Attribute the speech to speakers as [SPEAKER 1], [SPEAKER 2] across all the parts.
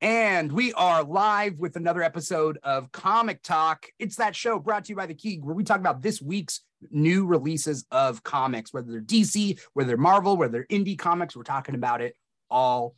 [SPEAKER 1] And we are live with another episode of Comic Talk. It's that show brought to you by The Key, where we talk about this week's new releases of comics, whether they're DC, whether they're Marvel, whether they're indie comics. We're talking about it all.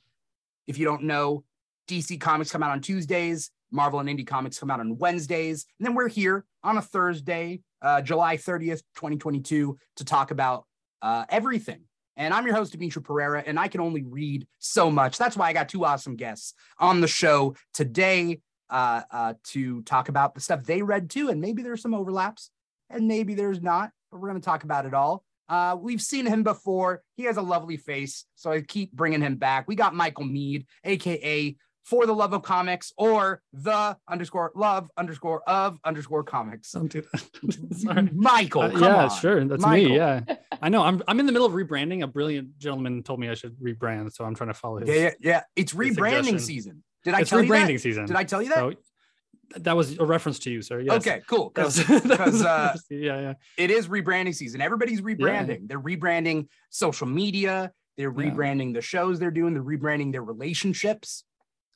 [SPEAKER 1] If you don't know, DC comics come out on Tuesdays, Marvel and indie comics come out on Wednesdays. And then we're here on a Thursday, uh, July 30th, 2022, to talk about uh, everything. And I'm your host, Dimitri Pereira, and I can only read so much. That's why I got two awesome guests on the show today uh, uh, to talk about the stuff they read too. And maybe there's some overlaps and maybe there's not, but we're going to talk about it all. Uh, we've seen him before. He has a lovely face. So I keep bringing him back. We got Michael Mead, AKA For the Love of Comics or the underscore love underscore of underscore comics.
[SPEAKER 2] Don't do that. Sorry.
[SPEAKER 1] Michael,
[SPEAKER 2] Uh,
[SPEAKER 1] Mm-hmm. come
[SPEAKER 2] yeah,
[SPEAKER 1] on.
[SPEAKER 2] sure. That's
[SPEAKER 1] Michael.
[SPEAKER 2] me. Yeah, I know. I'm I'm in the middle of rebranding. A brilliant gentleman told me I should rebrand, so I'm trying to follow his.
[SPEAKER 1] Yeah, yeah, yeah. It's rebranding
[SPEAKER 2] suggestion.
[SPEAKER 1] season. Did I
[SPEAKER 2] it's
[SPEAKER 1] tell
[SPEAKER 2] rebranding
[SPEAKER 1] you
[SPEAKER 2] season.
[SPEAKER 1] that? Did I tell you that?
[SPEAKER 2] So th- that was a reference to you, sir. Yes.
[SPEAKER 1] Okay, cool.
[SPEAKER 2] That
[SPEAKER 1] Because
[SPEAKER 2] was- that
[SPEAKER 1] because,
[SPEAKER 2] was-
[SPEAKER 1] uh,
[SPEAKER 2] yeah, yeah.
[SPEAKER 1] it is rebranding season. Everybody's rebranding. They're rebranding social media. They're
[SPEAKER 2] Yeah.
[SPEAKER 1] rebranding the shows they're doing. They're rebranding their relationships.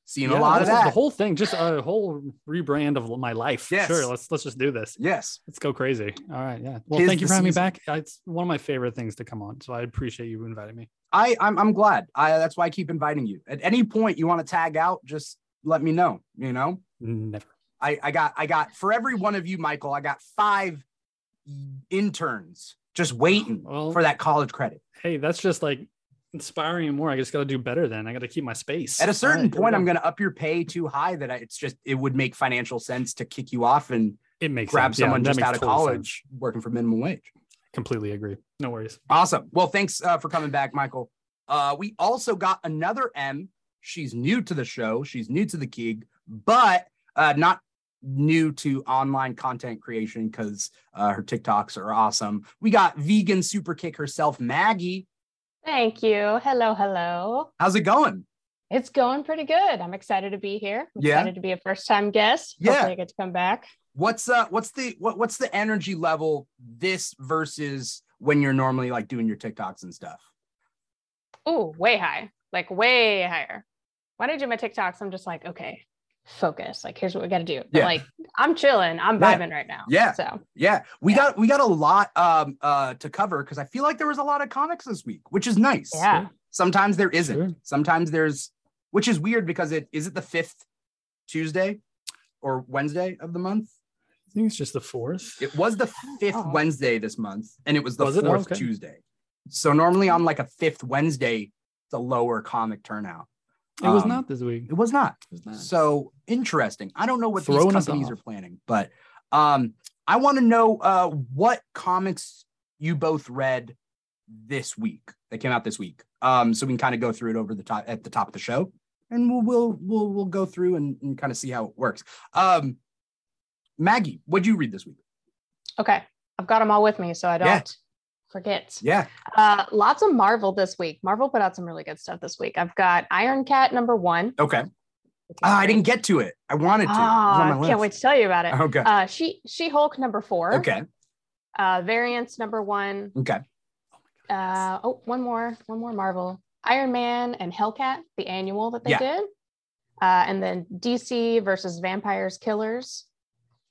[SPEAKER 1] Seeing
[SPEAKER 2] Yeah,
[SPEAKER 1] a lot of
[SPEAKER 2] this is
[SPEAKER 1] that.
[SPEAKER 2] The whole thing, just a whole rebrand of my life.
[SPEAKER 1] Yes.
[SPEAKER 2] Sure. Let's let's just do this.
[SPEAKER 1] yes.
[SPEAKER 2] Let's go crazy. All right. Yeah. Well,
[SPEAKER 1] Tis
[SPEAKER 2] thank you
[SPEAKER 1] the
[SPEAKER 2] for having
[SPEAKER 1] season.
[SPEAKER 2] me back. Uh, It's one of my favorite things to come on, so I appreciate you inviting me.
[SPEAKER 1] I I'm I'm glad. I that's why I keep inviting you. At any point you want to tag out, just let me know. You know?
[SPEAKER 2] Never.
[SPEAKER 1] I, I got I got for every one of you, Michael, I got five interns just waiting
[SPEAKER 2] Well-
[SPEAKER 1] for that college credit.
[SPEAKER 2] Hey, that's just like inspiring me more. I just got to do better. Then I got to keep my space.
[SPEAKER 1] At a certain point, I'm
[SPEAKER 2] gonna.
[SPEAKER 1] going to up your pay too high that I, it's just it would make financial sense to kick you off and
[SPEAKER 2] It makes
[SPEAKER 1] grab
[SPEAKER 2] sense. Yeah,
[SPEAKER 1] someone
[SPEAKER 2] that
[SPEAKER 1] just
[SPEAKER 2] makes
[SPEAKER 1] out of
[SPEAKER 2] total sense.
[SPEAKER 1] college working for minimum wage.
[SPEAKER 2] Completely agree. No worries.
[SPEAKER 1] Awesome. Well, thanks uh, for coming back, Michael. Uh, we also got another M. She's new to the show. She's new to the gig, but uh, not new to online content creation because uh, her TikToks are awesome. We got vegan super kick herself, Maggie.
[SPEAKER 3] Thank you. Hello, hello.
[SPEAKER 1] How's it going?
[SPEAKER 3] It's going pretty good. I'm excited to be here. I'm
[SPEAKER 1] Yeah.
[SPEAKER 3] excited to be a first time guest.
[SPEAKER 1] Yeah.
[SPEAKER 3] Hopefully I get to come back.
[SPEAKER 1] What's uh what's the what, what's the energy level this versus when you're normally like doing your TikToks and stuff?
[SPEAKER 3] Ooh, way high, like way higher. When I do my TikToks, I'm just like, okay, focus. Like, here's what we got to do. But
[SPEAKER 1] Yeah.
[SPEAKER 3] like, I'm chilling. I'm
[SPEAKER 1] Yeah.
[SPEAKER 3] vibing right now.
[SPEAKER 1] Yeah.
[SPEAKER 3] So
[SPEAKER 1] Yeah, we
[SPEAKER 3] Yeah.
[SPEAKER 1] got we got a lot um uh to cover because I feel like there was a lot of comics this week, which is nice.
[SPEAKER 3] yeah.
[SPEAKER 1] Sometimes there isn't.
[SPEAKER 2] Sure.
[SPEAKER 1] Sometimes there's, which is weird because it is it the fifth Tuesday or Wednesday of the month.
[SPEAKER 2] I think it's just the fourth.
[SPEAKER 1] It was the fifth
[SPEAKER 3] Oh.
[SPEAKER 1] Wednesday this month, and it was the
[SPEAKER 2] Was it? Oh,
[SPEAKER 1] fourth
[SPEAKER 2] okay.
[SPEAKER 1] Tuesday. So normally on like a fifth Wednesday, it's a lower comic turnout.
[SPEAKER 2] It was
[SPEAKER 1] Um,
[SPEAKER 2] not this week.
[SPEAKER 1] It was not.
[SPEAKER 2] It was not.
[SPEAKER 1] So interesting. I don't know what
[SPEAKER 2] Throwing
[SPEAKER 1] these
[SPEAKER 2] us
[SPEAKER 1] companies
[SPEAKER 2] off.
[SPEAKER 1] are planning, but um, I want to know uh, what comics you both read this week that came out this week. Um, so we can kind of go through it over the top at the top of the show, and we'll we'll we'll, we'll go through and, and kind of see how it works. Um, Maggie, what'd you read this week?
[SPEAKER 3] Okay. I've got them all with me. So I don't
[SPEAKER 1] Yeah.
[SPEAKER 3] forget.
[SPEAKER 1] Yeah,
[SPEAKER 3] Uh, lots of Marvel this week. Marvel put out some really good stuff this week. I've got Iron Cat number one.
[SPEAKER 1] okay. Ah, I didn't get to it. I wanted to. It was on
[SPEAKER 3] Ah,
[SPEAKER 1] my
[SPEAKER 3] can't wait
[SPEAKER 1] list. Oh,
[SPEAKER 3] to tell you about it.
[SPEAKER 1] Okay.
[SPEAKER 3] Uh, she She Hulk number four.
[SPEAKER 1] okay.
[SPEAKER 3] uh variants number one
[SPEAKER 1] Okay.
[SPEAKER 3] uh oh one more one more marvel iron man and hellcat the annual that they
[SPEAKER 1] Yeah.
[SPEAKER 3] did uh and then dc versus vampires killers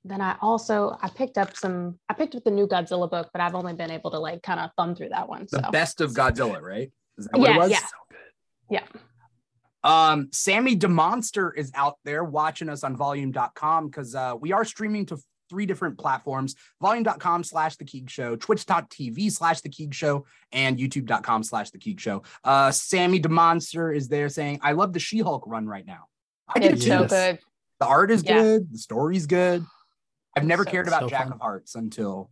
[SPEAKER 3] then i also i picked up some i picked up the new godzilla book but i've only been able to like kind of thumb through that one so
[SPEAKER 1] The best of Godzilla, right? Is that what it
[SPEAKER 3] Yeah,
[SPEAKER 1] was?
[SPEAKER 3] yeah.
[SPEAKER 2] So good.
[SPEAKER 1] Um, Sammy DeMonster is out there watching us on volume.com because uh, we are streaming to three different platforms volume.com slash the Keeg Show, twitch.tv slash the Keeg Show, and youtube.com slash the Keeg Show. Uh, Sammy DeMonster is there saying, I love the She Hulk run right now. I did
[SPEAKER 3] it's
[SPEAKER 1] too.
[SPEAKER 3] so
[SPEAKER 2] Yes.
[SPEAKER 3] good
[SPEAKER 1] The art is
[SPEAKER 3] Yeah.
[SPEAKER 1] good, the story's good. I've never
[SPEAKER 3] So-
[SPEAKER 1] cared about
[SPEAKER 2] so
[SPEAKER 1] Jack
[SPEAKER 2] fun.
[SPEAKER 1] of Hearts until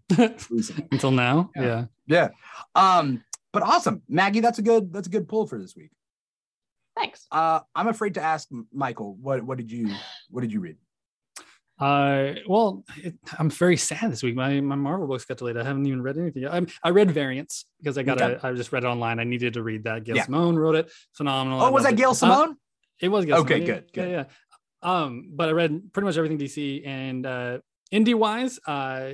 [SPEAKER 1] recently.
[SPEAKER 2] Until now.
[SPEAKER 1] Yeah.
[SPEAKER 2] Yeah.
[SPEAKER 1] yeah. Um, but awesome. Maggie, that's a good that's a good pull for this week.
[SPEAKER 3] thanks
[SPEAKER 1] Uh, I'm afraid to ask M- Michael. What what did you what did you read?
[SPEAKER 2] Uh, well, it, I'm very sad this week. My my Marvel books got delayed. I haven't even read anything. Yet. I'm, I read Variants because I got
[SPEAKER 1] Okay.
[SPEAKER 2] a, I just read it online. I needed to read that. Gail
[SPEAKER 1] Yeah.
[SPEAKER 2] Simone wrote it. Phenomenal. I
[SPEAKER 1] oh, was
[SPEAKER 2] loved
[SPEAKER 1] that
[SPEAKER 2] it.
[SPEAKER 1] Gail
[SPEAKER 2] Uh,
[SPEAKER 1] Simone?
[SPEAKER 2] It was Gilson.
[SPEAKER 1] Okay,
[SPEAKER 2] yeah,
[SPEAKER 1] good,
[SPEAKER 2] Yeah,
[SPEAKER 1] good.
[SPEAKER 2] yeah. Um, but I read pretty much everything DC and uh indie wise, uh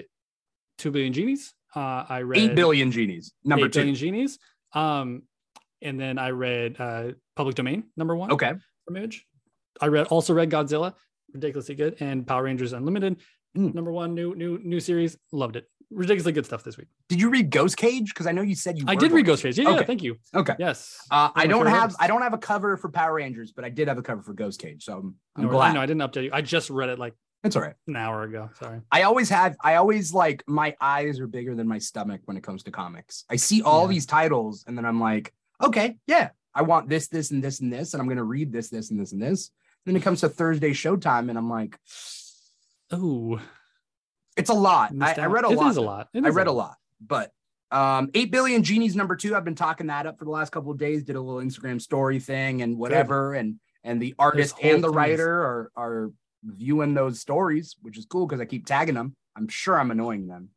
[SPEAKER 2] two billion genies. Uh I read
[SPEAKER 1] Eight billion genies. Number
[SPEAKER 2] Eight
[SPEAKER 1] two.
[SPEAKER 2] Billion genies. Um and then I read uh public domain number one
[SPEAKER 1] Okay.
[SPEAKER 2] from image. I read also read Godzilla, ridiculously good, and Power Rangers Unlimited,
[SPEAKER 1] Mm.
[SPEAKER 2] number one new new new series. Loved it. Ridiculously good stuff this week.
[SPEAKER 1] Did you read Ghost Cage? Because I know you said you.
[SPEAKER 2] I
[SPEAKER 1] were
[SPEAKER 2] did
[SPEAKER 1] going
[SPEAKER 2] read
[SPEAKER 1] to.
[SPEAKER 2] Ghost Cage. Yeah, yeah,
[SPEAKER 1] Okay.
[SPEAKER 2] thank you.
[SPEAKER 1] Okay.
[SPEAKER 2] Yes.
[SPEAKER 1] Uh, I
[SPEAKER 2] I'm
[SPEAKER 1] don't
[SPEAKER 2] sure it
[SPEAKER 1] have
[SPEAKER 2] is.
[SPEAKER 1] I don't have a cover for Power Rangers, but I did have a cover for Ghost Cage, so I'm, I'm
[SPEAKER 2] No, I
[SPEAKER 1] glad.
[SPEAKER 2] know I didn't update you. I just read it like
[SPEAKER 1] It's all right.
[SPEAKER 2] an hour ago. Sorry.
[SPEAKER 1] I always have I always like my eyes are bigger than my stomach when it comes to comics. I see all
[SPEAKER 2] Yeah.
[SPEAKER 1] these titles and then I'm like, okay, yeah, I want this, this, and this, and this, and I'm gonna read this, this, and this, and this. Then it comes to Thursday showtime, and I'm like,
[SPEAKER 2] Oh,
[SPEAKER 1] it's a lot. I,
[SPEAKER 2] missed
[SPEAKER 1] I
[SPEAKER 2] out.
[SPEAKER 1] read a
[SPEAKER 2] It
[SPEAKER 1] lot.
[SPEAKER 2] is a lot. It
[SPEAKER 1] I
[SPEAKER 2] is
[SPEAKER 1] read a lot, but um, eight billion genies number two. I've been talking that up for the last couple of days. Did a little Instagram story thing and whatever, and and the artist
[SPEAKER 2] whole
[SPEAKER 1] and the
[SPEAKER 2] things.
[SPEAKER 1] writer are are viewing those stories, which is cool because I keep tagging them. I'm sure I'm annoying them.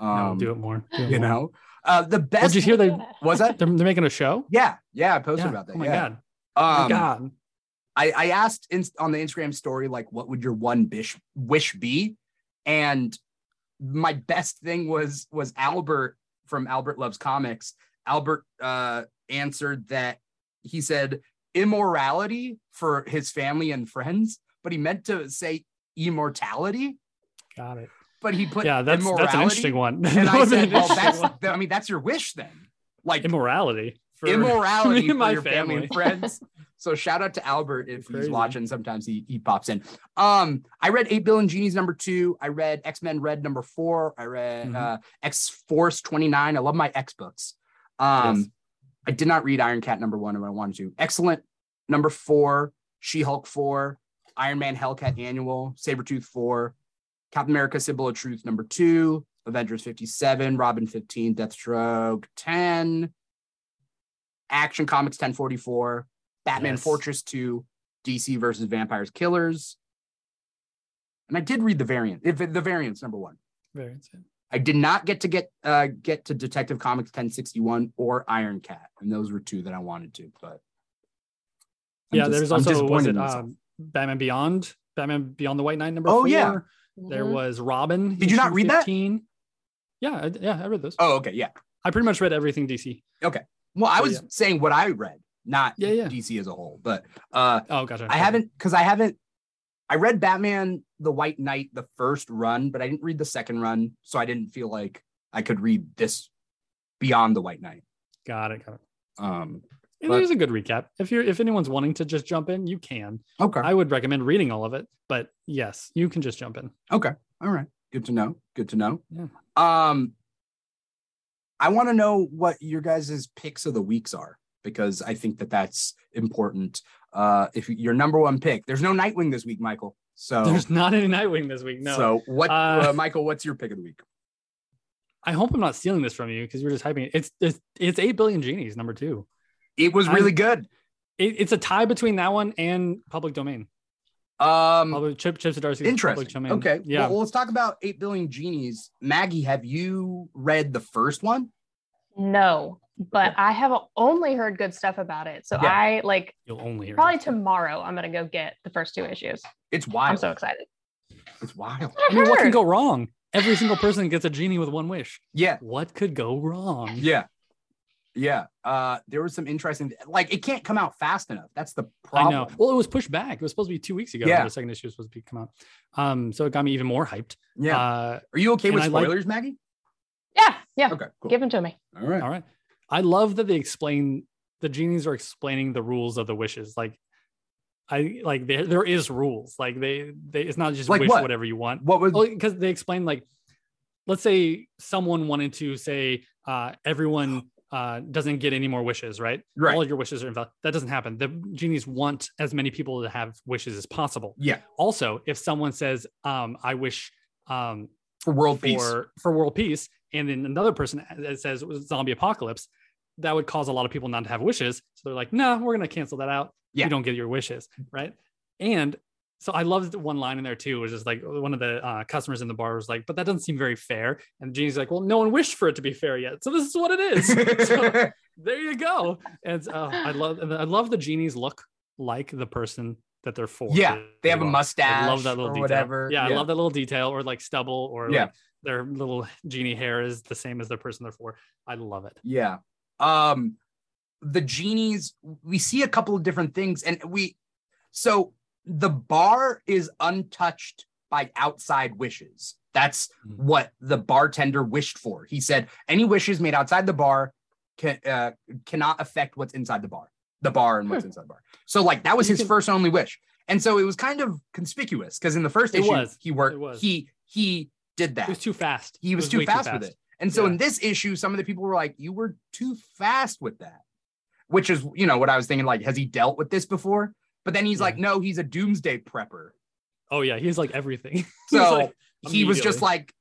[SPEAKER 2] No,
[SPEAKER 1] Um,
[SPEAKER 2] do it more. Do it
[SPEAKER 1] you
[SPEAKER 2] more.
[SPEAKER 1] know, uh, the
[SPEAKER 2] Did
[SPEAKER 1] best
[SPEAKER 2] you hear they?
[SPEAKER 3] Yeah.
[SPEAKER 1] was that?
[SPEAKER 2] They're, they're making a show.
[SPEAKER 1] Yeah, yeah, I posted about that.
[SPEAKER 2] Oh my
[SPEAKER 1] yeah. Um, God.
[SPEAKER 2] god. my god.
[SPEAKER 1] I, I asked in, on the Instagram story, like, what would your one bish, wish be? And my best thing was was Albert from Albert Loves Comics. Albert uh, answered that he said immorality for his family and friends, but he meant to say immortality,
[SPEAKER 2] Got it.
[SPEAKER 1] but he put
[SPEAKER 2] yeah, that's
[SPEAKER 1] immorality.
[SPEAKER 2] that's an interesting one.
[SPEAKER 1] And
[SPEAKER 2] That
[SPEAKER 1] I
[SPEAKER 2] was an
[SPEAKER 1] said, well,
[SPEAKER 2] interesting
[SPEAKER 1] that's
[SPEAKER 2] one.
[SPEAKER 1] I mean, that's your wish then. Like
[SPEAKER 2] immorality. for-
[SPEAKER 1] immorality
[SPEAKER 2] me and
[SPEAKER 1] for
[SPEAKER 2] my
[SPEAKER 1] your family and friends. So shout out to Albert if he's
[SPEAKER 2] Crazy.
[SPEAKER 1] watching. Sometimes he, he pops in. Um, I read Eight Billion Genies number two. I read X Men Red number four. I read
[SPEAKER 2] Mhm.
[SPEAKER 1] uh, X Force twenty nine. I love my X books. Um,
[SPEAKER 2] Yes.
[SPEAKER 1] I did not read Iron Cat number one, but I wanted to. Excellent number four. She Hulk four. Iron Man Hellcat Annual. Sabretooth four. Captain America Symbol of Truth number two. Avengers 57, Robin 15, Deathstroke 10, Action Comics 1044, Batman
[SPEAKER 2] Yes.
[SPEAKER 1] Fortress 2, DC versus Vampires Killers. And I did read the variant, if the variants number one.
[SPEAKER 2] Very insane.
[SPEAKER 1] I did not get to get uh, get to Detective Comics 1061 or Iron Cat, and those were two that I wanted to. But I'm
[SPEAKER 2] yeah,
[SPEAKER 1] dis-
[SPEAKER 2] there's
[SPEAKER 1] I'm
[SPEAKER 2] also was
[SPEAKER 1] disappointed in
[SPEAKER 2] it
[SPEAKER 1] myself.
[SPEAKER 2] um, Batman Beyond, Batman Beyond the White Knight number
[SPEAKER 1] Oh,
[SPEAKER 2] four.
[SPEAKER 1] yeah.
[SPEAKER 2] There
[SPEAKER 3] Mhm.
[SPEAKER 2] was Robin.
[SPEAKER 1] Did you not
[SPEAKER 2] issue
[SPEAKER 1] read that?
[SPEAKER 2] 15. Yeah, I, yeah, I read those.
[SPEAKER 1] oh, okay, yeah.
[SPEAKER 2] I pretty much read everything DC.
[SPEAKER 1] Well, I
[SPEAKER 2] So,
[SPEAKER 1] was
[SPEAKER 2] yeah.
[SPEAKER 1] saying what I read, not
[SPEAKER 2] Yeah, yeah.
[SPEAKER 1] DC as a whole, but uh,
[SPEAKER 2] Oh, gotcha.
[SPEAKER 1] I haven't because I haven't. I read Batman the White Knight the first run, but I didn't read the second run, so I didn't feel like I could read this beyond the White Knight.
[SPEAKER 2] Got it. Got it.
[SPEAKER 1] Um,
[SPEAKER 2] And
[SPEAKER 1] But-
[SPEAKER 2] there's a good recap. If you're if anyone's wanting to just jump in, you can.
[SPEAKER 1] okay,
[SPEAKER 2] I would recommend reading all of it, but yes, you can just jump in.
[SPEAKER 1] all right, good to know. Good to know.
[SPEAKER 2] Yeah.
[SPEAKER 1] Um, I want to know what your guys' picks of the weeks are because I think that that's important. Uh, if your number one pick, there's no Nightwing this week, Michael. So,
[SPEAKER 2] There's not any Nightwing this week. No.
[SPEAKER 1] Oh. so what,
[SPEAKER 2] Uh,
[SPEAKER 1] uh, Michael? What's your pick of the week?
[SPEAKER 2] I hope I'm not stealing this from you because you were just hyping it. It's it's it's eight billion genies number two.
[SPEAKER 1] It was
[SPEAKER 2] I'm-
[SPEAKER 1] really good.
[SPEAKER 2] It, it's a tie between that one and public domain.
[SPEAKER 1] Um,
[SPEAKER 2] Public Chip Chip Zdarsky.
[SPEAKER 1] Interesting.
[SPEAKER 2] Public domain.
[SPEAKER 1] Okay.
[SPEAKER 2] Yeah.
[SPEAKER 1] Well, well, let's talk about Eight Billion Genies. Maggie, have you read the first one?
[SPEAKER 3] No, but I have only heard good stuff about it. So
[SPEAKER 1] Yeah.
[SPEAKER 3] I like
[SPEAKER 2] You'll only hear.
[SPEAKER 3] probably
[SPEAKER 2] it.
[SPEAKER 3] tomorrow I'm gonna go get the first two issues.
[SPEAKER 1] It's
[SPEAKER 3] I'm
[SPEAKER 1] wild.
[SPEAKER 3] so excited.
[SPEAKER 1] It's wild.
[SPEAKER 2] I mean, what can
[SPEAKER 3] heard.
[SPEAKER 2] go wrong? Every single person gets a genie with one wish.
[SPEAKER 1] Yeah.
[SPEAKER 2] What could go wrong?
[SPEAKER 1] Yeah. Yeah. Uh, there was some interesting. Like, it can't come out fast enough. That's the
[SPEAKER 2] I
[SPEAKER 1] problem.
[SPEAKER 2] know. Well, it was pushed back. It was supposed to be two weeks ago.
[SPEAKER 1] Yeah.
[SPEAKER 2] The second issue was supposed to be come out. Um, so it got me even more hyped.
[SPEAKER 1] Yeah.
[SPEAKER 2] Uh,
[SPEAKER 1] Are you okay
[SPEAKER 2] and
[SPEAKER 1] with
[SPEAKER 2] I like-
[SPEAKER 1] spoilers, Maggie?
[SPEAKER 3] Yeah, yeah.
[SPEAKER 1] Okay. Cool.
[SPEAKER 3] Give them to me.
[SPEAKER 1] All right.
[SPEAKER 2] all right. I love that they explain the genies are explaining the rules of the wishes. Like, I like there there is rules. Like they they it's not just
[SPEAKER 1] Like
[SPEAKER 2] wish
[SPEAKER 1] what?
[SPEAKER 2] whatever you want.
[SPEAKER 1] What was?
[SPEAKER 2] Well, because they explain like, let's say someone wanted to say uh, everyone uh, doesn't get any more wishes, right?
[SPEAKER 1] right.
[SPEAKER 2] all your wishes are invalid. That doesn't happen. The genies want as many people to have wishes as possible.
[SPEAKER 1] Yeah.
[SPEAKER 2] Also, if someone says, um, "I wish um,
[SPEAKER 1] For world
[SPEAKER 2] for
[SPEAKER 1] peace.
[SPEAKER 2] for world peace," and then another person that says "zombie apocalypse," that would cause a lot of people not to have wishes. So they're like, "No, we're going to cancel that out.
[SPEAKER 1] Yeah.
[SPEAKER 2] You don't get your wishes, right?" And so I loved the one line in there too, which is like one of the uh, customers in the bar was like, "But that doesn't seem very fair." And the genie's like, "Well, no one wished for it to be fair yet, so this is what it is." So- there you go. And uh, I love and I love the genies look like the person that they're for.
[SPEAKER 1] Yeah, they have a
[SPEAKER 2] are.
[SPEAKER 1] mustache
[SPEAKER 2] I love that little
[SPEAKER 1] or
[SPEAKER 2] detail.
[SPEAKER 1] whatever.
[SPEAKER 2] Yeah,
[SPEAKER 1] Yeah.
[SPEAKER 2] I love that little detail or like stubble or
[SPEAKER 1] Yeah.
[SPEAKER 2] like their little genie hair is the same as the person they're for. I love it.
[SPEAKER 1] Yeah. Um the genies we see a couple of different things and we so the bar is untouched by outside wishes. That's
[SPEAKER 2] Mhm.
[SPEAKER 1] what the bartender wished for. He said, any wishes made outside the bar can, uh, cannot affect what's inside the bar, the bar and what's inside the bar. So, like, that was
[SPEAKER 2] Hmm. You
[SPEAKER 1] his
[SPEAKER 2] can-
[SPEAKER 1] first and only wish. And so it was kind of conspicuous because in the first
[SPEAKER 2] It
[SPEAKER 1] issue,
[SPEAKER 2] was.
[SPEAKER 1] he worked,
[SPEAKER 2] It was.
[SPEAKER 1] he, he did that
[SPEAKER 2] It was too fast.
[SPEAKER 1] he
[SPEAKER 2] It
[SPEAKER 1] was, too
[SPEAKER 2] way
[SPEAKER 1] fast, with it. And so
[SPEAKER 2] Yeah.
[SPEAKER 1] in this issue, some of the people were like, "You were too fast with that," which is you know what I was thinking. Like, has he dealt with this before? But then he's like, "No, he's a doomsday prepper."
[SPEAKER 2] Oh yeah, he's like everything. He's
[SPEAKER 1] So
[SPEAKER 2] like,
[SPEAKER 1] he was just
[SPEAKER 2] immediately.
[SPEAKER 1] like,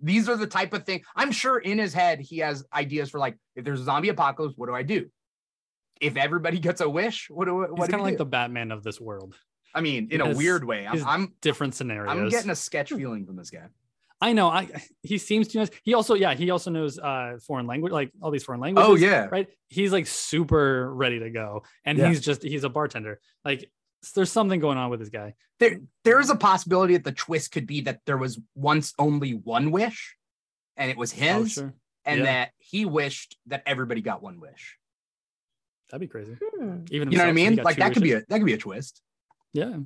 [SPEAKER 1] "These are the type of thing." I'm sure in his head he has ideas for like, if there's a zombie apocalypse, what do I do? If everybody gets a wish, what do
[SPEAKER 2] he's
[SPEAKER 1] what do
[SPEAKER 2] kind
[SPEAKER 1] we
[SPEAKER 2] of like
[SPEAKER 1] do?
[SPEAKER 2] the Batman of this world.
[SPEAKER 1] I mean, in a
[SPEAKER 2] his-
[SPEAKER 1] weird way, I'm
[SPEAKER 2] his
[SPEAKER 1] I'm,
[SPEAKER 2] Different scenarios.
[SPEAKER 1] I'm getting a sketch feeling from this guy.
[SPEAKER 2] I know. I he seems to know. He also yeah. He also knows uh foreign language, like all these foreign languages.
[SPEAKER 1] Oh yeah,
[SPEAKER 2] right? He's like super ready to go, and
[SPEAKER 1] Yeah.
[SPEAKER 2] he's just he's a bartender. Like s- there's something going on with this guy.
[SPEAKER 1] there there is a possibility that the twist could be that there was once only one wish and it was his
[SPEAKER 2] Oh, sure,
[SPEAKER 1] and
[SPEAKER 2] yeah.
[SPEAKER 1] that he wished that everybody got one wish
[SPEAKER 2] that'd be crazy.
[SPEAKER 3] Hmm.
[SPEAKER 2] Even
[SPEAKER 1] you know what i
[SPEAKER 2] himself, so he
[SPEAKER 1] mean
[SPEAKER 2] got
[SPEAKER 1] like
[SPEAKER 2] two
[SPEAKER 1] that could be
[SPEAKER 2] wishes.
[SPEAKER 1] a that could be a twist
[SPEAKER 2] yeah.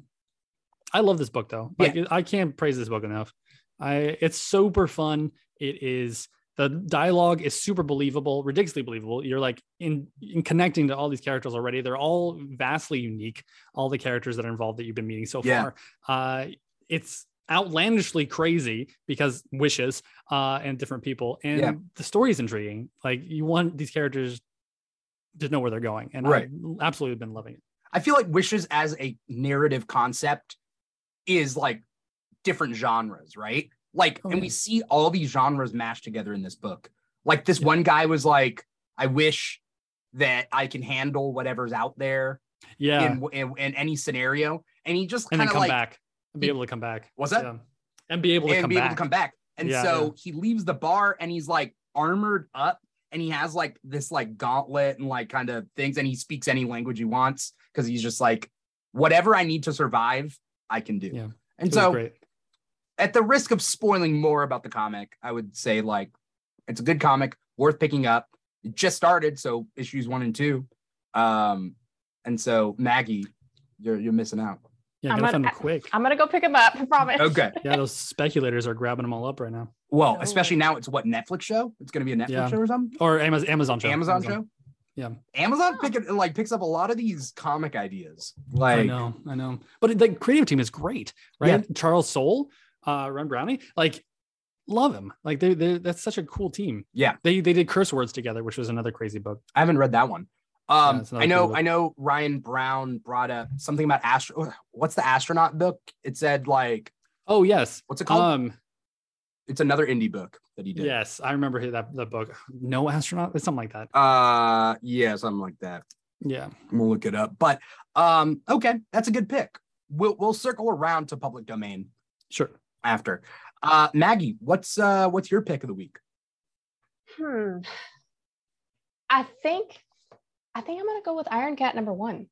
[SPEAKER 2] I love this book though. Like I can't praise this book enough. I it's super fun. It is the dialogue is super believable, ridiculously believable. You're like in, in connecting to all these characters already. They're all vastly unique. All the characters that are involved that you've been meeting so
[SPEAKER 1] Yeah.
[SPEAKER 2] far. Uh, it's outlandishly crazy because wishes uh, and different people, and
[SPEAKER 1] Yeah.
[SPEAKER 2] the story is intriguing. Like you want these characters to know where they're going, and
[SPEAKER 1] Right.
[SPEAKER 2] I've absolutely been loving it.
[SPEAKER 1] i feel like wishes as a narrative concept is like different genres right like
[SPEAKER 2] Oh,
[SPEAKER 1] and we
[SPEAKER 2] yeah.
[SPEAKER 1] see all these genres mashed together in this book like this one guy was like i wish that i can handle whatever's out there
[SPEAKER 2] Yeah,
[SPEAKER 1] in, in, in any scenario and he just
[SPEAKER 2] and
[SPEAKER 1] kind of
[SPEAKER 2] then come
[SPEAKER 1] like
[SPEAKER 2] back and be able to come back.
[SPEAKER 1] What's that?
[SPEAKER 2] Yeah. And be able to
[SPEAKER 1] and
[SPEAKER 2] come
[SPEAKER 1] be
[SPEAKER 2] back.
[SPEAKER 1] able to come back. And
[SPEAKER 2] Yeah,
[SPEAKER 1] so
[SPEAKER 2] yeah.
[SPEAKER 1] he leaves the bar and he's like armored up and he has like this like gauntlet and like kind of things and he speaks any language he wants because he's just like whatever I need to survive, I can do.
[SPEAKER 2] Yeah.
[SPEAKER 1] And
[SPEAKER 2] It was
[SPEAKER 1] so
[SPEAKER 2] great.
[SPEAKER 1] at the risk of spoiling more about the comic, I would say like it's a good comic, worth picking up. It just started, so issues one and two. Um and so Maggie, you're you're missing out.
[SPEAKER 2] yeah,
[SPEAKER 3] I'm
[SPEAKER 2] gotta find
[SPEAKER 3] gonna-
[SPEAKER 2] them quick.
[SPEAKER 3] I'm gonna go pick him up. I promise.
[SPEAKER 1] Okay.
[SPEAKER 2] yeah, those speculators are grabbing them all up right now.
[SPEAKER 1] Well,
[SPEAKER 3] No
[SPEAKER 1] especially now it's what Netflix show? It's gonna be a Netflix
[SPEAKER 2] Yeah.
[SPEAKER 1] show or something?
[SPEAKER 2] Or Amazon, Amazon show.
[SPEAKER 1] Amazon, show.
[SPEAKER 2] Yeah.
[SPEAKER 1] Amazon
[SPEAKER 3] Oh.
[SPEAKER 1] pick it like picks up a lot of these comic ideas.
[SPEAKER 2] I
[SPEAKER 1] Like
[SPEAKER 2] know, I know. But the creative team is great,
[SPEAKER 1] Yeah.
[SPEAKER 2] right? Charles Soule, uh, Ron Brownie, like love him. Like they, they, that's such a cool team.
[SPEAKER 1] Yeah.
[SPEAKER 2] they they did curse words together, which was another crazy book.
[SPEAKER 1] I haven't read that one. Um,
[SPEAKER 2] it's another
[SPEAKER 1] I know,
[SPEAKER 2] cool
[SPEAKER 1] I know. Ryan Brown brought up something about astro. oh, What's the astronaut book? It said like,
[SPEAKER 2] Oh yes,
[SPEAKER 1] what's it called?
[SPEAKER 2] um,
[SPEAKER 1] it's another indie book that he did.
[SPEAKER 2] yes, I remember he- that that book. No astronaut, it's something like that.
[SPEAKER 1] Uh, yeah, something like that.
[SPEAKER 2] Yeah,
[SPEAKER 1] I'm gonna look it up. But um, okay, that's a good pick. We'll we'll circle around to public domain
[SPEAKER 2] sure.
[SPEAKER 1] after. Uh, Maggie, what's uh, what's your pick of the week?
[SPEAKER 3] Hmm. I think I think I'm gonna go with Iron Cat number one.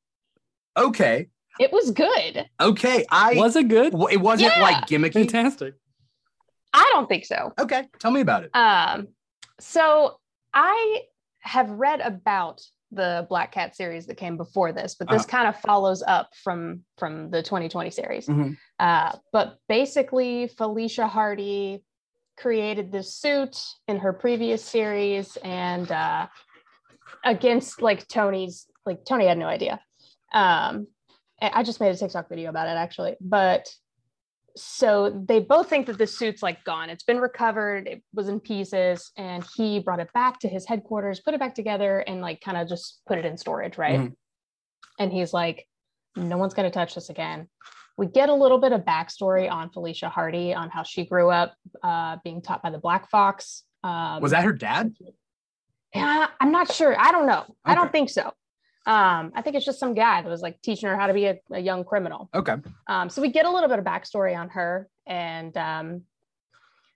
[SPEAKER 1] Okay,
[SPEAKER 3] It was good.
[SPEAKER 1] okay. I
[SPEAKER 2] was it good?
[SPEAKER 1] w- it wasn't
[SPEAKER 3] Yeah.
[SPEAKER 1] like gimmicky.
[SPEAKER 2] Fantastic.
[SPEAKER 3] I don't think so.
[SPEAKER 1] Okay, tell me about it.
[SPEAKER 3] Um, so I have read about the Black Cat series that came before this, but this kind of follows up from from the 2020 series.
[SPEAKER 1] Mhm.
[SPEAKER 3] Uh, but basically, Felicia Hardy created this suit in her previous series, and uh, against like Tony's, like Tony had no idea. Um, I I just made a TikTok video about it actually, but so they both think that the suit's like gone. It's been recovered. It was in pieces, and he brought it back to his headquarters, put it back together, and like kind of just put it in storage, right?
[SPEAKER 1] Mhm.
[SPEAKER 3] And he's like, "No one's gonna touch this again." We get a little bit of backstory on Felicia Hardy on how she grew up uh, being taught by the Black Fox. Um,
[SPEAKER 1] Was that her dad?
[SPEAKER 3] yeah, I'm not sure. I don't know. I don't
[SPEAKER 1] Okay.
[SPEAKER 3] think so. Um, I think it's just some guy that was like teaching her how to be a, a young criminal.
[SPEAKER 1] Okay.
[SPEAKER 3] Um, so we get a little bit of backstory on her, and um,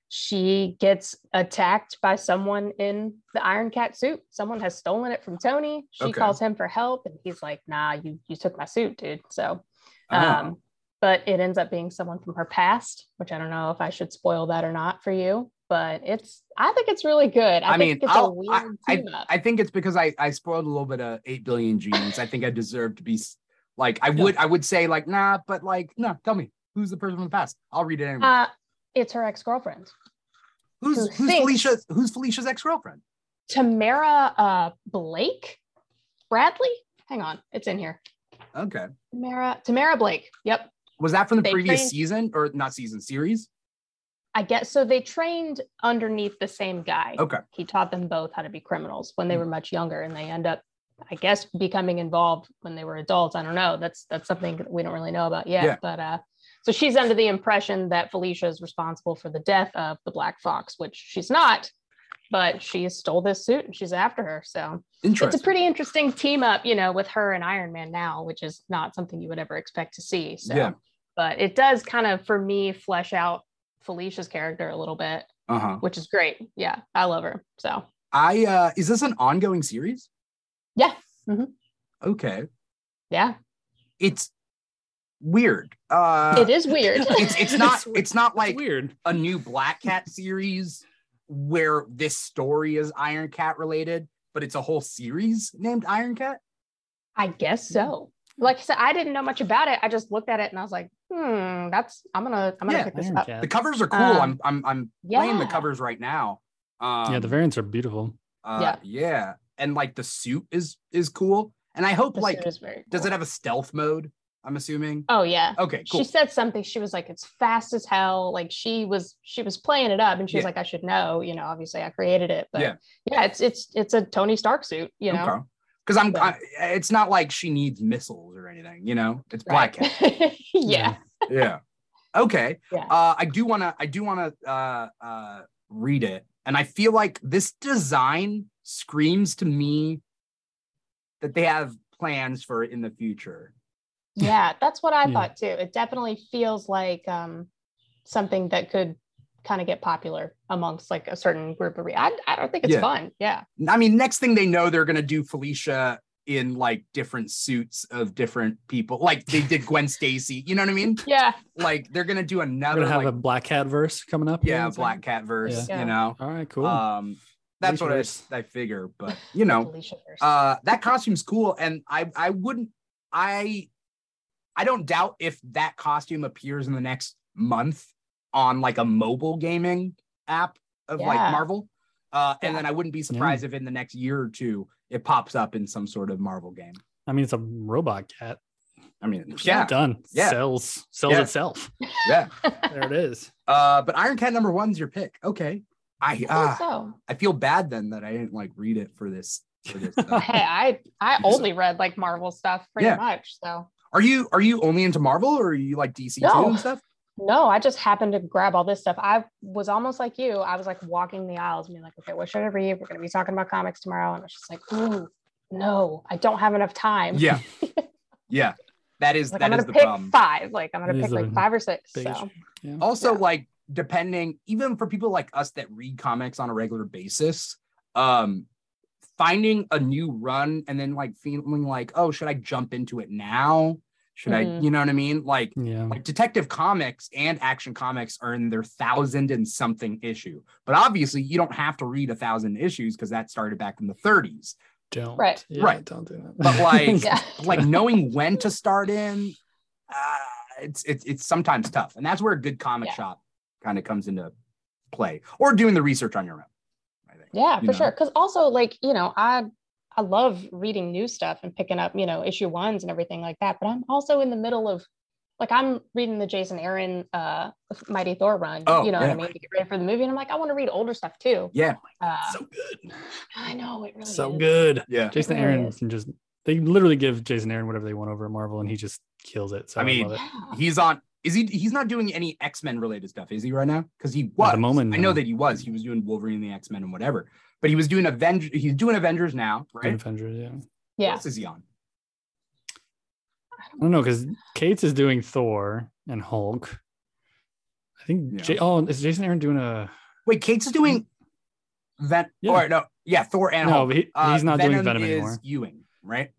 [SPEAKER 3] she gets attacked by someone in the Iron Cat suit. Someone has stolen it from Tony. She
[SPEAKER 1] Okay.
[SPEAKER 3] calls him for help, and he's like, "Nah, you you took my suit, dude." So,
[SPEAKER 1] Oh.
[SPEAKER 3] um, but it ends up being someone from her past, which I don't know if I should spoil that or not for you. But it's, I think it's really good. I,
[SPEAKER 1] I mean,
[SPEAKER 3] think it's a
[SPEAKER 1] I'll- I-
[SPEAKER 3] weird team up.
[SPEAKER 1] I think it's because I, I spoiled a little bit of 8 billion genes. I think I deserve to be s- Like I
[SPEAKER 2] Yeah.
[SPEAKER 1] would, I would say like nah, but like no, tell me who's the person from the past. I'll read it anyway.
[SPEAKER 3] Uh, it's her ex girlfriend,
[SPEAKER 1] who's
[SPEAKER 3] who
[SPEAKER 1] who's
[SPEAKER 3] thinks-
[SPEAKER 1] Felicia? Who's Felicia's ex girlfriend?
[SPEAKER 3] Tamara uh, Blake Bradley. Hang on, it's in here.
[SPEAKER 1] Okay,
[SPEAKER 3] Tamara Tamara Blake. Yep,
[SPEAKER 1] was that from the
[SPEAKER 3] They
[SPEAKER 1] previous
[SPEAKER 3] trained-
[SPEAKER 1] season or not season series?
[SPEAKER 3] I guess so. They trained underneath the same guy.
[SPEAKER 1] Okay. Hmm.
[SPEAKER 3] He taught them both how to be criminals when they were much younger, and they end up, I guess, becoming involved when they were adults. I don't know. That's that's something that we don't really know about yet.
[SPEAKER 1] Yeah.
[SPEAKER 3] But uh, so she's under the impression that Felicia is responsible for the death of the Black Fox, which she's not. But she stole this suit and she's after her. So it's a
[SPEAKER 1] Interesting.
[SPEAKER 3] pretty interesting team up, you know, with her and Iron Man now, which is not something you would ever expect to see. So
[SPEAKER 1] Yeah.
[SPEAKER 3] but it does kind of for me flesh out Felicia's character a little bit,
[SPEAKER 1] Uh huh.
[SPEAKER 3] which is great. Yeah, I love her. So
[SPEAKER 1] I uh is this an ongoing series?
[SPEAKER 3] yeah,
[SPEAKER 1] Okay,
[SPEAKER 3] yeah,
[SPEAKER 1] it's weird. Uh,
[SPEAKER 3] it is weird.
[SPEAKER 1] It's it's not it's not like
[SPEAKER 2] it's weird.
[SPEAKER 1] a new Black Cat series where this story is Iron Cat related, but it's a whole series named Iron Cat.
[SPEAKER 3] I guess so. Like I said, I didn't know much about it. I just looked at it and I was like, hmm, that's I'm gonna I'm gonna
[SPEAKER 1] Yeah,
[SPEAKER 3] pick this
[SPEAKER 2] Iron
[SPEAKER 3] up.
[SPEAKER 2] Cat.
[SPEAKER 1] The covers are cool. I'm
[SPEAKER 3] Um,
[SPEAKER 1] I'm I'm playing the
[SPEAKER 3] yeah.
[SPEAKER 1] covers right now. Um,
[SPEAKER 2] yeah, the variants are beautiful.
[SPEAKER 1] uh, yeah, and like the suit is is cool. And I hope
[SPEAKER 3] The
[SPEAKER 1] like
[SPEAKER 3] suit is very
[SPEAKER 1] does
[SPEAKER 3] cool.
[SPEAKER 1] it have a stealth mode? I'm assuming.
[SPEAKER 3] Oh yeah.
[SPEAKER 1] Okay, cool.
[SPEAKER 3] She said something. She was like, "It's fast as hell." Like she was, she was playing it up, and she was
[SPEAKER 1] Yeah.
[SPEAKER 3] like, "I should know." You know, obviously, I created it, but
[SPEAKER 1] Yeah.
[SPEAKER 3] yeah, it's it's it's a Tony Stark suit. You know,
[SPEAKER 1] Because I'm,
[SPEAKER 3] But-
[SPEAKER 1] I, it's not like she needs missiles or anything, you know. It's black cat.
[SPEAKER 3] Right. yeah.
[SPEAKER 1] yeah. Okay.
[SPEAKER 3] Yeah.
[SPEAKER 1] Uh, I do want to. I do want to uh, uh, read it, and I feel like this design screams to me that they have plans for it in the future.
[SPEAKER 3] yeah that's what i
[SPEAKER 2] Yeah.
[SPEAKER 3] thought too it definitely feels like um something that could kind of get popular amongst like a certain group of re- I, I don't think it's
[SPEAKER 1] Yeah.
[SPEAKER 3] fun yeah
[SPEAKER 1] I mean, next thing they know, they're gonna do Felicia in like different suits of different people, like they did Gwen Stacy. You know what I mean?
[SPEAKER 3] yeah
[SPEAKER 1] Like they're gonna do
[SPEAKER 2] We're
[SPEAKER 1] another
[SPEAKER 2] gonna have
[SPEAKER 1] like
[SPEAKER 2] a black cat verse coming up. here in
[SPEAKER 1] yeah
[SPEAKER 2] a second.
[SPEAKER 1] Black Cat verse.
[SPEAKER 3] Yeah.
[SPEAKER 1] You know.
[SPEAKER 2] All right, cool.
[SPEAKER 1] Um, that's what I,
[SPEAKER 2] Felicia-verse.
[SPEAKER 1] I figure, but you know,
[SPEAKER 3] Alicia first.
[SPEAKER 1] uh that costume's cool and i i wouldn't i i don't doubt if that costume appears in the next month on like a mobile gaming app of
[SPEAKER 3] Yeah.
[SPEAKER 1] like marvel uh and
[SPEAKER 3] Yeah.
[SPEAKER 1] then i wouldn't be surprised if in the next year or two it pops up in some sort of marvel game
[SPEAKER 2] I mean, it's a robot cat.
[SPEAKER 1] i mean yeah
[SPEAKER 2] done.
[SPEAKER 1] Yeah.
[SPEAKER 2] sells sells
[SPEAKER 1] Yeah.
[SPEAKER 2] itself.
[SPEAKER 1] yeah
[SPEAKER 2] There it is.
[SPEAKER 1] uh but iron cat number one's your pick okay i
[SPEAKER 3] I
[SPEAKER 1] uh
[SPEAKER 3] think so
[SPEAKER 1] i feel bad then that i didn't like read it for this for this uh,
[SPEAKER 3] hey i i only read like marvel stuff pretty
[SPEAKER 1] Yeah.
[SPEAKER 3] much so
[SPEAKER 1] are you are you only into marvel or are you like dc
[SPEAKER 3] No.
[SPEAKER 1] too and stuff
[SPEAKER 3] no i just happened to grab all this stuff i was almost like you i was like walking the aisles and being like okay what should i read we're going to be talking about comics tomorrow and i was just like ooh no i don't have enough time
[SPEAKER 1] Yeah. yeah. That is
[SPEAKER 3] like i'm
[SPEAKER 1] that
[SPEAKER 3] going
[SPEAKER 1] is
[SPEAKER 3] to
[SPEAKER 1] the
[SPEAKER 3] pick
[SPEAKER 1] problem.
[SPEAKER 3] five like i'm going
[SPEAKER 2] It
[SPEAKER 3] to
[SPEAKER 2] is
[SPEAKER 3] pick
[SPEAKER 2] the
[SPEAKER 3] like five or six
[SPEAKER 2] biggest-
[SPEAKER 3] so
[SPEAKER 1] Also,
[SPEAKER 3] Yeah.
[SPEAKER 1] like depending, even for people like us that read comics on a regular basis, um, finding a new run and then like feeling like, oh, should I jump into it now? Should I,
[SPEAKER 3] Mhm.
[SPEAKER 1] you know what I mean? Like
[SPEAKER 2] Yeah.
[SPEAKER 1] like Detective Comics and Action Comics are in their thousand and something issue. But obviously, you don't have to read a thousand issues because that started back in the 30s.
[SPEAKER 2] Don't.
[SPEAKER 3] Right.
[SPEAKER 2] Yeah,
[SPEAKER 1] Right.
[SPEAKER 2] Don't do that.
[SPEAKER 1] But, like-
[SPEAKER 3] yeah
[SPEAKER 1] like knowing when to start in uh, it's, it's it's sometimes tough and that's where a good comic
[SPEAKER 3] Yeah.
[SPEAKER 1] shop kind of comes into play or doing the research on your own i think
[SPEAKER 3] yeah
[SPEAKER 1] you
[SPEAKER 3] for
[SPEAKER 1] know?
[SPEAKER 3] sure because also like you know i i love reading new stuff and picking up you know issue ones and everything like that but i'm also in the middle of like i'm reading the jason aaron uh mighty thor run
[SPEAKER 1] Oh,
[SPEAKER 3] you know
[SPEAKER 1] yeah.
[SPEAKER 3] what i mean to get ready for the movie and i'm like i want to read older stuff too
[SPEAKER 1] yeah
[SPEAKER 3] uh,
[SPEAKER 2] so good.
[SPEAKER 3] i know it really
[SPEAKER 2] So
[SPEAKER 3] is.
[SPEAKER 2] good.
[SPEAKER 1] yeah
[SPEAKER 2] Jason
[SPEAKER 3] really
[SPEAKER 2] Aaron
[SPEAKER 3] is.
[SPEAKER 2] can just they literally give Jason Aaron whatever they want over at Marvel and he just kills it. So
[SPEAKER 1] I
[SPEAKER 2] I,
[SPEAKER 1] mean,
[SPEAKER 2] love it.
[SPEAKER 3] Yeah.
[SPEAKER 1] he's on is he he's not doing any x-men related stuff is he right now because he was
[SPEAKER 2] At the moment,
[SPEAKER 1] i know
[SPEAKER 2] no.
[SPEAKER 1] that he was he was doing wolverine and the x-men and whatever but he was doing avengers he's doing avengers now right
[SPEAKER 2] Avengers, yeah.
[SPEAKER 1] what
[SPEAKER 3] yeah
[SPEAKER 1] else is he on
[SPEAKER 2] I don't know because Kate's is doing Thor and Hulk. I think.
[SPEAKER 1] Yeah.
[SPEAKER 2] J- oh, is Jason Aaron doing a?
[SPEAKER 1] wait kate's doing that
[SPEAKER 2] Yeah.
[SPEAKER 1] or no yeah thor and
[SPEAKER 2] no,
[SPEAKER 1] Hulk.
[SPEAKER 2] but he,
[SPEAKER 1] Uh,
[SPEAKER 2] he's not doing
[SPEAKER 1] Venom
[SPEAKER 2] Venom
[SPEAKER 1] is
[SPEAKER 2] anymore.
[SPEAKER 1] ewing right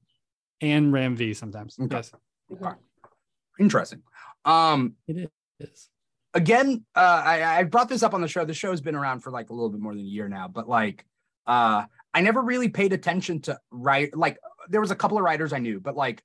[SPEAKER 2] And Ram V sometimes.
[SPEAKER 1] Okay.
[SPEAKER 2] Yes,
[SPEAKER 1] Okay. interesting um
[SPEAKER 2] it is.
[SPEAKER 1] again, uh, I, I brought this up on the show. The show has been around for like a little bit more than a year now, but like, uh, I never really paid attention to write. Like, there was a couple of writers I knew, but like,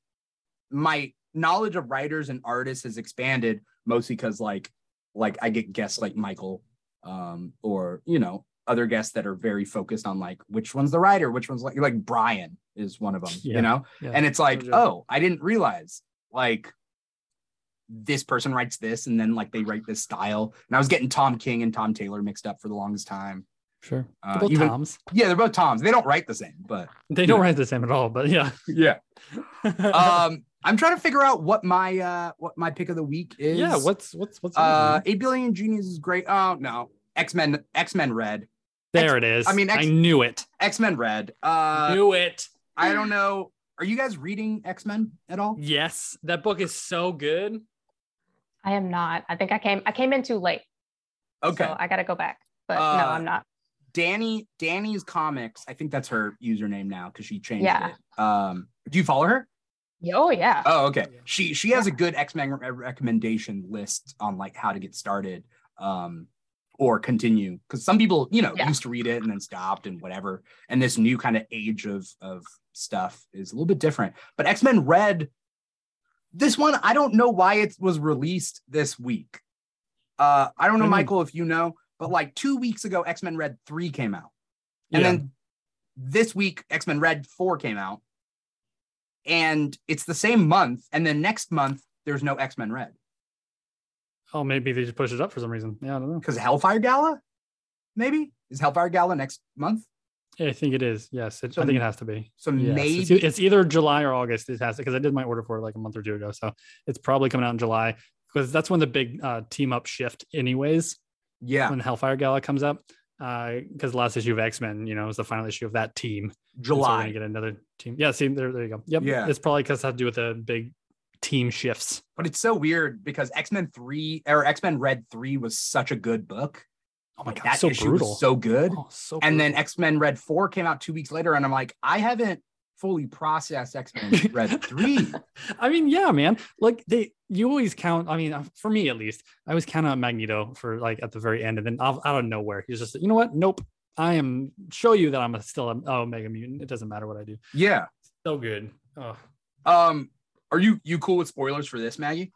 [SPEAKER 1] my knowledge of writers and artists has expanded mostly because like like I get guests like Michael um or you know other guests that are very focused on like which one's the writer which one's like like Brian is one of them
[SPEAKER 2] Yeah.
[SPEAKER 1] you know
[SPEAKER 2] Yeah.
[SPEAKER 1] and it's like
[SPEAKER 2] No joke.
[SPEAKER 1] oh I didn't realize like this person writes this and then like they write this style and I was getting Tom King and Tom Taylor mixed up for the longest time
[SPEAKER 2] sure.
[SPEAKER 1] Uh,
[SPEAKER 2] They're both
[SPEAKER 1] even-
[SPEAKER 2] Toms.
[SPEAKER 1] yeah they're both Toms they don't write the same but
[SPEAKER 2] They don't
[SPEAKER 1] yeah.
[SPEAKER 2] write the same at all, but yeah.
[SPEAKER 1] yeah um i'm trying to figure out what my uh what my pick of the week is
[SPEAKER 2] yeah. What's what's what's
[SPEAKER 1] uh eight billion genius is great oh no x-men x-men red
[SPEAKER 2] there? It is.
[SPEAKER 1] I mean,
[SPEAKER 2] I
[SPEAKER 1] ex-
[SPEAKER 2] knew it.
[SPEAKER 1] x-men red uh
[SPEAKER 2] knew it.
[SPEAKER 1] i don't know are you guys reading x-men at all
[SPEAKER 2] Yes, that book is so good.
[SPEAKER 3] I am not. I think I came I came in too late.
[SPEAKER 1] okay
[SPEAKER 3] So I gotta go back. But no,
[SPEAKER 1] Uh,
[SPEAKER 3] I'm not.
[SPEAKER 1] danny danny's comics i think that's her username now because she changed
[SPEAKER 3] Yeah.
[SPEAKER 1] it um do you follow her
[SPEAKER 3] Yeah, Oh yeah.
[SPEAKER 1] oh okay
[SPEAKER 2] Yeah.
[SPEAKER 1] she she has a good x-men re- recommendation list on like how to get started um or continue because some people you know
[SPEAKER 3] Yeah.
[SPEAKER 1] used to read it and then stopped and whatever and this new kind of age of of stuff is a little bit different but x-men red this one i don't know why it was released this week uh i don't know
[SPEAKER 2] Mhm.
[SPEAKER 1] michael if you know but like two weeks ago x-men red 3 came out and
[SPEAKER 2] Yeah.
[SPEAKER 1] then this week, X Men Red 4 came out. And it's the same month. And then next month, there's no X Men Red
[SPEAKER 2] Oh, maybe they just pushed it up for some reason. Yeah, I don't know.
[SPEAKER 1] because Hellfire Gala, maybe? Is Hellfire Gala next month?
[SPEAKER 2] I think it is. Yes, it,
[SPEAKER 1] So
[SPEAKER 2] I think it has to be.
[SPEAKER 1] So
[SPEAKER 2] Yes, it's,
[SPEAKER 1] maybe.
[SPEAKER 2] e- it's either July or August. It has to because I did my order for it like a month or two ago, so it's probably coming out in July because that's when the big uh, team up shift, anyways.
[SPEAKER 1] yeah.
[SPEAKER 2] When Hellfire Gala comes up, because the last issue of X Men, you know, is the final issue of that team. And so we're
[SPEAKER 1] July.
[SPEAKER 2] gonna get another team. Yeah, see, there, there you go. Yep.
[SPEAKER 1] Yeah.
[SPEAKER 2] It's probably because it has to do with the big team shifts.
[SPEAKER 1] but it's so weird because X Men 3 or X Men Red 3 was such a good book.
[SPEAKER 2] Oh my god,
[SPEAKER 1] that
[SPEAKER 2] so
[SPEAKER 1] issue
[SPEAKER 2] brutal.
[SPEAKER 1] was so good.
[SPEAKER 2] Oh, so
[SPEAKER 1] and then
[SPEAKER 2] brutal.
[SPEAKER 1] X Men Red 4 came out two weeks later. And I'm like, I haven't fully processed X Men Red 3.
[SPEAKER 2] I mean, yeah, man. Like they, you always count. I mean, uh, for me at least, I always count on Magneto for like at the very end, and then out out of nowhere, he's just, you know what? Nope. I am show you that I'm a, still an Omega mutant. It doesn't matter what I do.
[SPEAKER 1] yeah.
[SPEAKER 2] So good. Oh,
[SPEAKER 1] Um, are you you cool with spoilers for this, Maggie?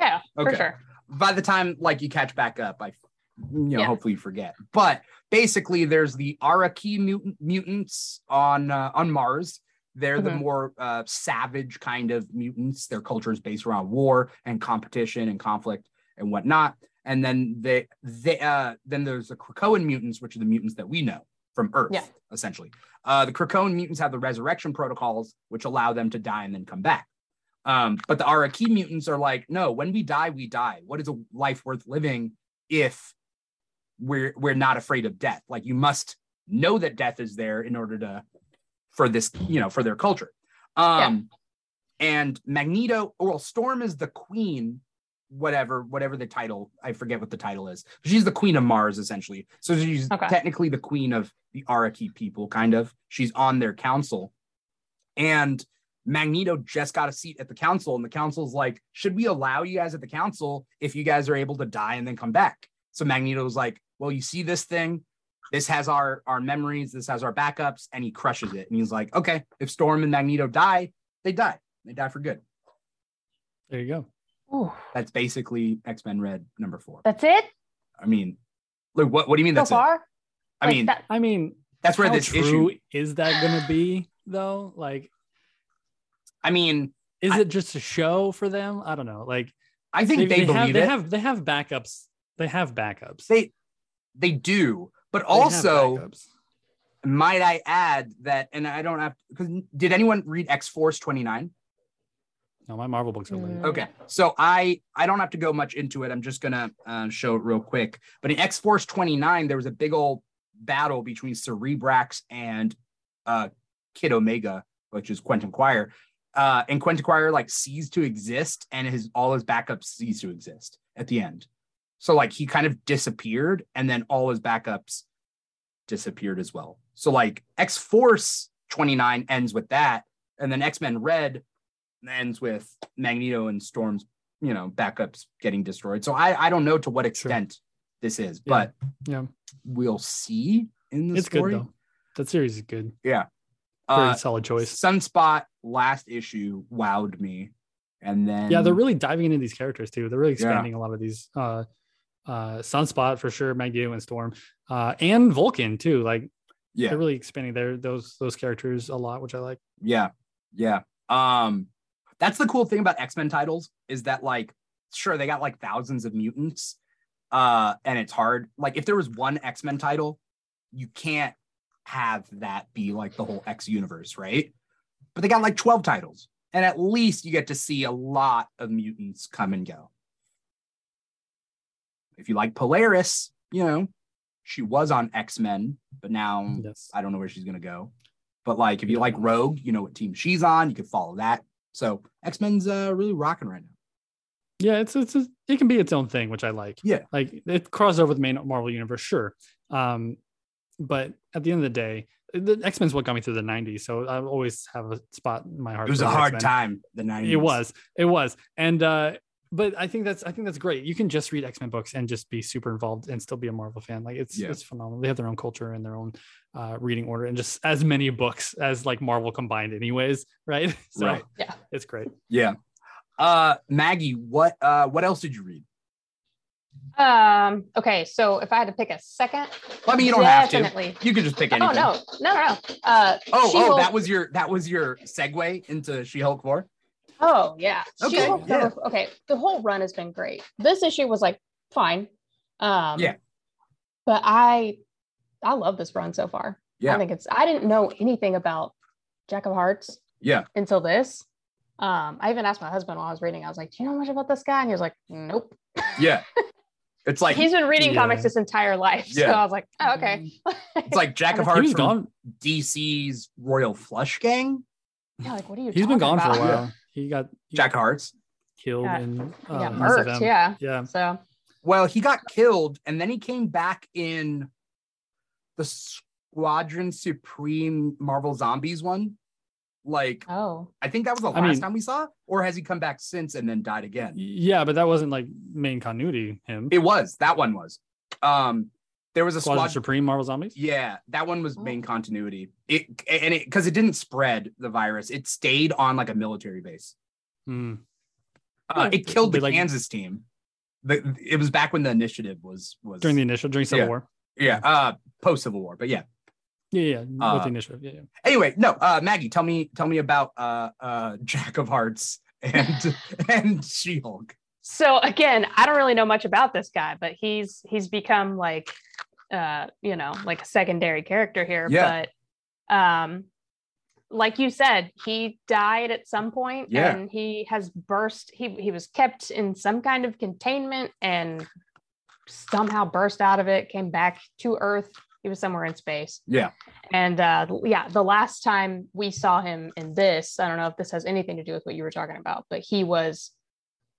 [SPEAKER 3] yeah,
[SPEAKER 1] okay.
[SPEAKER 3] for sure.
[SPEAKER 1] By the time like you catch back up, I you know
[SPEAKER 3] Yeah.
[SPEAKER 1] hopefully you forget. But basically, there's the Araki mutant mutants on uh, on Mars. They're the
[SPEAKER 3] Mhm.
[SPEAKER 1] more uh, savage kind of mutants. Their culture is based around war and competition and conflict and whatnot. And then they they uh, then there's the Krakoan mutants, which are the mutants that we know from Earth,
[SPEAKER 3] Yeah.
[SPEAKER 1] essentially. Uh, the Krakoan mutants have the resurrection protocols, which allow them to die and then come back. Um, but the Araki mutants are like, no, when we die, we die. What is a life worth living if we're we're not afraid of death? Like you must know that death is there in order to for this, you know, for their culture. Um and Magneto, well, Storm is the queen, whatever, whatever the title, I forget what the title is. She's the queen of Mars, essentially. So she's
[SPEAKER 3] Okay.
[SPEAKER 1] technically the queen of the Araki people, kind of. She's on their council. And Magneto just got a seat at the council, and the council's like, should we allow you guys at the council if you guys are able to die and then come back? So Magneto's like, well, you see this thing? This has our our memories, this has our backups, and he crushes it. And he's like, okay, if Storm and Magneto die, they die. They die for good.
[SPEAKER 2] there you go.
[SPEAKER 3] Ooh,
[SPEAKER 1] That's basically X-Men Red number four.
[SPEAKER 3] that's it
[SPEAKER 1] I mean, look, what, what do you mean
[SPEAKER 3] so
[SPEAKER 1] that's it?
[SPEAKER 3] far.
[SPEAKER 1] I
[SPEAKER 3] Like,
[SPEAKER 1] mean,
[SPEAKER 3] that,
[SPEAKER 2] I mean,
[SPEAKER 1] that's where
[SPEAKER 2] how
[SPEAKER 1] this
[SPEAKER 2] true
[SPEAKER 1] issue.
[SPEAKER 2] is that going to be though? Like,
[SPEAKER 1] I mean,
[SPEAKER 2] is
[SPEAKER 1] I-
[SPEAKER 2] it just a show for them? I don't know. Like,
[SPEAKER 1] I think they, believe
[SPEAKER 2] have,
[SPEAKER 1] it.
[SPEAKER 2] they have they have backups. They have backups.
[SPEAKER 1] They- they do, but
[SPEAKER 2] They have
[SPEAKER 1] also.
[SPEAKER 2] backups.
[SPEAKER 1] might I add that, and I don't have because did anyone read X Force 29?
[SPEAKER 2] no, my Marvel books are late.
[SPEAKER 3] Mm.
[SPEAKER 1] Okay, so I I don't have to go much into it. I'm just gonna uh, show it real quick. But in X Force 29, there was a big old battle between Cerebrax and uh, Kid Omega, which is Quentin Quire. Uh, and Quentin Quire like ceased to exist, and his all his backups ceased to exist at the end. So like he kind of disappeared, and then all his backups disappeared as well. So like X Force 29 ends with that, and then X Men Red ends with Magneto and Storm's you know backups getting destroyed. So I I don't know to what extent this is,
[SPEAKER 2] Yeah.
[SPEAKER 1] but
[SPEAKER 2] Yeah.
[SPEAKER 1] we'll see in the
[SPEAKER 2] It's
[SPEAKER 1] story.
[SPEAKER 2] good though. That series is good.
[SPEAKER 1] Yeah.
[SPEAKER 2] Very
[SPEAKER 1] Uh,
[SPEAKER 2] solid choice.
[SPEAKER 1] Sunspot last issue wowed me. And then
[SPEAKER 2] yeah, they're really diving into these characters too. They're really expanding a lot of these. Uh, uh, Sunspot for sure, Magneto and Storm, uh, and Vulcan too. Like
[SPEAKER 1] yeah.
[SPEAKER 2] they're really expanding their those those characters a lot, which I like.
[SPEAKER 1] Yeah. Yeah. Um that's the cool thing about X-Men titles is that like sure they got like thousands of mutants uh and it's hard like if there was one X-Men title you can't have that be like the whole X universe, right? But they got like 12 titles and at least you get to see a lot of mutants come and go. If you like Polaris, you know, she was on X-Men, but now
[SPEAKER 2] Yes.
[SPEAKER 1] I don't know where she's gonna go. But like, if you like Rogue, you know what team she's on. You could follow that. So X Men's uh, really rocking right now.
[SPEAKER 2] Yeah, it's it's a, it can be its own thing, which I like.
[SPEAKER 1] Yeah.
[SPEAKER 2] like it crosses over the main Marvel universe, sure. Um, but at the end of the day, the X Men's what got me through the '90s, so I always have a spot in my heart.
[SPEAKER 1] It was
[SPEAKER 2] for
[SPEAKER 1] a
[SPEAKER 2] the
[SPEAKER 1] hard
[SPEAKER 2] X-Men.
[SPEAKER 1] time. The nineties.
[SPEAKER 2] It was, it was, and uh, but I think that's I think that's great. You can just read X Men books and just be super involved and still be a Marvel fan. Like it's
[SPEAKER 1] Yeah.
[SPEAKER 2] it's phenomenal. They have their own culture and their own uh, reading order, and just as many books as like Marvel combined, anyways. Right? So
[SPEAKER 1] Right.
[SPEAKER 3] Yeah.
[SPEAKER 2] it's great.
[SPEAKER 1] Yeah. Uh, Maggie, what uh, what else did you read?
[SPEAKER 3] Um, okay, so if I had to pick a second,
[SPEAKER 1] Well, I mean, you don't
[SPEAKER 3] definitely.
[SPEAKER 1] have to. You could just pick
[SPEAKER 3] Oh
[SPEAKER 1] anything.
[SPEAKER 3] no, no, no, no. Uh,
[SPEAKER 1] Oh,
[SPEAKER 3] She-Hulk-
[SPEAKER 1] oh, that was your that was your segue into She Hulk War.
[SPEAKER 3] Oh yeah.
[SPEAKER 1] Okay,
[SPEAKER 3] She-Hulk
[SPEAKER 1] yeah.
[SPEAKER 3] number- okay. The whole run has been great. This issue was like fine. Um
[SPEAKER 1] Yeah.
[SPEAKER 3] but I I love this run so far.
[SPEAKER 1] Yeah.
[SPEAKER 3] I think it's I didn't know anything about Jack of Hearts
[SPEAKER 1] Yeah.
[SPEAKER 3] until this. Um, I even asked my husband while I was reading, I was like, Do you know much about this guy? And he was like, Nope.
[SPEAKER 1] Yeah. It's like
[SPEAKER 3] He's been reading
[SPEAKER 2] Yeah. Mm.
[SPEAKER 3] comics his entire life. So
[SPEAKER 1] Yeah.
[SPEAKER 3] I was like, oh, okay.
[SPEAKER 1] it's like Jack of
[SPEAKER 2] He
[SPEAKER 1] Hearts
[SPEAKER 2] was
[SPEAKER 1] from
[SPEAKER 2] gone.
[SPEAKER 1] DC's Royal Flush Gang.
[SPEAKER 3] Yeah, like what are you
[SPEAKER 2] He's been gone
[SPEAKER 3] talking
[SPEAKER 2] for a
[SPEAKER 3] about?
[SPEAKER 2] while. He got he
[SPEAKER 1] Jack of Hearts.
[SPEAKER 2] killed
[SPEAKER 3] Yeah.
[SPEAKER 2] in
[SPEAKER 3] He
[SPEAKER 2] uh,
[SPEAKER 3] got
[SPEAKER 2] SFM.
[SPEAKER 3] murked, yeah.
[SPEAKER 2] yeah.
[SPEAKER 3] So
[SPEAKER 1] Well, he got killed and then he came back in the Squadron Supreme Marvel Zombies one. Like,
[SPEAKER 3] oh
[SPEAKER 1] I think that was the
[SPEAKER 2] I
[SPEAKER 1] last
[SPEAKER 2] mean-
[SPEAKER 1] time we saw, or has he come back since and then died again?
[SPEAKER 2] Yeah, but that wasn't like main continuity. Him,
[SPEAKER 1] It was that one was. Um, there was a
[SPEAKER 2] Squadron
[SPEAKER 1] squad.
[SPEAKER 2] Supreme, Marvel Zombies.
[SPEAKER 1] Yeah, that one was main
[SPEAKER 3] Oh.
[SPEAKER 1] continuity. It and it because it didn't spread the virus, it stayed on like a military base.
[SPEAKER 2] Mm.
[SPEAKER 1] Uh, it killed the
[SPEAKER 2] They, like-
[SPEAKER 1] Kansas team. The, it was back when the initiative was was
[SPEAKER 2] During the initial, during Civil
[SPEAKER 1] Yeah.
[SPEAKER 2] War.
[SPEAKER 1] yeah uh post Civil War, but yeah.
[SPEAKER 2] Yeah, yeah, yeah,
[SPEAKER 1] Uh,
[SPEAKER 2] with the initiative. Yeah, yeah.
[SPEAKER 1] anyway no uh maggie tell me tell me about uh uh jack of hearts and and she-hulk
[SPEAKER 3] so again i don't really know much about this guy but he's he's become like uh you know like a secondary character here
[SPEAKER 1] Yeah.
[SPEAKER 3] but um like you said he died at some point
[SPEAKER 1] Yeah.
[SPEAKER 3] and he has burst he he was kept in some kind of containment and somehow burst out of it came back to earth he was somewhere in space
[SPEAKER 1] Yeah.
[SPEAKER 3] and uh yeah the last time we saw him in this i don't know if this has anything to do with what you were talking about but he was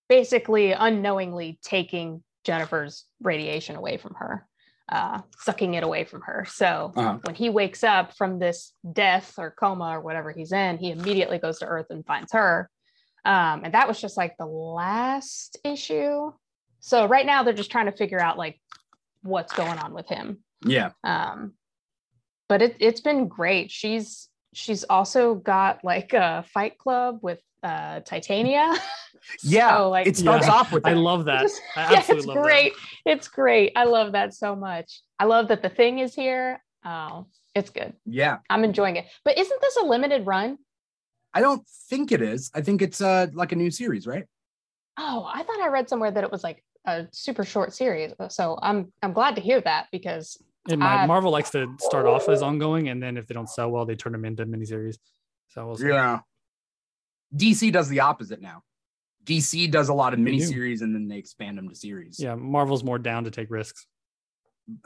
[SPEAKER 3] basically unknowingly taking Jennifer's radiation away from her, uh, sucking it away from her. So
[SPEAKER 1] Uh-huh.
[SPEAKER 3] when he wakes up from this death or coma or whatever he's in, he immediately goes to Earth and finds her. Um, and that was just like the last issue. So right now they're just trying to figure out like what's going on with him
[SPEAKER 1] yeah
[SPEAKER 3] um but it, it's been great she's she's also got like a fight club with uh titania
[SPEAKER 1] yeah
[SPEAKER 3] So, like
[SPEAKER 1] it starts
[SPEAKER 2] Yeah.
[SPEAKER 1] off with
[SPEAKER 2] I
[SPEAKER 1] that.
[SPEAKER 2] love that.
[SPEAKER 3] Just-
[SPEAKER 2] I
[SPEAKER 3] yeah,
[SPEAKER 2] absolutely
[SPEAKER 3] it's
[SPEAKER 2] love
[SPEAKER 3] great it's great i love that so much i love that the thing is here oh it's good
[SPEAKER 1] yeah
[SPEAKER 3] i'm enjoying it but isn't this a limited run
[SPEAKER 1] i don't think it is i think it's uh like a new series right
[SPEAKER 3] oh i thought i read somewhere that it was like a super short series so i'm i'm glad to hear that because
[SPEAKER 2] that. It might,
[SPEAKER 3] I-
[SPEAKER 2] Marvel likes to start off as ongoing, and then if they don't sell well, they turn them into miniseries. So we'll see.
[SPEAKER 1] yeah dc does the opposite now dc does a lot of
[SPEAKER 2] They do.
[SPEAKER 1] miniseries and then they expand them to series
[SPEAKER 2] yeah, Marvel's more down to take risks.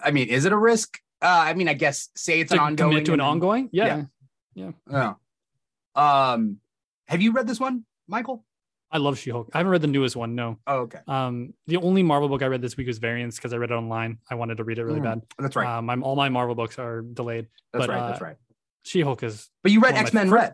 [SPEAKER 1] i mean is it a risk uh i mean i guess say it's
[SPEAKER 2] To
[SPEAKER 1] an ongoing
[SPEAKER 2] commit to an
[SPEAKER 1] and then-
[SPEAKER 2] ongoing. Yeah,
[SPEAKER 1] Yeah. yeah um have you read this one michael
[SPEAKER 2] I love She-Hulk. I haven't read the newest one. No,
[SPEAKER 1] oh okay
[SPEAKER 2] um, the only Marvel book I read this week was Variants because I read it online. I wanted to read it really
[SPEAKER 1] Mm,
[SPEAKER 2] bad.
[SPEAKER 1] that's right
[SPEAKER 2] Um, I'm all my Marvel books are delayed.
[SPEAKER 1] that's
[SPEAKER 2] but,
[SPEAKER 1] right
[SPEAKER 2] uh,
[SPEAKER 1] that's right
[SPEAKER 2] She-Hulk is
[SPEAKER 1] but you read
[SPEAKER 2] one of my
[SPEAKER 1] x-men
[SPEAKER 2] fir-
[SPEAKER 1] red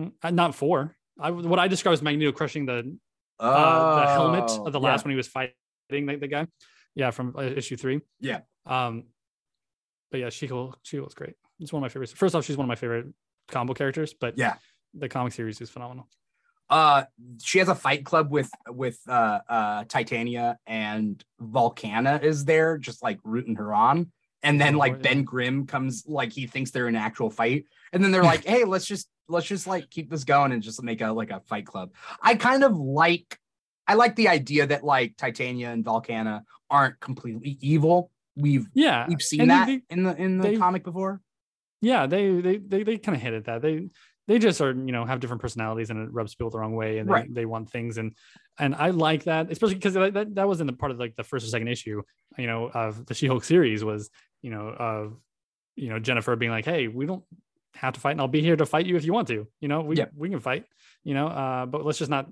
[SPEAKER 2] Mm, uh, not four. I what I describe as Magneto crushing the uh, the helmet
[SPEAKER 1] Oh,
[SPEAKER 2] of the
[SPEAKER 1] yeah.
[SPEAKER 2] last one he was fighting the, the guy. Yeah, from uh, issue three.
[SPEAKER 1] Yeah.
[SPEAKER 2] Um, but yeah, she she was great. It's one of my favorites. First off, she's one of my favorite combo characters. But
[SPEAKER 1] Yeah.
[SPEAKER 2] the comic series is phenomenal.
[SPEAKER 1] Uh, she has a fight club with with uh, uh, Titania and Volcana is there, just like rooting her on. And then
[SPEAKER 2] Oh,
[SPEAKER 1] like
[SPEAKER 2] yeah.
[SPEAKER 1] Ben Grimm comes, like he thinks they're in an actual fight, and then they're like, "Hey, let's just let's just like keep this going and just make a like a fight club." I kind of like I like the idea that like Titania and Volcana aren't completely evil. We've
[SPEAKER 2] Yeah,
[SPEAKER 1] we've seen
[SPEAKER 2] and
[SPEAKER 1] that
[SPEAKER 2] they-
[SPEAKER 1] in the in the
[SPEAKER 2] they've-
[SPEAKER 1] comic before.
[SPEAKER 2] yeah, they they they, they kind of hit at that. They they just are you know have different personalities and it rubs people the wrong way and they,
[SPEAKER 1] Right.
[SPEAKER 2] they want things and and I like that especially because that, that that was in the part of like the first or second issue you know of the She-Hulk series was you know of you know Jennifer being like hey we don't have to fight and I'll be here to fight you if you want to you know we
[SPEAKER 1] Yeah.
[SPEAKER 2] we can fight you know uh but let's just not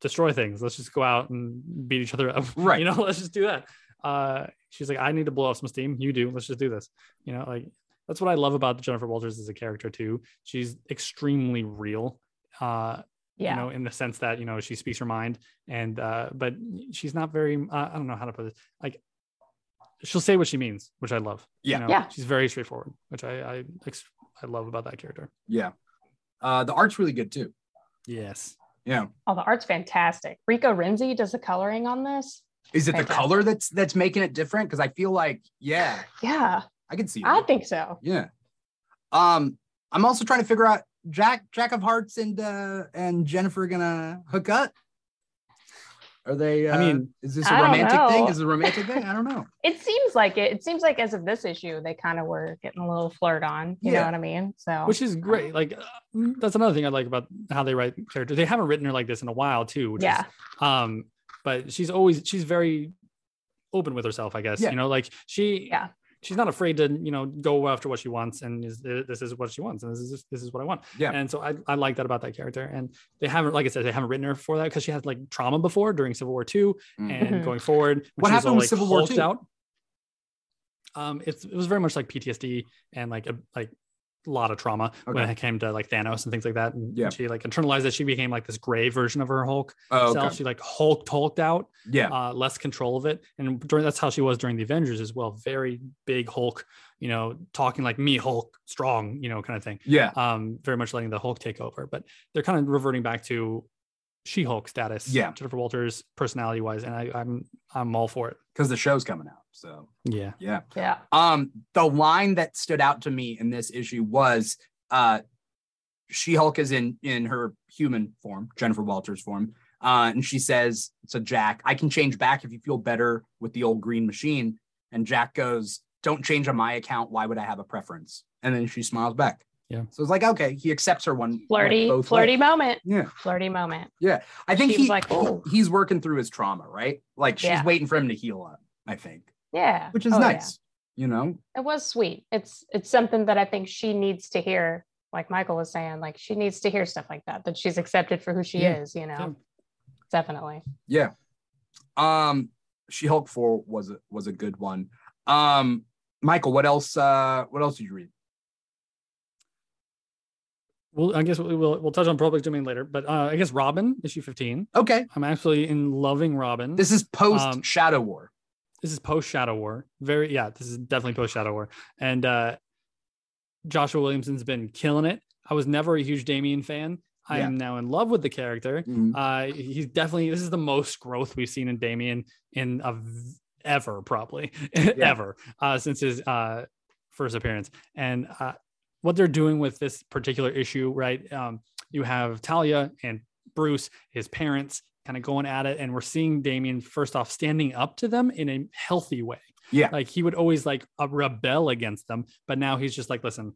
[SPEAKER 2] destroy things let's just go out and beat each other up
[SPEAKER 1] Right.
[SPEAKER 2] you know let's just do that uh she's like i need to blow off some steam you do let's just do this you know like that's what i love about jennifer walters as a character too she's extremely real uh
[SPEAKER 3] Yeah.
[SPEAKER 2] you know in the sense that you know she speaks her mind and uh but she's not very uh, i don't know how to put this like she'll say what she means which i love
[SPEAKER 1] Yeah.
[SPEAKER 2] you know,
[SPEAKER 3] Yeah.
[SPEAKER 2] she's very straightforward which i i ex- i love about that character
[SPEAKER 1] Yeah. Uh, the art's really good too.
[SPEAKER 2] yes
[SPEAKER 1] Yeah.
[SPEAKER 3] oh, the art's fantastic. Rico Renzi does the coloring on this.
[SPEAKER 1] Is it the
[SPEAKER 3] Fantastic.
[SPEAKER 1] color that's that's making it different? Because I feel like, yeah,
[SPEAKER 3] Yeah,
[SPEAKER 1] I can see.
[SPEAKER 3] I
[SPEAKER 1] that.
[SPEAKER 3] think so.
[SPEAKER 1] yeah. Um, I'm also trying to figure out Jack Jack of Hearts and uh and Jennifer gonna hook up. Are they? Uh,
[SPEAKER 2] I mean,
[SPEAKER 1] is this a
[SPEAKER 3] I don't
[SPEAKER 1] romantic thing?
[SPEAKER 3] know.
[SPEAKER 1] Is it a romantic thing? I don't know.
[SPEAKER 3] It seems like it. It seems like as of this issue, they kind of were getting a little flirt on. You
[SPEAKER 1] Yeah.
[SPEAKER 3] know what I mean? So
[SPEAKER 2] which is great like uh, that's another thing i like about how they write characters they haven't written her like this in a while too which is
[SPEAKER 3] yeah,
[SPEAKER 2] um but she's always she's very open with herself i guess
[SPEAKER 1] Yeah.
[SPEAKER 2] you know like she
[SPEAKER 3] Yeah.
[SPEAKER 2] she's not afraid to you know go after what she wants and is, uh, this is what she wants and this is this is what i want
[SPEAKER 1] Yeah.
[SPEAKER 2] and so I, I like that about that character and they haven't like i said they haven't written her for that because she had like trauma before during civil war Two
[SPEAKER 1] Mm.
[SPEAKER 2] and
[SPEAKER 3] Mhm.
[SPEAKER 2] going forward when
[SPEAKER 1] What
[SPEAKER 2] she was
[SPEAKER 1] happened
[SPEAKER 2] all,
[SPEAKER 1] with
[SPEAKER 2] like,
[SPEAKER 1] Civil War
[SPEAKER 2] hulked
[SPEAKER 1] II?
[SPEAKER 2] out um it's, it was very much like ptsd and like a like a lot of trauma when
[SPEAKER 1] Okay.
[SPEAKER 2] it came to like thanos and things like that and
[SPEAKER 1] Yeah.
[SPEAKER 2] she like internalized that she became like this gray version of her hulk
[SPEAKER 1] Oh,
[SPEAKER 2] herself.
[SPEAKER 1] okay.
[SPEAKER 2] She like hulked, hulked out,
[SPEAKER 1] yeah,
[SPEAKER 2] uh, less control of it. And during that's how she was during the Avengers as well. Very big Hulk, you know, talking like me, Hulk, strong, you know, kind of thing.
[SPEAKER 1] yeah,
[SPEAKER 2] Um, very much letting the Hulk take over. But they're kind of reverting back to She Hulk status.
[SPEAKER 1] Yeah.
[SPEAKER 2] Jennifer Walters personality wise. And I, I'm I'm all for it.
[SPEAKER 1] because the show's coming out, so
[SPEAKER 2] Yeah.
[SPEAKER 1] yeah.
[SPEAKER 3] yeah,
[SPEAKER 1] Um, the line that stood out to me in this issue was uh She Hulk is in in her human form, Jennifer Walters form. Uh, and she says to Jack, I can change back if you feel better with the old green machine. And Jack goes, Don't change on my account. Why would I have a preference? And then she smiles back.
[SPEAKER 2] Yeah.
[SPEAKER 1] So it's like, okay, he accepts her one like,
[SPEAKER 3] flirty,
[SPEAKER 1] both
[SPEAKER 3] flirty
[SPEAKER 1] ways.
[SPEAKER 3] moment,
[SPEAKER 1] Yeah.
[SPEAKER 3] flirty moment.
[SPEAKER 1] I think
[SPEAKER 3] She
[SPEAKER 1] he,
[SPEAKER 3] was like, "Oh."
[SPEAKER 1] he's working through his trauma, right? Like she's
[SPEAKER 3] Yeah.
[SPEAKER 1] waiting for him to heal up, I think,
[SPEAKER 3] Yeah,
[SPEAKER 1] which is
[SPEAKER 3] Oh, yeah.
[SPEAKER 1] nice, you know?
[SPEAKER 3] It was sweet. It's it's something that I think she needs to hear. Like Michael was saying, like she needs to hear stuff like that that she's accepted for who she
[SPEAKER 1] Yeah.
[SPEAKER 3] is. You know,
[SPEAKER 2] Yeah.
[SPEAKER 3] definitely.
[SPEAKER 1] Yeah. Um She Hulk 4 was a was a good one. Um Michael, what else uh what else did you read?
[SPEAKER 2] Well, I guess we will we'll touch on public domain later. But uh, I guess Robin issue 15.
[SPEAKER 1] Okay.
[SPEAKER 2] I'm actually in loving Robin.
[SPEAKER 1] This is post
[SPEAKER 2] Um,
[SPEAKER 1] Shadow War.
[SPEAKER 2] this is post Shadow War. Very yeah, this is definitely post Shadow War. And uh Joshua Williamson's been killing it. I was never a huge Damien fan. I
[SPEAKER 1] Yeah.
[SPEAKER 2] am now in love with the character. Uh he's definitely this is the most growth we've seen in Damien in a v- ever probably ever uh since his uh first appearance. And uh what they're doing with this particular issue, right? Um you have Talia and Bruce, his parents, kind of going at it. And we're seeing Damien, first off, standing up to them in a healthy way.
[SPEAKER 1] Yeah.
[SPEAKER 2] Like he would always like uh, rebel against them, but now he's just like, listen,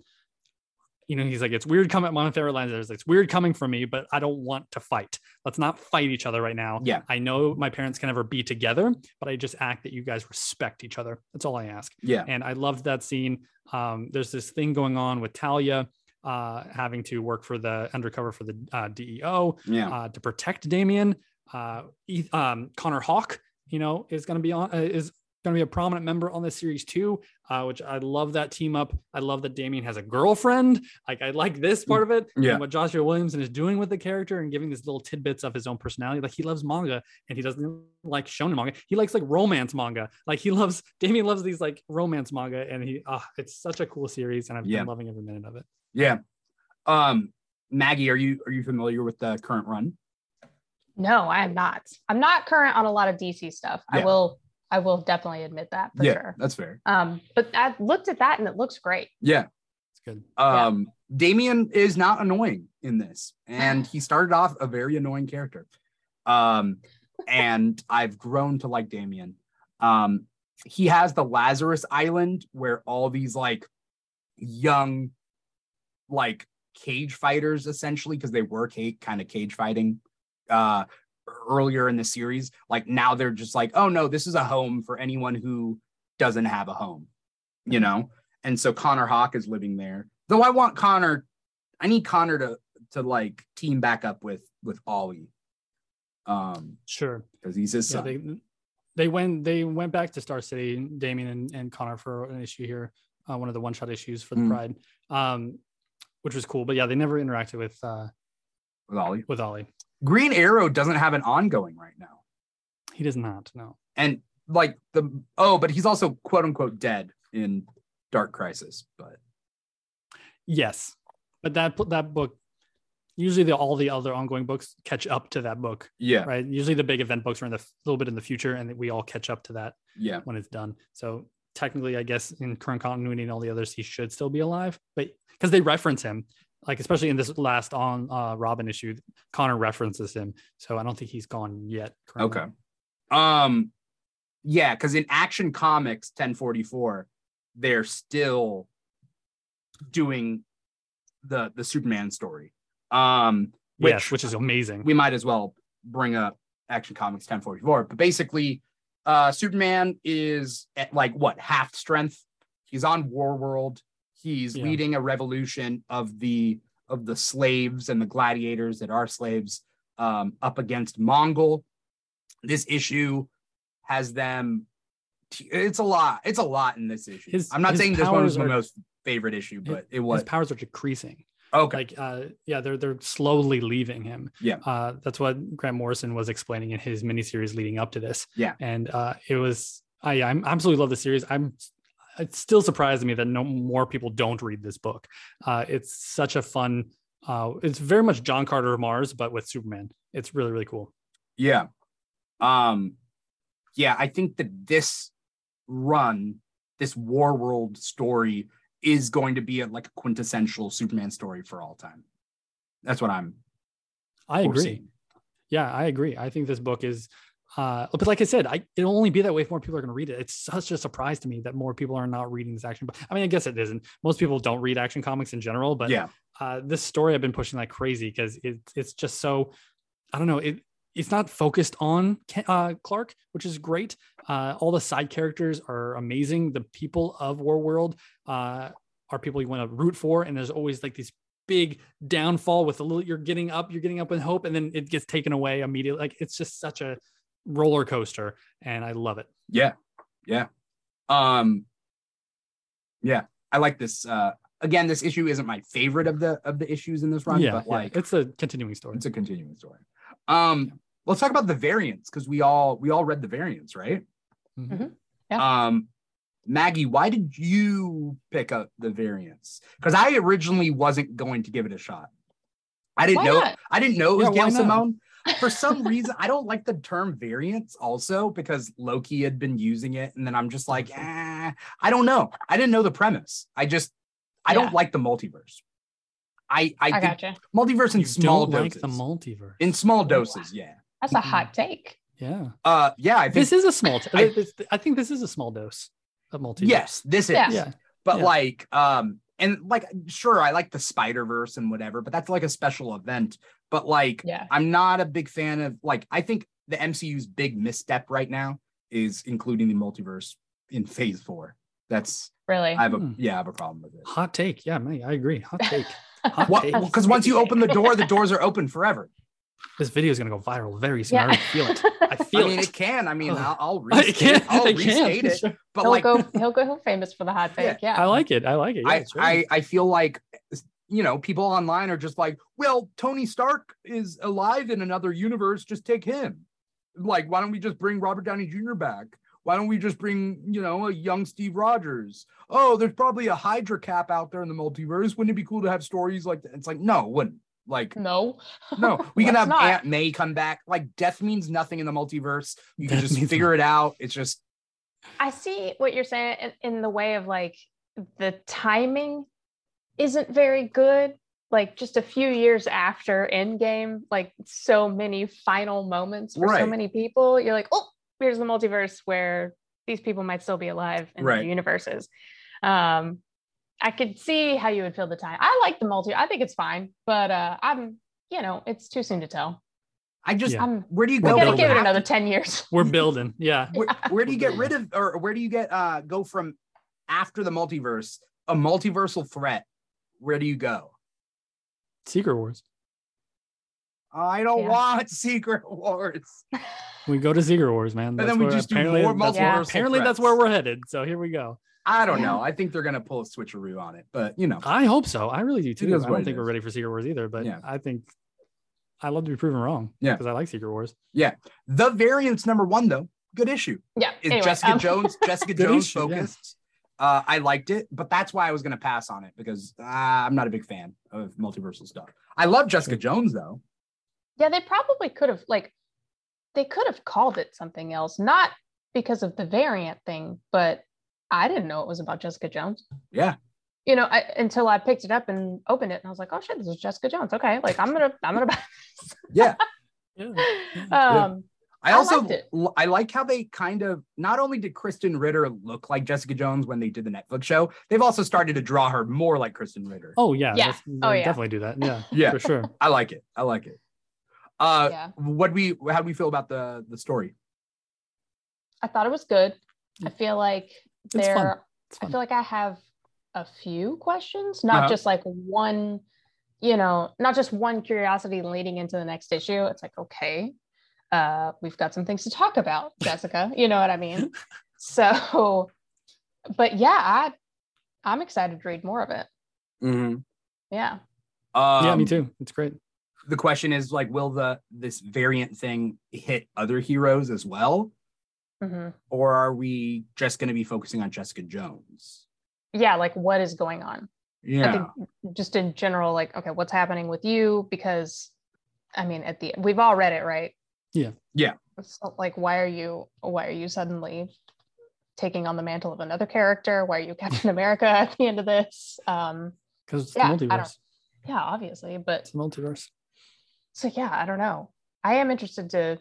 [SPEAKER 2] you know, he's like, it's weird coming, Montero lines, there's it's weird coming from me, but I don't want to fight. Let's not fight each other right now.
[SPEAKER 1] Yeah.
[SPEAKER 2] I know my parents can never be together, but I just act that you guys respect each other. That's all I ask.
[SPEAKER 1] Yeah.
[SPEAKER 2] And I loved that scene. Um, there's this thing going on with Talia uh, having to work for the undercover for the uh, DEO
[SPEAKER 1] Yeah.
[SPEAKER 2] uh, to protect Damien. Uh, Eth- um, Connor Hawk, you know, is going to be on uh, is going to be a prominent member on this series too, uh, which I love that team up. I love that Damien has a girlfriend. Like I like this part of it.
[SPEAKER 1] Mm, Yeah.
[SPEAKER 2] And what Joshua Williamson is doing with the character and giving these little tidbits of his own personality. Like he loves manga and he doesn't like shonen manga. He likes like romance manga. Like he loves Damien loves these like romance manga and he ah, it's such a cool series and I've
[SPEAKER 1] Yeah.
[SPEAKER 2] been loving every minute of it.
[SPEAKER 1] yeah. Um Maggie, are you are you familiar with the current run?
[SPEAKER 3] No, I am not. I'm not current on a lot of DC stuff.
[SPEAKER 1] Yeah.
[SPEAKER 3] I will. I will definitely admit that for sure.
[SPEAKER 1] that's fair.
[SPEAKER 3] Um, but I looked at that and it looks great.
[SPEAKER 1] Yeah.
[SPEAKER 2] It's good.
[SPEAKER 3] Yeah.
[SPEAKER 1] Um, Damien is not annoying in this, and he started off a very annoying character. Um, and I've grown to like Damien. Um, he has the Lazarus Island where all these like young, like cage fighters essentially, because they were ca- kind of cage fighting uh earlier in the series. Like now they're just like, oh no, this is a home for anyone who doesn't have a home, you know? and so Connor Hawk is living there. Though I want Connor, I need Connor to to like team back up with with Ollie, um,
[SPEAKER 2] Sure.
[SPEAKER 1] because he's his
[SPEAKER 2] Yeah,
[SPEAKER 1] son.
[SPEAKER 2] they they went they went back to Star City, Damien and, and Connor for an issue here, uh, one of the one shot issues for the
[SPEAKER 1] Mm.
[SPEAKER 2] Pride, um, which was cool. But yeah, they never interacted with uh,
[SPEAKER 1] with Ollie.
[SPEAKER 2] with Ollie.
[SPEAKER 1] Green Arrow doesn't have an ongoing right now,
[SPEAKER 2] He does not. No.
[SPEAKER 1] and like the oh, but he's also quote unquote dead in Dark Crisis. But
[SPEAKER 2] Yes, but that that book. Usually, the, all the other ongoing books catch up to that book,
[SPEAKER 1] yeah,
[SPEAKER 2] right? Usually, the big event books are in the little bit in the future, and we all catch up to that
[SPEAKER 1] yeah,
[SPEAKER 2] when it's done. So technically, I guess in current continuity and all the others, he should still be alive, but because they reference him, like especially in this last on uh, Robin issue, Connor references him. So I don't think he's gone yet. currently.
[SPEAKER 1] okay, um, yeah, because in Action Comics ten forty four, they're still doing the the Superman story. Um,
[SPEAKER 2] Yes,
[SPEAKER 1] Which-
[SPEAKER 2] which, is amazing.
[SPEAKER 1] we might as well bring up Action Comics 1044. But basically, uh, Superman is at like what half strength. He's on War World. He's
[SPEAKER 2] Yeah.
[SPEAKER 1] leading a revolution of the of the slaves and the gladiators that are slaves um, up against Mongol. This issue has them. It's a lot. It's a lot in this issue.
[SPEAKER 2] His-
[SPEAKER 1] I'm not
[SPEAKER 2] his
[SPEAKER 1] saying this one was
[SPEAKER 2] powers
[SPEAKER 1] my
[SPEAKER 2] are-
[SPEAKER 1] most favorite issue, but it was
[SPEAKER 2] His powers are decreasing.
[SPEAKER 1] okay.
[SPEAKER 2] like uh yeah they're they're slowly leaving him
[SPEAKER 1] Yeah.
[SPEAKER 2] uh that's what grant morrison was explaining in his miniseries leading up to this
[SPEAKER 1] Yeah.
[SPEAKER 2] and uh it was i i absolutely love the series i'm it still surprises me that no more people don't read this book uh it's such a fun uh it's very much john carter of mars but with superman it's really really cool
[SPEAKER 1] Yeah. Um yeah, I think that this run, this War World story is going to be a, like a quintessential Superman story for all time. That's what I'm
[SPEAKER 2] i agree
[SPEAKER 1] foreseeing.
[SPEAKER 2] yeah i agree i think this book is uh but like i said i it'll only be that way if more people are going to read it it's such a surprise to me that more people are not reading this action but i mean i guess it isn't most people don't read action comics in general but
[SPEAKER 1] yeah.
[SPEAKER 2] uh this story i've been pushing like crazy because it, it's just so i don't know it it's not focused on Ke- uh, Clark, which is great. Uh, all the side characters are amazing. The people of War World uh, are people you want to root for, and there's always like these big downfall with a little. You're getting up, you're getting up in hope, and then it gets taken away immediately. Like it's just such a roller coaster, and I love it.
[SPEAKER 1] Yeah. Yeah. Um yeah, I like this uh again this issue isn't my favorite of the of the issues in this run, but like
[SPEAKER 2] it's a continuing story.
[SPEAKER 1] it's a continuing story. Um let's talk about the variants cuz we all we all read the variants, right?
[SPEAKER 2] Mhm.
[SPEAKER 1] Um, Maggie, why did you pick up the variants? Because I originally wasn't going to give it a shot. I didn't
[SPEAKER 3] Why
[SPEAKER 1] know.
[SPEAKER 3] not?
[SPEAKER 1] I didn't know it was
[SPEAKER 2] Yeah,
[SPEAKER 1] Gail
[SPEAKER 2] why not?
[SPEAKER 1] Simone. For some reason, I don't like the term variants. Also, because Loki had been using it, and then I'm just like,
[SPEAKER 3] Mm-hmm.
[SPEAKER 1] eh, I don't know. I didn't know the premise. I just, I
[SPEAKER 3] Yeah.
[SPEAKER 1] don't like the multiverse. I, I,
[SPEAKER 3] I,
[SPEAKER 1] think
[SPEAKER 3] gotcha.
[SPEAKER 1] multiverse in
[SPEAKER 2] You
[SPEAKER 1] small
[SPEAKER 2] don't like
[SPEAKER 1] doses.
[SPEAKER 2] the multiverse.
[SPEAKER 1] in small doses, yeah.
[SPEAKER 3] That's a hot take.
[SPEAKER 2] yeah.
[SPEAKER 1] Uh, yeah. I think
[SPEAKER 2] this is a small. t-
[SPEAKER 1] I-
[SPEAKER 2] this- I think this is a small dose of multi.
[SPEAKER 1] yes, this is.
[SPEAKER 3] Yeah.
[SPEAKER 2] Yeah.
[SPEAKER 1] but
[SPEAKER 2] Yeah.
[SPEAKER 1] like um and like sure i like the spider verse and whatever but that's like a special event but like
[SPEAKER 3] Yeah.
[SPEAKER 1] i'm not a big fan of like i think the mcu's big misstep right now is including the multiverse in phase four that's
[SPEAKER 3] Really.
[SPEAKER 1] i have a
[SPEAKER 2] Hmm.
[SPEAKER 1] yeah i have a problem with it
[SPEAKER 2] Hot take. Yeah, mate, I agree. Hot take. Hot take.
[SPEAKER 1] because once you open the door the doors are open forever
[SPEAKER 2] This video is gonna go viral very soon. I
[SPEAKER 3] Yeah.
[SPEAKER 2] already feel it. I
[SPEAKER 1] i
[SPEAKER 2] feel
[SPEAKER 1] mean
[SPEAKER 2] it.
[SPEAKER 1] it can i mean
[SPEAKER 2] Ugh.
[SPEAKER 1] i'll, I'll
[SPEAKER 2] I
[SPEAKER 1] restate,
[SPEAKER 2] can't.
[SPEAKER 1] I'll
[SPEAKER 2] I
[SPEAKER 1] restate
[SPEAKER 2] can't.
[SPEAKER 1] it but
[SPEAKER 3] he'll
[SPEAKER 1] like
[SPEAKER 3] go. He'll go famous for the hot
[SPEAKER 1] Yeah.
[SPEAKER 3] take. Yeah.
[SPEAKER 2] I like it. I like it. Yeah,
[SPEAKER 1] I,
[SPEAKER 2] sure.
[SPEAKER 1] I I feel like you know people online are just like, well, Tony Stark is alive in another universe. Just take him. Like, why don't we just bring Robert Downey Jr. back? Why don't we just bring you know a young Steve Rogers? Oh, there's probably a Hydra cap out there in the multiverse. Wouldn't it be cool to have stories like that? It's like no, it wouldn't. Like,
[SPEAKER 3] No.
[SPEAKER 1] no, we can
[SPEAKER 3] Let's
[SPEAKER 1] have
[SPEAKER 3] not.
[SPEAKER 1] Aunt May come back. Like, death means nothing in the multiverse. You can
[SPEAKER 2] Death
[SPEAKER 1] just
[SPEAKER 2] means
[SPEAKER 1] figure it out. It's just
[SPEAKER 3] I see what you're saying in, in the way of like the timing isn't very good. Like just a few years after Endgame, like so many final moments for so
[SPEAKER 1] Right.
[SPEAKER 3] many people. You're like, oh, here's the multiverse where these people might still be alive in
[SPEAKER 1] Right.
[SPEAKER 3] the universes. Um, I could see how you would feel the time. I like the multi. I think it's fine, but uh, I'm, you know, it's too soon to tell.
[SPEAKER 1] I just
[SPEAKER 2] Yeah.
[SPEAKER 3] I'm.
[SPEAKER 1] where do you
[SPEAKER 3] We
[SPEAKER 1] go?
[SPEAKER 2] Well,
[SPEAKER 3] gotta
[SPEAKER 2] no,
[SPEAKER 1] from
[SPEAKER 3] give it
[SPEAKER 1] after-
[SPEAKER 3] another ten years.
[SPEAKER 2] We're building. Yeah.
[SPEAKER 1] Where, where do you get
[SPEAKER 2] Yeah.
[SPEAKER 1] rid of or where do you get uh go from after the multiverse? A multiversal threat. Where do you go?
[SPEAKER 2] Secret Wars.
[SPEAKER 1] I don't
[SPEAKER 3] Yeah.
[SPEAKER 1] want Secret Wars.
[SPEAKER 2] We go to Secret Wars, man.
[SPEAKER 1] And then we
[SPEAKER 2] where-
[SPEAKER 1] just do
[SPEAKER 2] apparently,
[SPEAKER 1] more
[SPEAKER 2] that's
[SPEAKER 3] multiversal
[SPEAKER 2] where, apparently that's
[SPEAKER 1] threats.
[SPEAKER 2] where we're headed. So here we go.
[SPEAKER 1] I don't
[SPEAKER 3] Yeah.
[SPEAKER 1] know. I think they're gonna pull a switcheroo on it, but you know.
[SPEAKER 2] I hope so. I really do
[SPEAKER 1] is
[SPEAKER 2] too. I
[SPEAKER 1] what
[SPEAKER 2] don't
[SPEAKER 1] it
[SPEAKER 2] think we're
[SPEAKER 1] is.
[SPEAKER 2] ready for Secret Wars either, but
[SPEAKER 1] Yeah.
[SPEAKER 2] I think I love to be proven wrong.
[SPEAKER 1] Yeah.
[SPEAKER 2] Because I like Secret Wars.
[SPEAKER 1] The variance number one though, good issue.
[SPEAKER 3] Yeah.
[SPEAKER 1] Is
[SPEAKER 3] anyway,
[SPEAKER 1] Jessica
[SPEAKER 3] um,
[SPEAKER 1] Jones Jessica
[SPEAKER 2] Good
[SPEAKER 1] Jones
[SPEAKER 2] issue, yeah.
[SPEAKER 1] focused? Uh, I liked it, but that's why I was gonna pass on it because uh, I'm not a big fan of multiversal stuff. I love Jessica Jones though.
[SPEAKER 3] Yeah, they probably could have like they could have called it something else, not because of the variant thing, but I didn't know it was about Jessica Jones.
[SPEAKER 1] Yeah.
[SPEAKER 3] You know, I, until I picked it up and opened it, and I was like, "Oh shit, this is Jessica Jones." Okay, like I'm gonna, I'm gonna buy
[SPEAKER 1] Yeah.
[SPEAKER 2] Yeah.
[SPEAKER 3] this.
[SPEAKER 1] Yeah.
[SPEAKER 3] Um,
[SPEAKER 1] I
[SPEAKER 3] I
[SPEAKER 1] also
[SPEAKER 3] liked it.
[SPEAKER 1] l- I like how they kind of not only did Kristen Ritter look like Jessica Jones when they did the Netflix show, they've also started to draw her more like Kristen Ritter.
[SPEAKER 2] Oh yeah.
[SPEAKER 3] Yeah.
[SPEAKER 2] that's-
[SPEAKER 3] Oh,
[SPEAKER 2] they
[SPEAKER 3] yeah.
[SPEAKER 2] Definitely do that. Yeah.
[SPEAKER 1] yeah,
[SPEAKER 2] For sure.
[SPEAKER 1] I like it. I like it. Uh,
[SPEAKER 3] yeah,
[SPEAKER 1] what we how do we feel about the the story?
[SPEAKER 3] I thought it was good. I feel like
[SPEAKER 2] fun.
[SPEAKER 3] there
[SPEAKER 2] It's
[SPEAKER 3] I
[SPEAKER 2] fun.
[SPEAKER 3] feel like I have a few questions, not
[SPEAKER 1] Uh-huh.
[SPEAKER 3] just like one, you know, not just one curiosity leading into the next issue. It's like, okay, uh, we've got some things to talk about, Jessica. you know what I mean? So, but yeah, I, I'm excited to read more of it.
[SPEAKER 1] Mm-hmm.
[SPEAKER 3] Yeah.
[SPEAKER 1] Um,
[SPEAKER 2] yeah, me too. It's great.
[SPEAKER 1] The question is like, will the this variant thing hit other heroes as well,
[SPEAKER 3] hmm
[SPEAKER 1] or are we just going to be focusing on Jessica Jones?
[SPEAKER 3] Yeah. Like, what is going on?
[SPEAKER 1] Yeah,
[SPEAKER 3] think just in general, like, okay, what's happening with you? Because, I mean, at the we've all read it, right?
[SPEAKER 2] Yeah.
[SPEAKER 1] Yeah.
[SPEAKER 3] So, like, why are you why are you suddenly taking on the mantle of another character? Why are you Captain America at the end of this? Um,
[SPEAKER 2] Because it's
[SPEAKER 3] Yeah, I
[SPEAKER 2] the
[SPEAKER 3] don't-
[SPEAKER 2] multiverse.
[SPEAKER 3] yeah, obviously, but
[SPEAKER 2] It's the multiverse.
[SPEAKER 3] so yeah, I don't know. I am interested to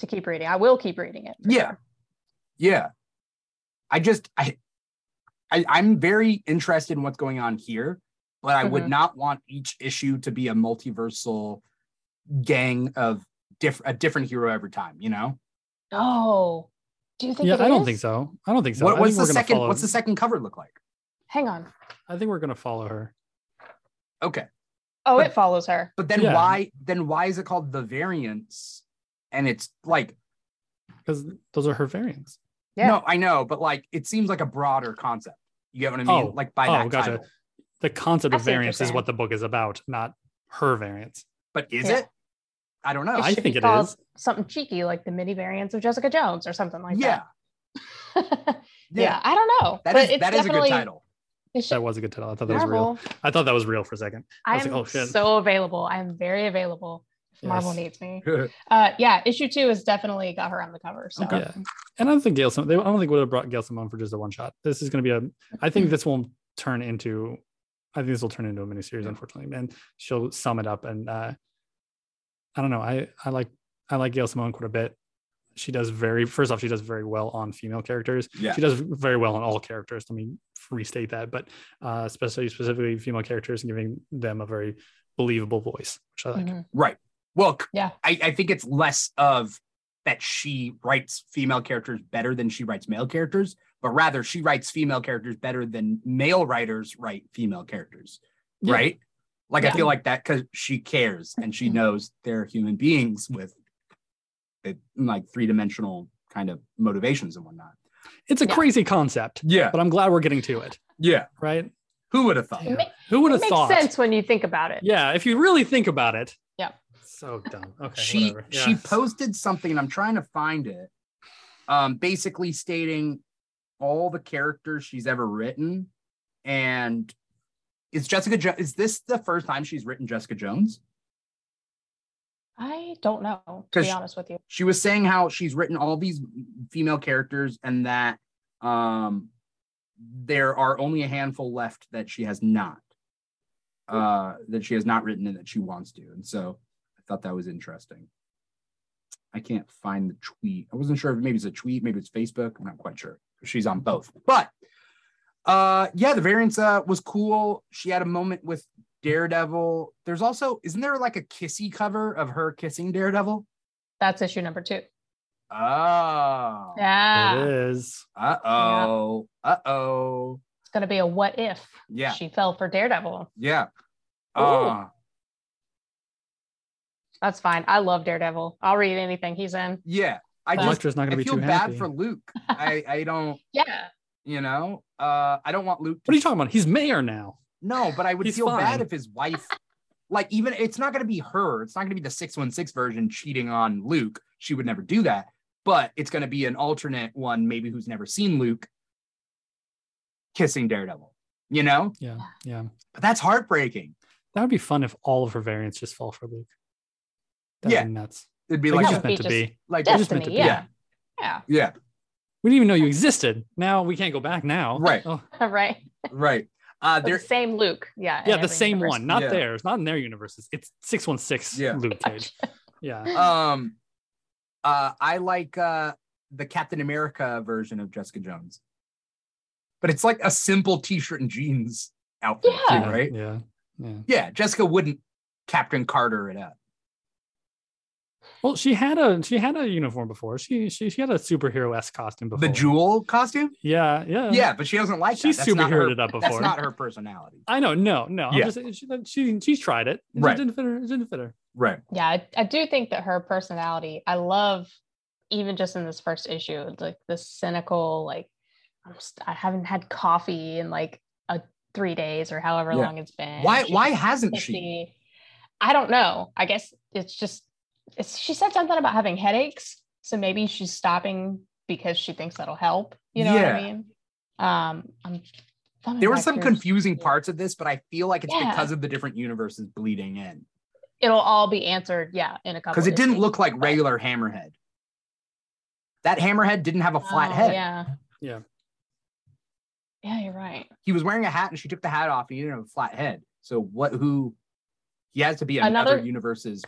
[SPEAKER 3] to keep reading. I will keep reading it. for
[SPEAKER 1] Yeah.
[SPEAKER 3] sure.
[SPEAKER 1] yeah i just I, I i'm very interested in what's going on here but i would
[SPEAKER 3] Mhm.
[SPEAKER 1] not want each issue to be a multiversal gang of diff- a different hero every time you know
[SPEAKER 3] Oh, do you think?
[SPEAKER 2] Yeah,
[SPEAKER 3] it
[SPEAKER 2] I don't
[SPEAKER 3] is?
[SPEAKER 2] think so. I don't think so.
[SPEAKER 1] what,
[SPEAKER 2] I
[SPEAKER 1] what's
[SPEAKER 2] think
[SPEAKER 1] the
[SPEAKER 2] we're gonna
[SPEAKER 1] second
[SPEAKER 2] follow-
[SPEAKER 1] what's the second cover look like
[SPEAKER 3] Hang on.
[SPEAKER 2] I think we're gonna follow her.
[SPEAKER 1] okay
[SPEAKER 3] Oh,
[SPEAKER 1] But-
[SPEAKER 3] it follows her.
[SPEAKER 1] but then
[SPEAKER 2] Yeah.
[SPEAKER 1] why then why is it called the variance and it's like
[SPEAKER 2] Because those are her variants.
[SPEAKER 3] Yeah.
[SPEAKER 1] no i know but like it seems like a broader concept you get what i mean
[SPEAKER 2] Oh.
[SPEAKER 1] like by
[SPEAKER 2] Oh,
[SPEAKER 1] that
[SPEAKER 2] gotcha.
[SPEAKER 1] title
[SPEAKER 2] The concept
[SPEAKER 3] I
[SPEAKER 2] of
[SPEAKER 3] see what you're
[SPEAKER 2] variants is
[SPEAKER 3] saying.
[SPEAKER 2] what the book is about, not her variants.
[SPEAKER 1] but is
[SPEAKER 3] Yeah.
[SPEAKER 1] it i don't know
[SPEAKER 2] I
[SPEAKER 3] It should
[SPEAKER 2] think
[SPEAKER 3] be
[SPEAKER 2] it
[SPEAKER 3] called
[SPEAKER 2] is.
[SPEAKER 3] something cheeky like the mini variants of Jessica Jones or something like
[SPEAKER 1] yeah.
[SPEAKER 3] that.
[SPEAKER 1] yeah
[SPEAKER 3] yeah, I don't know.
[SPEAKER 1] that
[SPEAKER 3] but
[SPEAKER 1] is
[SPEAKER 3] it's
[SPEAKER 1] that is a good
[SPEAKER 3] definitely-
[SPEAKER 1] title
[SPEAKER 3] It should
[SPEAKER 2] That was a good title. I thought that was real.
[SPEAKER 3] Marvel.
[SPEAKER 2] I thought that was real for a second. I was
[SPEAKER 3] I'm
[SPEAKER 2] like, oh, shit.
[SPEAKER 3] so available. I'm very available. If Marvel
[SPEAKER 2] Yes.
[SPEAKER 3] needs me. Uh, yeah, issue two has definitely got her on the cover. So
[SPEAKER 1] Okay.
[SPEAKER 2] Yeah, and I don't think Gail. Sim- They, I don't think would have brought Gail Simone for just a one shot. This is going to be a. I
[SPEAKER 3] Hmm.
[SPEAKER 2] think this will turn into. I think this will turn into a miniseries, unfortunately, and she'll sum it up. And uh, I don't know. I I like I like Gail Simone quite a bit. She does very first off. She does very well on female characters.
[SPEAKER 1] yeah
[SPEAKER 2] She does very well on all characters. Let me restate that, but uh, especially specifically female characters and giving them a very believable voice, which I like.
[SPEAKER 3] mhm.
[SPEAKER 1] Right. Well, c-
[SPEAKER 3] Yeah.
[SPEAKER 1] I, I think it's less of that she writes female characters better than she writes male characters, but rather she writes female characters better than male writers write female characters.
[SPEAKER 2] Yeah.
[SPEAKER 1] Right. Like I
[SPEAKER 3] Yeah.
[SPEAKER 1] feel like that because she cares and she knows they're human beings with uh, like three dimensional kind of motivations and whatnot.
[SPEAKER 2] It's a
[SPEAKER 3] Yeah.
[SPEAKER 2] crazy concept,
[SPEAKER 1] Yeah.
[SPEAKER 2] but I'm glad we're getting to it.
[SPEAKER 1] Yeah.
[SPEAKER 2] Right?
[SPEAKER 1] Who would have thought?
[SPEAKER 3] It, ma-
[SPEAKER 2] Who would
[SPEAKER 3] it
[SPEAKER 2] have
[SPEAKER 3] makes
[SPEAKER 2] thought?
[SPEAKER 3] sense when you think about it.
[SPEAKER 2] Yeah, if you really think about it.
[SPEAKER 3] Yeah.
[SPEAKER 2] So dumb. Okay.
[SPEAKER 1] she
[SPEAKER 2] whatever.
[SPEAKER 1] she
[SPEAKER 2] Yeah.
[SPEAKER 1] posted something and i'm trying to find it um basically stating all the characters she's ever written and Is Jessica jo- is this the first time she's written Jessica Jones?
[SPEAKER 3] I don't know, to
[SPEAKER 1] 'Cause
[SPEAKER 3] be
[SPEAKER 1] sh-
[SPEAKER 3] honest with you.
[SPEAKER 1] She was saying how she's written all these female characters and that um there are only a handful left that she has not uh that she has not written and that she wants to. And so I thought that was interesting. I can't find the tweet. I wasn't sure if maybe it's a tweet, maybe it's Facebook. I'm not quite sure. She's on both. But uh yeah, the variance uh was cool. She had a moment with Daredevil. There's also, isn't there like a kissy cover of her kissing Daredevil?
[SPEAKER 3] That's issue number two.
[SPEAKER 1] Oh.
[SPEAKER 2] It
[SPEAKER 3] Yeah.
[SPEAKER 2] is.
[SPEAKER 1] Uh oh. Uh oh.
[SPEAKER 3] It's going to be a what if
[SPEAKER 1] Yeah.
[SPEAKER 3] she fell for Daredevil.
[SPEAKER 1] Yeah.
[SPEAKER 3] Ooh.
[SPEAKER 1] Uh,
[SPEAKER 3] That's fine. I love Daredevil. I'll read anything he's in.
[SPEAKER 1] yeah. I just
[SPEAKER 2] Electra's not
[SPEAKER 1] I
[SPEAKER 2] going to be
[SPEAKER 1] feel
[SPEAKER 2] too
[SPEAKER 1] bad
[SPEAKER 2] happy.
[SPEAKER 1] for Luke. I I don't
[SPEAKER 3] Yeah.
[SPEAKER 1] you know uh I don't want Luke. To,
[SPEAKER 2] What are you talking about? He's mayor now.
[SPEAKER 1] no, but I would
[SPEAKER 2] He's
[SPEAKER 1] feel bad
[SPEAKER 2] fine.
[SPEAKER 1] if his wife. Like even it's not going to be her. It's not going to be the six one six version cheating on Luke. She would never do that. But it's going to be an alternate one, maybe who's never seen Luke kissing Daredevil. You know,
[SPEAKER 2] Yeah, yeah.
[SPEAKER 1] but that's heartbreaking.
[SPEAKER 2] That would be fun if all of her variants just fall for Luke. That'd
[SPEAKER 1] Yeah.
[SPEAKER 2] be nuts.
[SPEAKER 1] It'd be like
[SPEAKER 2] Like, it's
[SPEAKER 3] that
[SPEAKER 2] just
[SPEAKER 3] would be
[SPEAKER 2] meant to
[SPEAKER 3] just-
[SPEAKER 2] be.
[SPEAKER 1] like
[SPEAKER 2] just meant
[SPEAKER 3] Destiny.
[SPEAKER 2] to be-
[SPEAKER 3] yeah. Yeah.
[SPEAKER 1] yeah.
[SPEAKER 2] We didn't even know you existed. Now we can't go back now.
[SPEAKER 1] Right.
[SPEAKER 2] Oh,
[SPEAKER 3] right.
[SPEAKER 1] right uh
[SPEAKER 3] But the
[SPEAKER 1] there
[SPEAKER 3] same Luke. Yeah. in
[SPEAKER 2] yeah, the
[SPEAKER 3] every
[SPEAKER 2] same
[SPEAKER 3] universe.
[SPEAKER 2] one. Not
[SPEAKER 1] Yeah.
[SPEAKER 2] theirs. Not in their universes. It's 616
[SPEAKER 1] Yeah.
[SPEAKER 2] Luke Cage. Yeah.
[SPEAKER 1] um uh i like uh the captain america version of jessica jones but it's like a simple t-shirt and jeans outfit too,
[SPEAKER 3] Yeah.
[SPEAKER 1] right
[SPEAKER 2] Yeah. Yeah.
[SPEAKER 1] yeah jessica wouldn't captain carter it up
[SPEAKER 2] Well, she had a she had a uniform before. She she she had a superhero esque costume before.
[SPEAKER 1] the jewel costume
[SPEAKER 2] Yeah, yeah.
[SPEAKER 1] yeah but she doesn't like
[SPEAKER 2] She
[SPEAKER 1] that. That's not her-
[SPEAKER 2] superheroed it up
[SPEAKER 1] that's
[SPEAKER 2] before.
[SPEAKER 1] not her personality
[SPEAKER 2] I know, no, no. I'm
[SPEAKER 1] Yeah.
[SPEAKER 2] just- she, she she tried it. It
[SPEAKER 1] Right.
[SPEAKER 2] just didn't fit her. It didn't fit her.
[SPEAKER 1] right
[SPEAKER 3] Yeah. I, I do think that her personality, I love even just in this first issue, like this cynical, like, I'm just, I haven't had coffee in like a three days or however
[SPEAKER 1] Yeah.
[SPEAKER 3] long it's been.
[SPEAKER 1] why
[SPEAKER 3] She
[SPEAKER 1] why
[SPEAKER 3] just-
[SPEAKER 1] hasn't she
[SPEAKER 3] pissy. I don't know. I guess it's just it's, she said something about having headaches, so maybe she's stopping because she thinks that'll help. You know what I
[SPEAKER 1] Yeah.
[SPEAKER 3] mean? Um, I'm oh thumbing
[SPEAKER 1] there were
[SPEAKER 3] back
[SPEAKER 1] some
[SPEAKER 3] through.
[SPEAKER 1] confusing parts of this but i feel like it's
[SPEAKER 3] Yeah.
[SPEAKER 1] because of the different universes bleeding in
[SPEAKER 3] It'll all be answered, yeah, in a couple.
[SPEAKER 1] because it didn't
[SPEAKER 3] issues.
[SPEAKER 1] look like regular hammerhead that hammerhead didn't have a flat
[SPEAKER 3] Oh,
[SPEAKER 1] head
[SPEAKER 3] Yeah.
[SPEAKER 2] Yeah.
[SPEAKER 3] Yeah, you're right.
[SPEAKER 1] he was wearing a hat and she took the hat off and he didn't have a flat head. So what who he has to be another,
[SPEAKER 3] Another-
[SPEAKER 1] universe's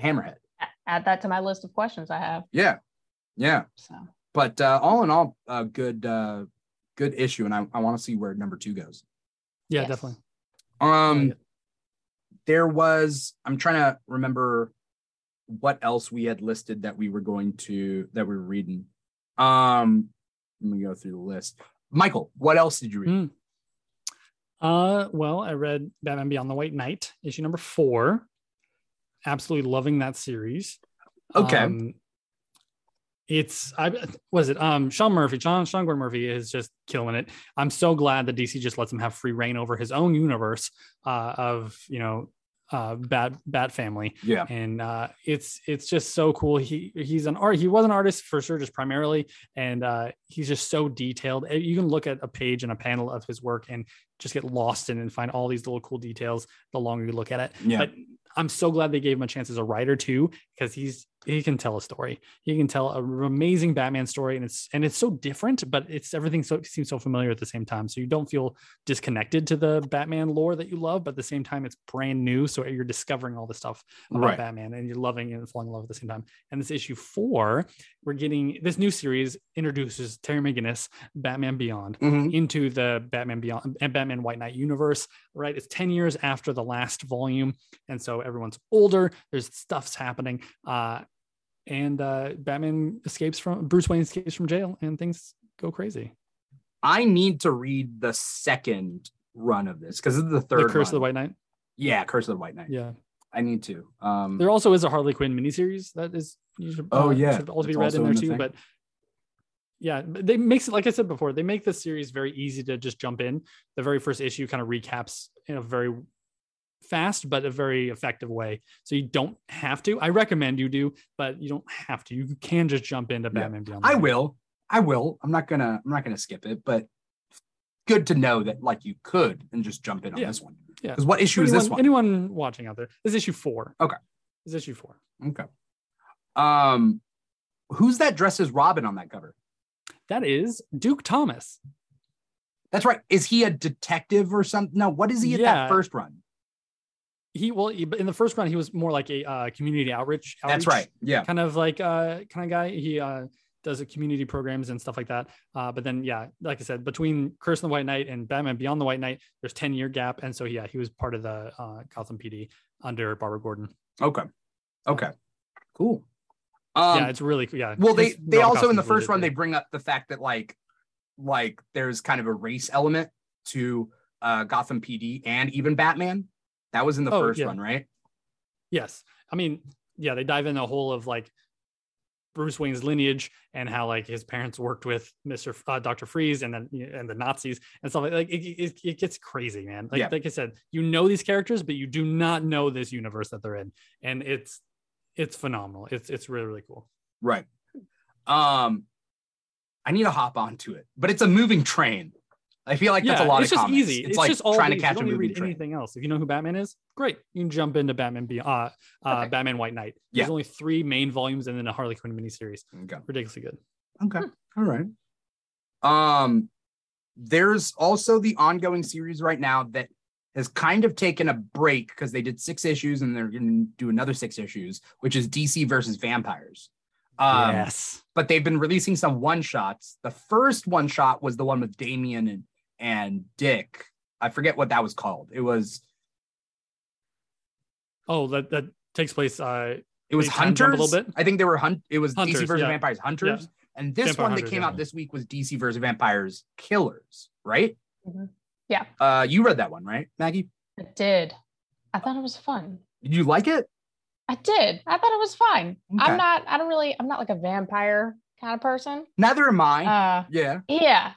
[SPEAKER 1] hammerhead.
[SPEAKER 3] A- Add that to my list of questions I have.
[SPEAKER 1] Yeah. Yeah.
[SPEAKER 3] So
[SPEAKER 1] But uh, all in all, uh, good uh, good issue. And I, I want to see where number two goes.
[SPEAKER 2] Yeah,
[SPEAKER 3] yes.
[SPEAKER 2] definitely.
[SPEAKER 1] Um
[SPEAKER 2] Like
[SPEAKER 1] there was I'm trying to remember what else we had listed that we were going to that we were reading. Um let me go through the list. Michael, what else did you read?
[SPEAKER 2] Mm. Uh, well, I read Batman Beyond the White Knight, issue number four. Absolutely loving that series.
[SPEAKER 1] Okay.
[SPEAKER 2] Um, it's I was it um Sean Murphy, John Sean Gordon Murphy is just killing it. I'm so glad that DC just lets him have free reign over his own universe uh, of you know uh Bat Bat Family
[SPEAKER 1] yeah.
[SPEAKER 2] and uh, it's it's just so cool. He he's an art. He was an artist for sure, just primarily, and uh, he's just so detailed. Uh, You can look at a page and a panel of his work and just get lost in and find all these little cool details. The longer you look at it,
[SPEAKER 1] Yeah.
[SPEAKER 2] but I'm so glad they gave him a chance as a writer too, because he's he can tell a story. He can tell an amazing Batman story, and it's and it's so different, but it's everything so seems so familiar at the same time. So you don't feel disconnected to the Batman lore that you love, but at the same time, it's brand new. So you're discovering all the stuff about
[SPEAKER 1] Right.
[SPEAKER 2] Batman, and you're loving and falling in love at the same time. And this issue four, we're getting this new series introduces Terry McGinnis, Batman Beyond
[SPEAKER 1] Mhm.
[SPEAKER 2] into the Batman Beyond and Batman White Knight universe, right? It's 10 years after the last volume. And so everyone's older, there's stuff's happening. Uh, and uh, Batman escapes from Bruce Wayne escapes from jail and things go crazy.
[SPEAKER 1] I need to read the second run of this because this is the third
[SPEAKER 2] the Curse of the
[SPEAKER 1] run.
[SPEAKER 2] White Knight.
[SPEAKER 1] Yeah, Curse of the White Knight.
[SPEAKER 2] Yeah.
[SPEAKER 1] I need to. Um,
[SPEAKER 2] There also is a Harley Quinn miniseries that is you should, uh,
[SPEAKER 1] Oh, yeah.
[SPEAKER 2] should also be
[SPEAKER 1] It's
[SPEAKER 2] read
[SPEAKER 1] also
[SPEAKER 2] in
[SPEAKER 1] in the
[SPEAKER 2] there too.
[SPEAKER 1] thing.
[SPEAKER 2] But yeah, but they makes it like I said before, they make this series very easy to just jump in. The very first issue kind of recaps in a very fast but a very effective way. So you don't have to. I recommend you do, but you don't have to. You can just jump into
[SPEAKER 1] Yeah.
[SPEAKER 2] Batman Beyond. the
[SPEAKER 1] I
[SPEAKER 2] White Knight.
[SPEAKER 1] will. I will. I'm not gonna. I'm not gonna skip it. But good to know that like you could and just jump in on
[SPEAKER 2] Yeah.
[SPEAKER 1] this one.
[SPEAKER 2] Yeah.
[SPEAKER 1] Because what issue
[SPEAKER 2] anyone,
[SPEAKER 1] is this one?
[SPEAKER 2] anyone watching out there? This is issue four.
[SPEAKER 1] Okay.
[SPEAKER 2] This is issue four.
[SPEAKER 1] Okay. Um, who's that dressed as Robin on that cover?
[SPEAKER 2] That is Duke Thomas.
[SPEAKER 1] That's right. Is he a detective or something? No. What is he at
[SPEAKER 2] Yeah.
[SPEAKER 1] that first run?
[SPEAKER 2] He well he- in the first round he was more like a uh, community outreach,
[SPEAKER 1] That's
[SPEAKER 2] outreach
[SPEAKER 1] right. Yeah.
[SPEAKER 2] kind of like uh kind of guy. He uh does a community programs and stuff like that. Uh, but then yeah, like I said, between Curse and the White Knight and Batman Beyond the White Knight, there's 10 year gap. And so yeah, he was part of the uh, Gotham PD under Barbara Gordon.
[SPEAKER 1] Okay. Okay. Cool. Um,
[SPEAKER 2] yeah, it's really yeah.
[SPEAKER 1] well, they
[SPEAKER 2] his
[SPEAKER 1] they
[SPEAKER 2] Robert
[SPEAKER 1] also in the
[SPEAKER 2] costume's
[SPEAKER 1] first
[SPEAKER 2] really
[SPEAKER 1] run they
[SPEAKER 2] good.
[SPEAKER 1] bring up the fact that like like there's kind of a race element to uh, Gotham PD and even Batman. That was in the
[SPEAKER 2] Oh,
[SPEAKER 1] first
[SPEAKER 2] yeah.
[SPEAKER 1] one, right?
[SPEAKER 2] Yes. I mean, yeah, they dive in the whole of like Bruce Wayne's lineage and how like his parents worked with Mr. F- Uh, Dr. Freeze and then and the Nazis and stuff like like it, it, it gets crazy, man. Like
[SPEAKER 1] Yeah.
[SPEAKER 2] like I said, you know these characters, but you do not know this universe that they're in, and it's it's phenomenal. It's it's really really cool.
[SPEAKER 1] Right. Um, I need to hop onto it, but it's a moving train. I feel like that's a lot
[SPEAKER 2] it's
[SPEAKER 1] of
[SPEAKER 2] just
[SPEAKER 1] comics.
[SPEAKER 2] easy.
[SPEAKER 1] It's, like
[SPEAKER 2] just all
[SPEAKER 1] trying
[SPEAKER 2] these.
[SPEAKER 1] to catch
[SPEAKER 2] you
[SPEAKER 1] a
[SPEAKER 2] don't need to
[SPEAKER 1] moving
[SPEAKER 2] read
[SPEAKER 1] train.
[SPEAKER 2] anything else. If you know who Batman is, great. You can jump into Batman be uh, uh
[SPEAKER 1] Okay.
[SPEAKER 2] Batman White Knight.
[SPEAKER 1] Yeah.
[SPEAKER 2] There's only three main volumes and then a Harley Quinn miniseries.
[SPEAKER 1] Okay.
[SPEAKER 2] Ridiculously good.
[SPEAKER 1] Okay. All right. Um, there's also the ongoing series right now that has kind of taken a break because they did six issues and they're going to do another six issues, which is DC versus vampires. Um,
[SPEAKER 2] yes.
[SPEAKER 1] But they've been releasing some one shots. The first one shot was the one with Damien and, and Dick. I forget what that was called. It was
[SPEAKER 2] Oh, that that takes place. Uh,
[SPEAKER 1] it was
[SPEAKER 2] They time jump a
[SPEAKER 1] Hunters.
[SPEAKER 2] little bit?
[SPEAKER 1] I think they were hunt. It was DC
[SPEAKER 2] Hunters,
[SPEAKER 1] versus
[SPEAKER 2] yeah.
[SPEAKER 1] vampires Hunters, and this
[SPEAKER 2] Vampire
[SPEAKER 1] one that
[SPEAKER 2] Hunters,
[SPEAKER 1] came
[SPEAKER 2] yeah.
[SPEAKER 1] out this week was DC versus vampires Killers. Right?
[SPEAKER 3] Mhm. Yeah.
[SPEAKER 1] Uh, you read that one, right, Maggie?
[SPEAKER 3] I did. I thought it was fun.
[SPEAKER 1] Did you like it?
[SPEAKER 3] I did. I thought it was fine.
[SPEAKER 1] Okay.
[SPEAKER 3] I'm not. I don't really. I'm not like a vampire kind of person.
[SPEAKER 1] Neither am I.
[SPEAKER 3] Uh,
[SPEAKER 1] yeah.
[SPEAKER 3] yeah,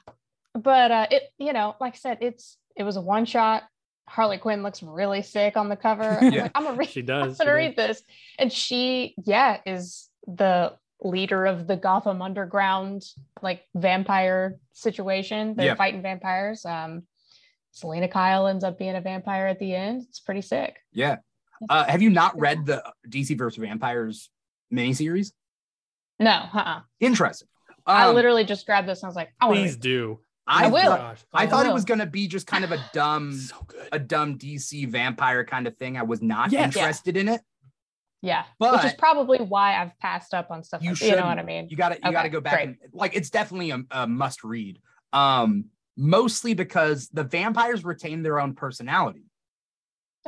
[SPEAKER 3] but uh, it. You know, like I said, it's it was a one shot. Harley Quinn looks really sick on the cover. I'm
[SPEAKER 2] Yeah.
[SPEAKER 3] like, I'm gonna read.
[SPEAKER 2] She
[SPEAKER 3] I'm
[SPEAKER 2] does. she
[SPEAKER 3] gonna
[SPEAKER 2] does.
[SPEAKER 3] read this, and she, yeah, is the leader of the Gotham Underground like vampire situation. They're
[SPEAKER 1] Yeah.
[SPEAKER 3] fighting vampires. Um, Selena Kyle ends up being a vampire at the end. It's pretty sick.
[SPEAKER 1] Yeah. Uh, have you not read the DC versus vampires miniseries?
[SPEAKER 3] No, uh-uh.
[SPEAKER 1] Interesting.
[SPEAKER 3] I
[SPEAKER 1] Um,
[SPEAKER 3] literally just grabbed this and I was like, I want to
[SPEAKER 2] Please do.
[SPEAKER 1] I,
[SPEAKER 3] I will.
[SPEAKER 1] thought,
[SPEAKER 2] Gosh.
[SPEAKER 1] I
[SPEAKER 2] Oh,
[SPEAKER 1] thought it
[SPEAKER 3] will.
[SPEAKER 1] was gonna be just kind of a dumb,
[SPEAKER 2] so good.
[SPEAKER 1] a dumb DC vampire kind of thing. I was not
[SPEAKER 2] Yes.
[SPEAKER 1] interested in it.
[SPEAKER 3] Yeah, which is
[SPEAKER 1] But-
[SPEAKER 3] probably why I've passed up on stuff.
[SPEAKER 1] You
[SPEAKER 3] like- You, know what I
[SPEAKER 1] shouldn't.
[SPEAKER 3] mean?
[SPEAKER 1] You got to you got to
[SPEAKER 3] Okay,
[SPEAKER 1] go back
[SPEAKER 3] great.
[SPEAKER 1] and like it's definitely a, a must read. Um, mostly because the vampires retain their own personality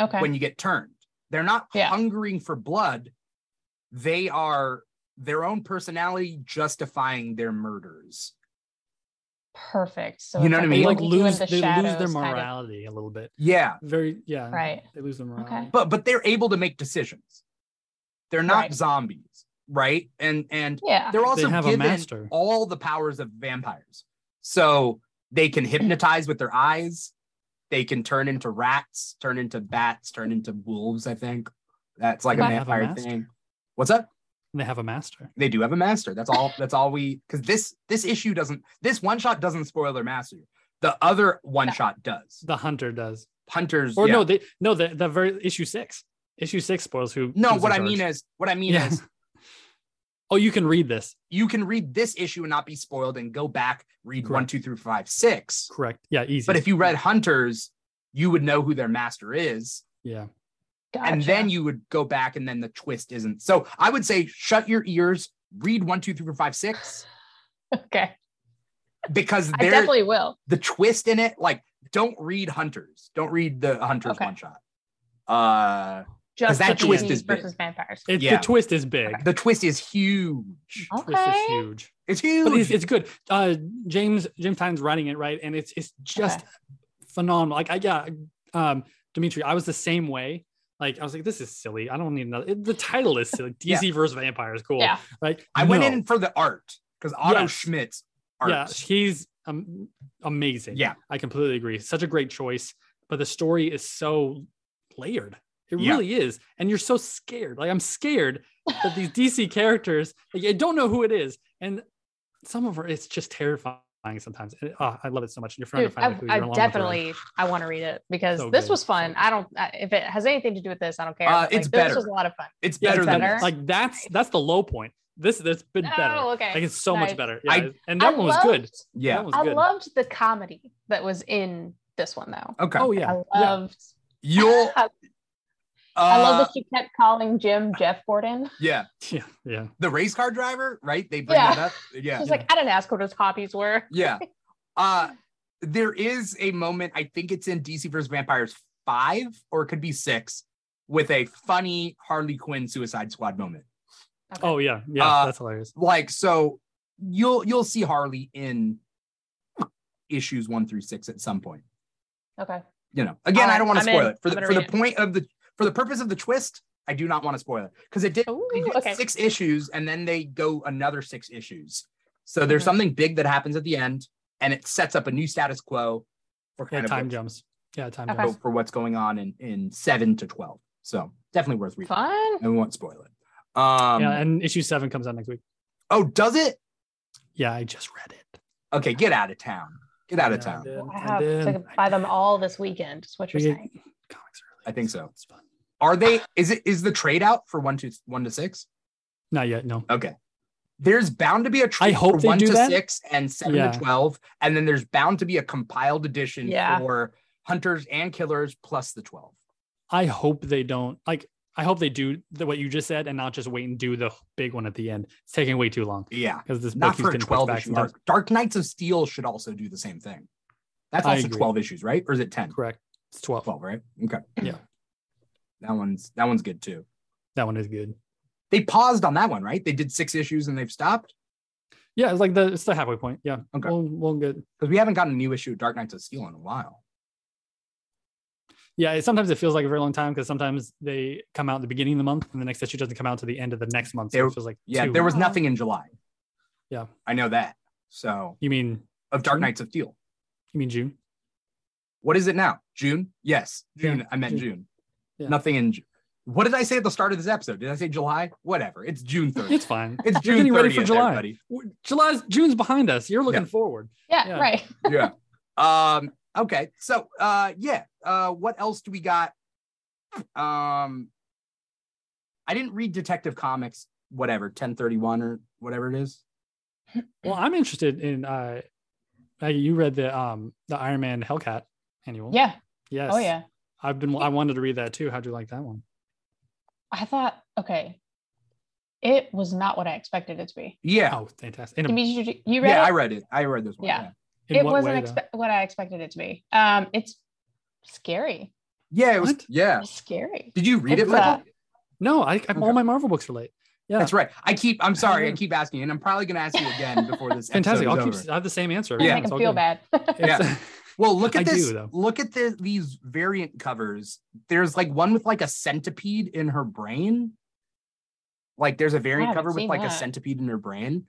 [SPEAKER 3] Okay.
[SPEAKER 1] when you get turned. They're not
[SPEAKER 3] Yeah.
[SPEAKER 1] hungering for blood. They are their own personality justifying their murders.
[SPEAKER 3] Perfect. So
[SPEAKER 1] You
[SPEAKER 3] it's
[SPEAKER 1] know what I
[SPEAKER 2] They
[SPEAKER 1] mean?
[SPEAKER 2] like
[SPEAKER 3] leaving you in
[SPEAKER 2] lose.
[SPEAKER 3] the
[SPEAKER 2] They lose
[SPEAKER 3] shadows
[SPEAKER 2] their
[SPEAKER 3] kind of-
[SPEAKER 2] morality a little bit.
[SPEAKER 1] Yeah,
[SPEAKER 2] Very. Yeah.
[SPEAKER 3] right.
[SPEAKER 2] They lose their morality.
[SPEAKER 1] but but they're able to make decisions. They're not
[SPEAKER 3] Right.
[SPEAKER 1] zombies, right? And and
[SPEAKER 3] Yeah.
[SPEAKER 1] they're also
[SPEAKER 2] they have a
[SPEAKER 1] given
[SPEAKER 2] master.
[SPEAKER 1] all the powers of vampires. So they can hypnotize with their eyes. They can turn into rats, turn into bats, turn into wolves. I think that's like a
[SPEAKER 3] They
[SPEAKER 2] have a
[SPEAKER 1] vampire
[SPEAKER 2] master.
[SPEAKER 1] thing. What's up?
[SPEAKER 2] And they have a master.
[SPEAKER 1] They do have a master. That's all. That's all we. Because this this issue doesn't. This one shot doesn't spoil their master. The other one shot does.
[SPEAKER 2] The hunter does.
[SPEAKER 1] Hunters.
[SPEAKER 2] Or
[SPEAKER 1] yeah.
[SPEAKER 2] no, they no the the very issue six. Issue six spoils who.
[SPEAKER 1] no.
[SPEAKER 2] who's in
[SPEAKER 1] What I
[SPEAKER 2] charge.
[SPEAKER 1] mean is, what I mean
[SPEAKER 2] Yeah.
[SPEAKER 1] is,
[SPEAKER 2] Oh, you can read this.
[SPEAKER 1] you can read this issue and not be spoiled, and go back read one,
[SPEAKER 2] Correct.
[SPEAKER 1] two, through five, six.
[SPEAKER 2] Correct. Yeah. Easy.
[SPEAKER 1] But if you read Hunters, you would know who their master is.
[SPEAKER 2] Yeah.
[SPEAKER 1] And then you would go back, and then the twist isn't. So I would say shut your ears, read one, two, three, four, five, six,
[SPEAKER 3] okay,
[SPEAKER 1] because
[SPEAKER 3] I
[SPEAKER 1] there
[SPEAKER 3] definitely will.
[SPEAKER 1] the twist in it, like don't read Hunters. Don't read the Hunters
[SPEAKER 3] Okay.
[SPEAKER 1] one shot. Uh
[SPEAKER 3] Just
[SPEAKER 1] that
[SPEAKER 3] the
[SPEAKER 2] twist
[SPEAKER 3] twist
[SPEAKER 1] is big.
[SPEAKER 3] versus vampires.
[SPEAKER 2] It,
[SPEAKER 1] Yeah.
[SPEAKER 2] The twist is big.
[SPEAKER 1] the twist is huge.
[SPEAKER 3] Okay.
[SPEAKER 2] Twist is huge.
[SPEAKER 1] It's huge.
[SPEAKER 2] but it's, it's good. Uh, James James Tynes writing it right, and it's it's just
[SPEAKER 3] Okay.
[SPEAKER 2] phenomenal. Like I yeah, um, Dimitri, I was the same way. Like I was like, this is silly. I don't need another. it- the title is silly.
[SPEAKER 1] Yeah.
[SPEAKER 2] DC versus vampires, cool.
[SPEAKER 3] Yeah.
[SPEAKER 2] Like
[SPEAKER 1] I went
[SPEAKER 2] no.
[SPEAKER 1] in for the art because Otto
[SPEAKER 2] Yes.
[SPEAKER 1] Schmidt's art.
[SPEAKER 2] Yeah, he's um, amazing.
[SPEAKER 1] Yeah.
[SPEAKER 2] I completely agree. Such a great choice, but the story is so layered. It
[SPEAKER 1] Yeah.
[SPEAKER 2] really is, and you're so scared. Like I'm scared that these DC characters, like I don't know who it is, and some of her it's just terrifying. terrifying sometimes. And, oh, I love it so much. And you're trying
[SPEAKER 3] Dude,
[SPEAKER 2] to find
[SPEAKER 3] I,
[SPEAKER 2] out who you're
[SPEAKER 3] I
[SPEAKER 2] along with around.
[SPEAKER 3] definitely I want to read it because
[SPEAKER 2] So
[SPEAKER 3] this
[SPEAKER 2] good.
[SPEAKER 3] was fun. I don't I- if it has anything to do with this, I don't care.
[SPEAKER 1] Uh,
[SPEAKER 3] but,
[SPEAKER 1] it's
[SPEAKER 3] like,
[SPEAKER 1] better.
[SPEAKER 3] This was a lot of fun.
[SPEAKER 1] It's
[SPEAKER 2] Yeah,
[SPEAKER 1] better
[SPEAKER 2] it's
[SPEAKER 1] than
[SPEAKER 3] better.
[SPEAKER 1] this.
[SPEAKER 2] like that's that's the low point. This that's been better.
[SPEAKER 3] Oh, okay.
[SPEAKER 2] Like it's so much
[SPEAKER 3] Nice.
[SPEAKER 2] better.
[SPEAKER 1] I-
[SPEAKER 2] Yeah, and that
[SPEAKER 3] I
[SPEAKER 2] one was
[SPEAKER 3] loved-
[SPEAKER 2] good.
[SPEAKER 1] yeah.
[SPEAKER 2] That one was
[SPEAKER 3] I
[SPEAKER 2] good.
[SPEAKER 3] loved the comedy that was in this one though.
[SPEAKER 1] Okay.
[SPEAKER 2] oh yeah.
[SPEAKER 3] I
[SPEAKER 2] yeah.
[SPEAKER 3] loved.
[SPEAKER 1] You'll. uh,
[SPEAKER 3] I, I love that she kept calling Jim Jeff Gordon.
[SPEAKER 1] Yeah.
[SPEAKER 2] Yeah. Yeah.
[SPEAKER 1] The race car driver, right? They bring
[SPEAKER 3] Yeah.
[SPEAKER 1] that up. Yeah.
[SPEAKER 3] She's like, I didn't ask what his hobbies were.
[SPEAKER 1] Yeah. Uh there is a moment, I think it's in DC vs. Vampires five or it could be six, with a funny Harley Quinn suicide squad moment.
[SPEAKER 3] Okay.
[SPEAKER 2] Oh yeah. Yeah.
[SPEAKER 1] Uh,
[SPEAKER 2] that's hilarious.
[SPEAKER 1] Like, so you'll you'll see Harley in issues one through six at some point.
[SPEAKER 3] okay.
[SPEAKER 1] You know, again, I
[SPEAKER 3] Alright,
[SPEAKER 1] don't want to
[SPEAKER 3] I'm
[SPEAKER 1] spoil
[SPEAKER 3] in.
[SPEAKER 1] it. For the
[SPEAKER 3] I'm gonna
[SPEAKER 1] for the
[SPEAKER 3] read
[SPEAKER 1] point
[SPEAKER 3] it.
[SPEAKER 1] of the for the purpose of the twist, I do not want to spoil it. Because it did,
[SPEAKER 3] Ooh,
[SPEAKER 1] they did
[SPEAKER 3] okay.
[SPEAKER 1] six issues and then they go another six issues. So there's
[SPEAKER 3] Mhm.
[SPEAKER 2] Mm-hmm.
[SPEAKER 1] something big that happens at the end and it sets up a new status quo for
[SPEAKER 2] Yeah,
[SPEAKER 1] kind of
[SPEAKER 2] time
[SPEAKER 1] what-
[SPEAKER 2] jumps. Yeah, time
[SPEAKER 3] Okay.
[SPEAKER 1] for,
[SPEAKER 2] jumps.
[SPEAKER 1] for what's going on in in seven to twelve. So definitely worth reading.
[SPEAKER 3] Fun.
[SPEAKER 1] And we won't spoil it. Um
[SPEAKER 2] yeah, and issue seven comes out next week.
[SPEAKER 1] oh, does it?
[SPEAKER 2] Yeah, I just read it.
[SPEAKER 1] Okay, get out of town. Get out of
[SPEAKER 2] Yeah, I
[SPEAKER 1] town.
[SPEAKER 2] did,
[SPEAKER 3] I
[SPEAKER 2] I
[SPEAKER 3] have
[SPEAKER 2] did,
[SPEAKER 3] to
[SPEAKER 2] I
[SPEAKER 3] buy them
[SPEAKER 2] did.
[SPEAKER 3] all this weekend. Is what you're
[SPEAKER 2] We get
[SPEAKER 3] saying?
[SPEAKER 2] comics early.
[SPEAKER 1] I think so.
[SPEAKER 2] It's fun.
[SPEAKER 1] Are they is it is the trade out for one to one to six?
[SPEAKER 2] Not yet. No.
[SPEAKER 1] Okay. There's bound to be a trade
[SPEAKER 2] I hope
[SPEAKER 1] for
[SPEAKER 2] they
[SPEAKER 1] one
[SPEAKER 2] do
[SPEAKER 1] to
[SPEAKER 2] that.
[SPEAKER 1] six and seven
[SPEAKER 2] Yeah.
[SPEAKER 1] to twelve, and then there's bound to be a compiled edition
[SPEAKER 3] Yeah.
[SPEAKER 1] for hunters and killers plus the twelve.
[SPEAKER 2] I hope they don't like. I hope they do the, what you just said and not just wait and do the big one at the end. It's taking way too long
[SPEAKER 1] Yeah,
[SPEAKER 2] because this book
[SPEAKER 1] not
[SPEAKER 2] keeps
[SPEAKER 1] for a
[SPEAKER 2] getting pushed
[SPEAKER 1] twelve
[SPEAKER 2] back
[SPEAKER 1] issue
[SPEAKER 2] sometimes.
[SPEAKER 1] arc. Dark Knights of Steel should also do the same thing. That's
[SPEAKER 2] I
[SPEAKER 1] also
[SPEAKER 2] agree.
[SPEAKER 1] twelve issues, right? Or is it ten?
[SPEAKER 2] Correct. It's twelve.
[SPEAKER 1] 12 right okay
[SPEAKER 2] Yeah.
[SPEAKER 1] that one's that one's good too
[SPEAKER 2] That one is good.
[SPEAKER 1] they paused on that one right they did six issues and they've stopped
[SPEAKER 2] Yeah, it's like the it's the halfway point. Yeah.
[SPEAKER 1] Okay.
[SPEAKER 2] We'll, we'll get.
[SPEAKER 1] because we haven't gotten a new issue of dark knights of steel in a while
[SPEAKER 2] Yeah. It, sometimes it feels like a very long time because sometimes they come out at the beginning of the month and the next issue doesn't come out to the end of the next month. So
[SPEAKER 1] There-
[SPEAKER 2] it feels like
[SPEAKER 1] yeah
[SPEAKER 2] two.
[SPEAKER 1] there was
[SPEAKER 3] Wow.
[SPEAKER 1] nothing in july
[SPEAKER 2] Yeah.
[SPEAKER 1] i know that so
[SPEAKER 2] You mean
[SPEAKER 1] of dark
[SPEAKER 2] June?
[SPEAKER 1] knights of steel
[SPEAKER 2] you mean June?
[SPEAKER 1] what is it now june yes june
[SPEAKER 2] Yeah,
[SPEAKER 1] i meant
[SPEAKER 2] June.
[SPEAKER 1] june
[SPEAKER 2] Yeah.
[SPEAKER 1] nothing in Ju- what did i say at the start of this episode did i say july whatever it's june 30th
[SPEAKER 2] It's fine.
[SPEAKER 1] it's
[SPEAKER 2] You're
[SPEAKER 1] june
[SPEAKER 2] getting
[SPEAKER 1] 30th,
[SPEAKER 2] ready for July.
[SPEAKER 1] everybody.
[SPEAKER 2] W- July's June's behind us. You're looking
[SPEAKER 1] Yeah.
[SPEAKER 2] forward.
[SPEAKER 3] Yeah,
[SPEAKER 2] Yeah.
[SPEAKER 3] Right.
[SPEAKER 1] yeah um okay so uh yeah uh what else do we got um i didn't read detective comics whatever 1031 or whatever it is
[SPEAKER 2] Well, I'm interested in uh Maggie, you read the um the Iron Man Hellcat annual.
[SPEAKER 3] Yeah.
[SPEAKER 2] Yes.
[SPEAKER 3] Oh yeah.
[SPEAKER 2] I've been I wanted to read that too. How'd you like that one?
[SPEAKER 3] I thought okay. It was not what I expected it to be.
[SPEAKER 1] yeah
[SPEAKER 2] Oh, fantastic. In,
[SPEAKER 3] I
[SPEAKER 2] a,
[SPEAKER 3] mean, you, you read
[SPEAKER 1] yeah
[SPEAKER 3] it.
[SPEAKER 1] i read it i read this one
[SPEAKER 3] Yeah.
[SPEAKER 2] in
[SPEAKER 3] it
[SPEAKER 2] what
[SPEAKER 3] wasn't
[SPEAKER 2] way, though?
[SPEAKER 3] expe- what I expected it to be. Um, it's scary.
[SPEAKER 1] yeah, it was
[SPEAKER 2] What?
[SPEAKER 1] yeah
[SPEAKER 3] It's scary.
[SPEAKER 1] did you read it
[SPEAKER 3] It's,
[SPEAKER 1] Michael?
[SPEAKER 3] uh,
[SPEAKER 2] No, I, I all
[SPEAKER 1] Okay.
[SPEAKER 2] my Marvel books are late. Yeah.
[SPEAKER 1] that's right i keep i'm sorry i
[SPEAKER 2] know.
[SPEAKER 1] keep asking and i'm probably gonna ask you again before this
[SPEAKER 2] Fantastic. I'll
[SPEAKER 1] episode
[SPEAKER 2] keep
[SPEAKER 1] is over.
[SPEAKER 2] I have the same answer. every
[SPEAKER 3] Doesn't
[SPEAKER 1] Yeah.
[SPEAKER 2] time.
[SPEAKER 3] make
[SPEAKER 2] It's all
[SPEAKER 3] him feel
[SPEAKER 2] good.
[SPEAKER 3] bad.
[SPEAKER 1] Yeah.
[SPEAKER 2] It's-
[SPEAKER 1] well look at
[SPEAKER 2] I
[SPEAKER 1] this
[SPEAKER 2] do, though.
[SPEAKER 1] look at the, these variant covers there's like one with like a centipede in her brain like there's a variant
[SPEAKER 3] haven't
[SPEAKER 1] cover with
[SPEAKER 3] seen
[SPEAKER 1] like a
[SPEAKER 3] that.
[SPEAKER 1] centipede in her brain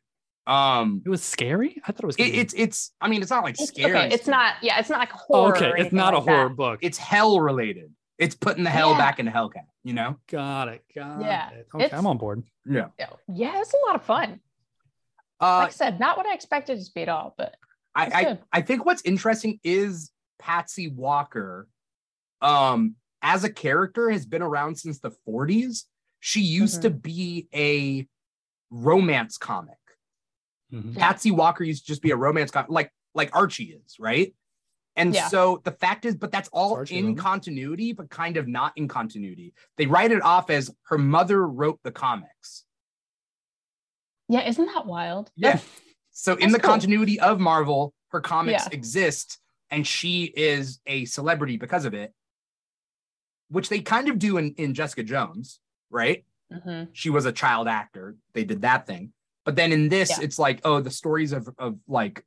[SPEAKER 1] um
[SPEAKER 2] It was scary. I thought it was.
[SPEAKER 1] It,
[SPEAKER 2] gonna be-
[SPEAKER 1] it's it's. I mean, it's not like
[SPEAKER 3] It's
[SPEAKER 1] scary.
[SPEAKER 3] okay. It's
[SPEAKER 1] stuff.
[SPEAKER 3] not. Yeah. It's not like
[SPEAKER 2] Oh,
[SPEAKER 3] horror.
[SPEAKER 2] okay.
[SPEAKER 3] or
[SPEAKER 2] It's
[SPEAKER 3] anything
[SPEAKER 2] not a
[SPEAKER 3] like that.
[SPEAKER 2] horror book.
[SPEAKER 1] It's hell related. It's putting the hell
[SPEAKER 3] Yeah.
[SPEAKER 1] back into Hellcat. You know.
[SPEAKER 2] got it. Got
[SPEAKER 3] Yeah,
[SPEAKER 2] it. Okay,
[SPEAKER 3] it's-
[SPEAKER 2] I'm on board.
[SPEAKER 1] Yeah.
[SPEAKER 3] Yeah, it's a lot of fun. Like
[SPEAKER 1] Uh,
[SPEAKER 3] I said, not what I expected it to be at all. But
[SPEAKER 1] I
[SPEAKER 3] it's
[SPEAKER 1] I,
[SPEAKER 3] good.
[SPEAKER 1] I think what's interesting is Patsy Walker, um, as a character has been around since the 40s. She used to
[SPEAKER 3] Mm-hmm.
[SPEAKER 1] be a romance comic.
[SPEAKER 2] Mhm.
[SPEAKER 3] Yeah.
[SPEAKER 1] Patsy Walker used to just be a romance comic, like like Archie is, right? And
[SPEAKER 3] Yeah.
[SPEAKER 1] so the fact is, but that's all
[SPEAKER 2] Archie,
[SPEAKER 1] in
[SPEAKER 2] wasn't it?
[SPEAKER 1] continuity, but kind of not in continuity. They write it off as her mother wrote the comics.
[SPEAKER 3] yeah, isn't that wild?
[SPEAKER 1] Yeah. So in
[SPEAKER 3] That's
[SPEAKER 1] the
[SPEAKER 3] cool.
[SPEAKER 1] continuity of Marvel, her comics
[SPEAKER 3] Yeah.
[SPEAKER 1] exist and she is a celebrity because of it, which they kind of do in, in Jessica Jones, right?
[SPEAKER 3] hmm
[SPEAKER 1] she was a child actor. They did that thing. But then in this,
[SPEAKER 3] Yeah.
[SPEAKER 1] it's like, oh, the stories of of like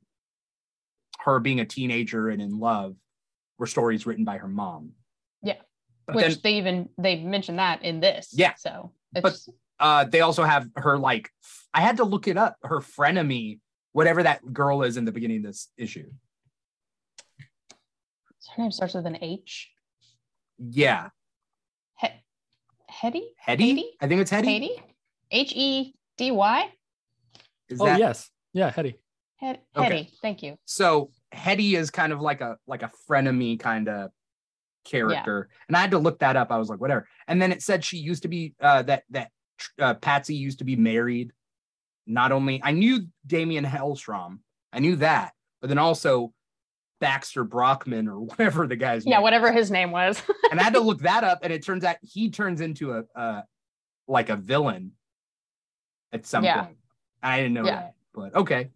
[SPEAKER 1] her being a teenager and in love were stories written by her mom.
[SPEAKER 3] Yeah.
[SPEAKER 1] But
[SPEAKER 3] Which
[SPEAKER 1] then
[SPEAKER 3] they even they mentioned that in this.
[SPEAKER 1] Yeah.
[SPEAKER 3] So it's
[SPEAKER 1] But- uh they also have her like f- I had to look it up, her frenemy, whatever that girl is in the beginning of this issue.
[SPEAKER 3] her name starts with an H.
[SPEAKER 1] Yeah.
[SPEAKER 3] He- Hetty.
[SPEAKER 1] Hetty?
[SPEAKER 3] Haiti?
[SPEAKER 1] I think it's Hetty.
[SPEAKER 3] Haiti. H e d y.
[SPEAKER 1] Is
[SPEAKER 2] Oh
[SPEAKER 1] that
[SPEAKER 2] yes. Yeah, Hetty.
[SPEAKER 3] Hetty,
[SPEAKER 1] Okay.
[SPEAKER 3] thank you.
[SPEAKER 1] so Hetty is kind of like a like a frenemy kind of character, and I had to look that up. I was like, whatever. And then it said she used to be uh, that that uh, Patsy used to be married. Not only I knew Damien Hellstrom, I knew that, but then also Baxter Brockman or whatever the guy's
[SPEAKER 3] Yeah,
[SPEAKER 1] name.
[SPEAKER 3] whatever his name was.
[SPEAKER 1] and I had to look that up, and it turns out he turns into a, a like a villain at some
[SPEAKER 3] Yeah.
[SPEAKER 1] point. I didn't know
[SPEAKER 3] Yeah.
[SPEAKER 1] that, but okay.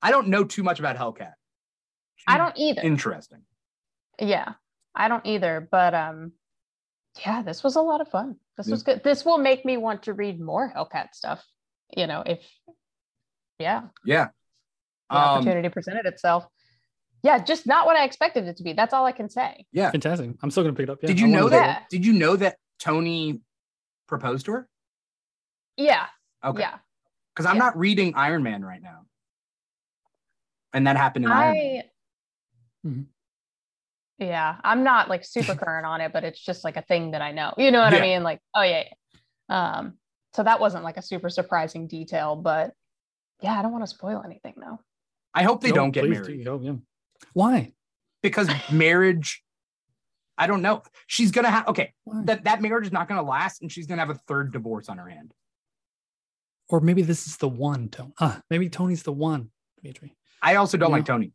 [SPEAKER 1] I don't know too much about Hellcat.
[SPEAKER 3] I don't either.
[SPEAKER 1] Interesting.
[SPEAKER 3] yeah, I don't either. But um, yeah, this was a lot of fun. This
[SPEAKER 1] Yeah.
[SPEAKER 3] was good. This will make me want to read more Hellcat stuff. You know, if yeah,
[SPEAKER 1] Yeah.
[SPEAKER 3] the
[SPEAKER 1] Um,
[SPEAKER 3] opportunity presented itself. Yeah, just not what I expected it to be. That's all I can say.
[SPEAKER 1] yeah.
[SPEAKER 2] Fantastic. I'm still gonna pick it up. Yeah,
[SPEAKER 1] Did you
[SPEAKER 2] I
[SPEAKER 1] know
[SPEAKER 2] wanted to-
[SPEAKER 1] that?
[SPEAKER 3] Yeah.
[SPEAKER 1] Did you know that Tony proposed to her?
[SPEAKER 3] Yeah.
[SPEAKER 1] Okay.
[SPEAKER 3] Yeah.
[SPEAKER 1] Because I'm
[SPEAKER 3] yeah.
[SPEAKER 1] not reading Iron Man right now, and that happened in Iron Man.
[SPEAKER 3] I
[SPEAKER 2] Mhm.
[SPEAKER 3] Yeah, I'm not like super current on it, but it's just like a thing that I know. You know what
[SPEAKER 1] Yeah.
[SPEAKER 3] I mean? Like, oh yeah. yeah. Um, so that wasn't like a super surprising detail, but yeah, I don't want to spoil anything though.
[SPEAKER 1] I hope they
[SPEAKER 2] No,
[SPEAKER 1] don't get
[SPEAKER 2] please
[SPEAKER 1] married
[SPEAKER 2] do. Yeah, yeah. Why?
[SPEAKER 1] because marriage. I don't know. She's gonna have okay.
[SPEAKER 2] Why?
[SPEAKER 1] That that marriage is not gonna last, and she's gonna have a third divorce on her hand.
[SPEAKER 2] or maybe this is the one. Tony. Ah, maybe Tony's the one, Dimitri.
[SPEAKER 1] I also don't
[SPEAKER 2] No.
[SPEAKER 1] like Tony.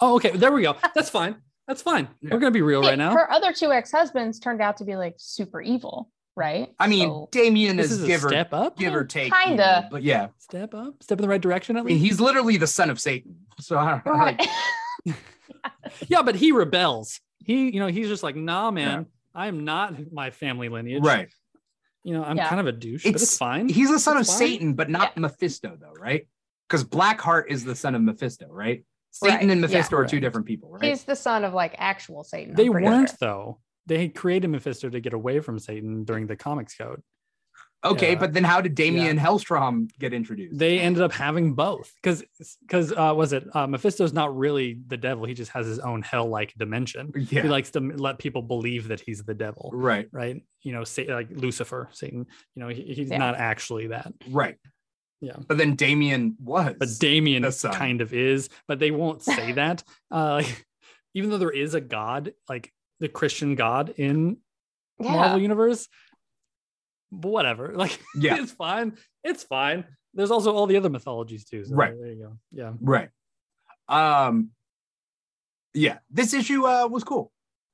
[SPEAKER 2] Oh, okay. There we go. That's fine. That's fine.
[SPEAKER 1] Yeah.
[SPEAKER 2] We're gonna be real
[SPEAKER 3] Hey,
[SPEAKER 2] right now.
[SPEAKER 3] Her other two ex-husbands turned out to be like super evil, right?
[SPEAKER 1] I mean,
[SPEAKER 3] So-
[SPEAKER 1] Damien
[SPEAKER 2] This
[SPEAKER 1] is,
[SPEAKER 2] is a
[SPEAKER 1] give or
[SPEAKER 2] step up.
[SPEAKER 1] give or take,
[SPEAKER 3] Kinda.
[SPEAKER 1] evil, but yeah,
[SPEAKER 2] Step up. Step in the right direction. At
[SPEAKER 1] I mean,
[SPEAKER 2] least.
[SPEAKER 1] he's literally the son of Satan. So I don't know.
[SPEAKER 3] Right.
[SPEAKER 2] yeah, but he rebels. He, you know, he's just like, nah, man. I'm not my family lineage.
[SPEAKER 1] right.
[SPEAKER 2] You know, I'm
[SPEAKER 3] Yeah.
[SPEAKER 2] kind of a douche, but
[SPEAKER 1] It's-
[SPEAKER 2] it's fine.
[SPEAKER 1] He's the son
[SPEAKER 2] That's
[SPEAKER 1] of
[SPEAKER 2] fine.
[SPEAKER 1] Satan, but not Mephisto, though, right? Because Blackheart is the son of Mephisto, right? Satan
[SPEAKER 3] Right,
[SPEAKER 1] and
[SPEAKER 3] yeah.
[SPEAKER 1] Mephisto are two
[SPEAKER 2] Right.
[SPEAKER 1] different people, right?
[SPEAKER 3] He's the son of like actual Satan. I'm
[SPEAKER 2] they
[SPEAKER 3] pretty
[SPEAKER 2] weren't
[SPEAKER 3] sure.
[SPEAKER 2] though. They created Mephisto to get away from Satan during the comics code.
[SPEAKER 1] okay,
[SPEAKER 2] yeah.
[SPEAKER 1] but then how did Damien Hellstrom get introduced?
[SPEAKER 2] They ended up having both because because uh, was it uh, Mephisto's not really the devil. He just has his own hell like dimension.
[SPEAKER 1] yeah,
[SPEAKER 2] He likes to m- let people believe that he's the devil,
[SPEAKER 1] right,
[SPEAKER 2] right? You know, say, like Lucifer, Satan. You know, he, he's
[SPEAKER 3] Yeah.
[SPEAKER 2] not actually that.
[SPEAKER 1] right.
[SPEAKER 2] Yeah.
[SPEAKER 1] But then Damien was.
[SPEAKER 2] but Damien
[SPEAKER 1] the son.
[SPEAKER 2] kind of is, but they won't say that. Uh, like, even though there is a god, like the Christian god in
[SPEAKER 3] Yeah.
[SPEAKER 2] Marvel universe, but whatever. Like
[SPEAKER 1] yeah,
[SPEAKER 2] it's fine. It's fine. There's also all the other mythologies too. So
[SPEAKER 1] Right.
[SPEAKER 2] There you go. Yeah.
[SPEAKER 1] right. Um, yeah, this issue uh was cool.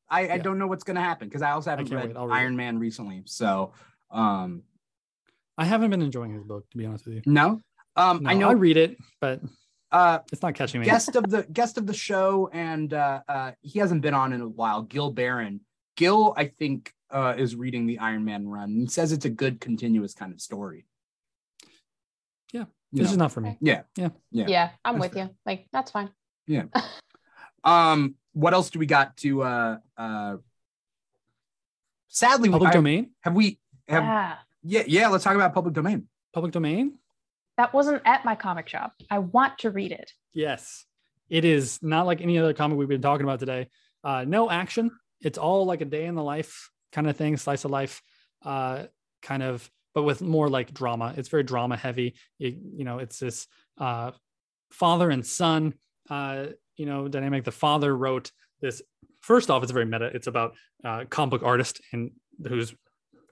[SPEAKER 1] I, I
[SPEAKER 2] Yeah.
[SPEAKER 1] don't know what's gonna happen because I also haven't
[SPEAKER 2] can't
[SPEAKER 1] read
[SPEAKER 2] wait. I'll read
[SPEAKER 1] Iron Man recently, so um,
[SPEAKER 2] I haven't been enjoying his book, to be honest with you.
[SPEAKER 1] no. Um,
[SPEAKER 2] No,
[SPEAKER 1] I
[SPEAKER 2] I
[SPEAKER 1] know.
[SPEAKER 2] read it, but
[SPEAKER 1] Uh,
[SPEAKER 2] it's not catching me.
[SPEAKER 1] guest of the guest of the show and uh, uh, he hasn't been on in a while gil barron gil i think uh, is reading the iron man run and says it's a good continuous kind of story
[SPEAKER 2] Yeah.
[SPEAKER 1] You
[SPEAKER 2] It's just
[SPEAKER 1] know,
[SPEAKER 2] not for me.
[SPEAKER 3] yeah.
[SPEAKER 1] Yeah.
[SPEAKER 3] I'm
[SPEAKER 1] That's
[SPEAKER 3] with you. Like that's fine.
[SPEAKER 1] um what else do we got to uh uh sadly we-
[SPEAKER 2] Public
[SPEAKER 1] I-
[SPEAKER 2] domain.
[SPEAKER 1] have we have
[SPEAKER 3] yeah.
[SPEAKER 1] yeah yeah let's talk about public domain
[SPEAKER 2] Public domain.
[SPEAKER 3] That wasn't at my comic shop. I want to read it.
[SPEAKER 2] Yes, it is not like any other comic we've been talking about today. Uh, no action. It's all like a day in the life kind of thing, slice of life, uh, kind of, but with more like drama. It's very drama heavy. You, you know, it's this uh, father and son, uh, you know, dynamic. The father wrote this. First off, it's very meta. It's about uh, comic book artist and who's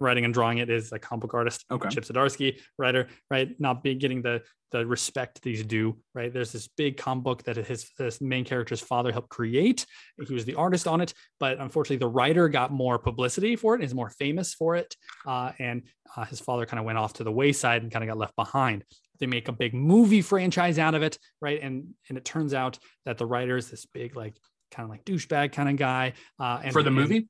[SPEAKER 2] writing and drawing it is a comic book artist
[SPEAKER 1] okay
[SPEAKER 2] Chip Zdarsky, writer, right? Not be getting the the respect these do, right? There's this big comic book that his, his main character's father helped create. He was the artist on it, but unfortunately, the writer got more publicity for it, is more famous for it, uh, and uh, his father kind of went off to the wayside and kind of got left behind. They make a big movie franchise out of it, right? And and it turns out that the writer is this big like kind of like douchebag kind of guy. Uh, and
[SPEAKER 1] for the
[SPEAKER 2] and-
[SPEAKER 1] movie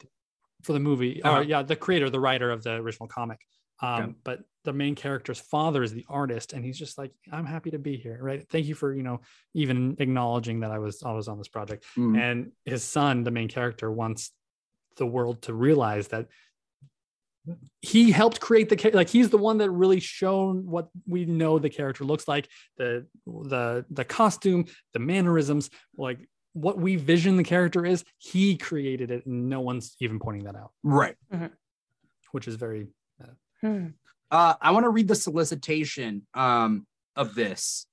[SPEAKER 2] for the movie.
[SPEAKER 1] Uh-huh.
[SPEAKER 2] Or yeah, the creator, the writer of the original comic. Um,
[SPEAKER 1] Okay.
[SPEAKER 2] But the main character's father is the artist, and he's just like, "I'm happy to be here, right? Thank you for you know even acknowledging that I was I was on this project."
[SPEAKER 1] Mm,
[SPEAKER 2] And his son, the main character, wants the world to realize that he helped create the cha- like he's the one that really shown what we know the character looks like the the the costume the mannerisms like what we vision the character is he created it and no one's even pointing that out
[SPEAKER 1] right
[SPEAKER 2] which is very
[SPEAKER 3] Hmm.
[SPEAKER 1] Uh, I want to read the solicitation um, of this.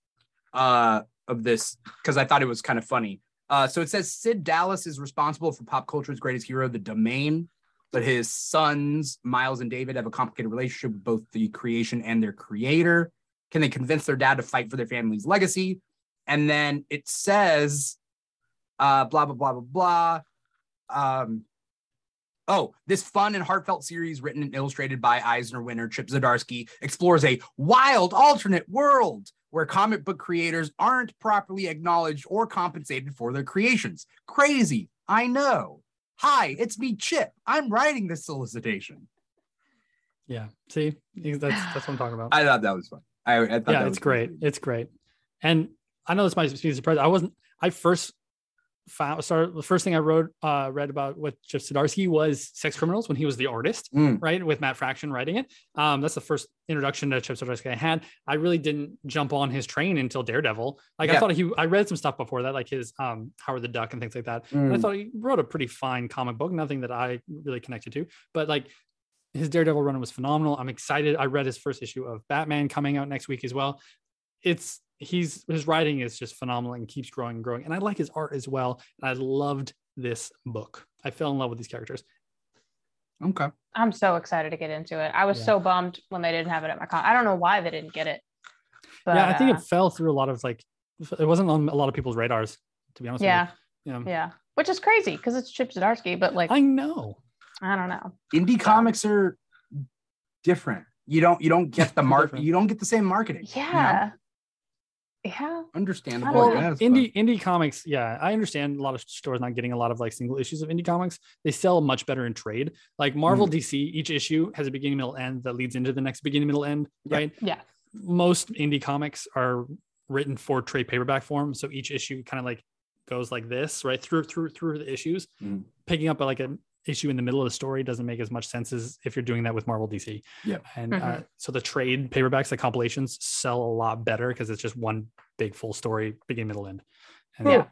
[SPEAKER 1] Uh, of this because I thought it was kind of funny. Uh, so it says Sid Dallas is responsible for pop culture's greatest hero, The Domain, but his sons, Miles and David, have a complicated relationship with both the creation and their creator. Can they convince their dad to fight for their family's legacy? And then it says, uh, blah, blah, blah, blah, blah. Um, Oh, this fun and heartfelt series, written and illustrated by Eisner winner Chip Zdarsky, explores a wild alternate world where comic book creators aren't properly acknowledged or compensated for their creations. Crazy, I know. Hi, it's me, Chip. I'm writing this solicitation.
[SPEAKER 2] Yeah. See, that's that's what I'm talking about.
[SPEAKER 1] I thought that was fun. I, I thought
[SPEAKER 2] yeah,
[SPEAKER 1] that
[SPEAKER 2] it's
[SPEAKER 1] was
[SPEAKER 2] great. It's great. And I know this might be a surprise. I wasn't. I first found started the first thing I wrote uh, read about with Jeff Sadarsky was Sex Criminals when he was the artist,
[SPEAKER 1] Mm.
[SPEAKER 2] right? With Matt Fraction writing it. Um, that's the first introduction to Chip Zdarsky I had. I really didn't jump on his train until Daredevil. Like I
[SPEAKER 1] Yeah.
[SPEAKER 2] thought he, I read some stuff before that, like his um, Howard the Duck and things like that.
[SPEAKER 1] Mm.
[SPEAKER 2] I thought he wrote a pretty fine comic book, nothing that I really connected to, but like his Daredevil run was phenomenal. I'm excited. I read his first issue of Batman coming out next week as well. It's he's his writing is just phenomenal and keeps growing and growing. And I like his art as well. And I loved this book. I fell in love with these characters.
[SPEAKER 1] okay.
[SPEAKER 3] I'm so excited to get into it. I was
[SPEAKER 2] Yeah.
[SPEAKER 3] so bummed when they didn't have it at my con. I don't know why they didn't get it. But,
[SPEAKER 2] yeah, I think
[SPEAKER 3] uh,
[SPEAKER 2] it fell through a lot of like it wasn't on a lot of people's radars, to be honest
[SPEAKER 3] yeah,
[SPEAKER 2] with you. Yeah.
[SPEAKER 3] yeah, which is crazy because it's Chip Zdarsky, but like I,
[SPEAKER 2] I know.
[SPEAKER 3] don't know.
[SPEAKER 1] Indie comics are different. You don't you don't get the mark.
[SPEAKER 2] Different.
[SPEAKER 1] You don't get the same marketing. you know?
[SPEAKER 3] Yeah, yeah,
[SPEAKER 1] Understandable.
[SPEAKER 3] Well,
[SPEAKER 1] I guess, but-
[SPEAKER 2] indie indie comics yeah i understand a lot of stores not getting a lot of like single issues of indie comics they sell much better in trade like marvel dc each issue has a beginning middle end that leads into the next beginning middle end
[SPEAKER 1] Yeah.
[SPEAKER 2] right
[SPEAKER 3] Yeah.
[SPEAKER 2] most indie comics are written for trade paperback form so each issue kind of like goes like this right through through through the issues
[SPEAKER 1] Mm.
[SPEAKER 2] picking up like an issue in the middle of the story doesn't make as much sense as if you're doing that with marvel dc
[SPEAKER 1] Yeah.
[SPEAKER 2] and uh,
[SPEAKER 3] Mhm.
[SPEAKER 2] so the trade paperbacks the compilations sell a lot better because it's just one big full story beginning middle end and
[SPEAKER 3] Yeah.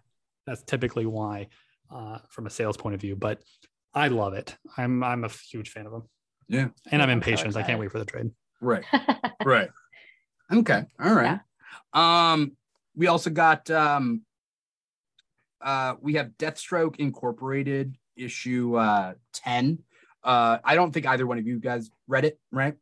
[SPEAKER 2] that's typically why uh, from a sales point of view but i love it i'm i'm a huge fan of them
[SPEAKER 1] Yeah.
[SPEAKER 2] and i'm
[SPEAKER 3] Yeah, I'm so
[SPEAKER 2] impatient i can't
[SPEAKER 3] excited.
[SPEAKER 2] wait for the trade
[SPEAKER 1] Right. right. Okay. All right. Um, we also got um uh we have Deathstroke Incorporated issue uh 10. Uh I don't think either one of you guys read it, right?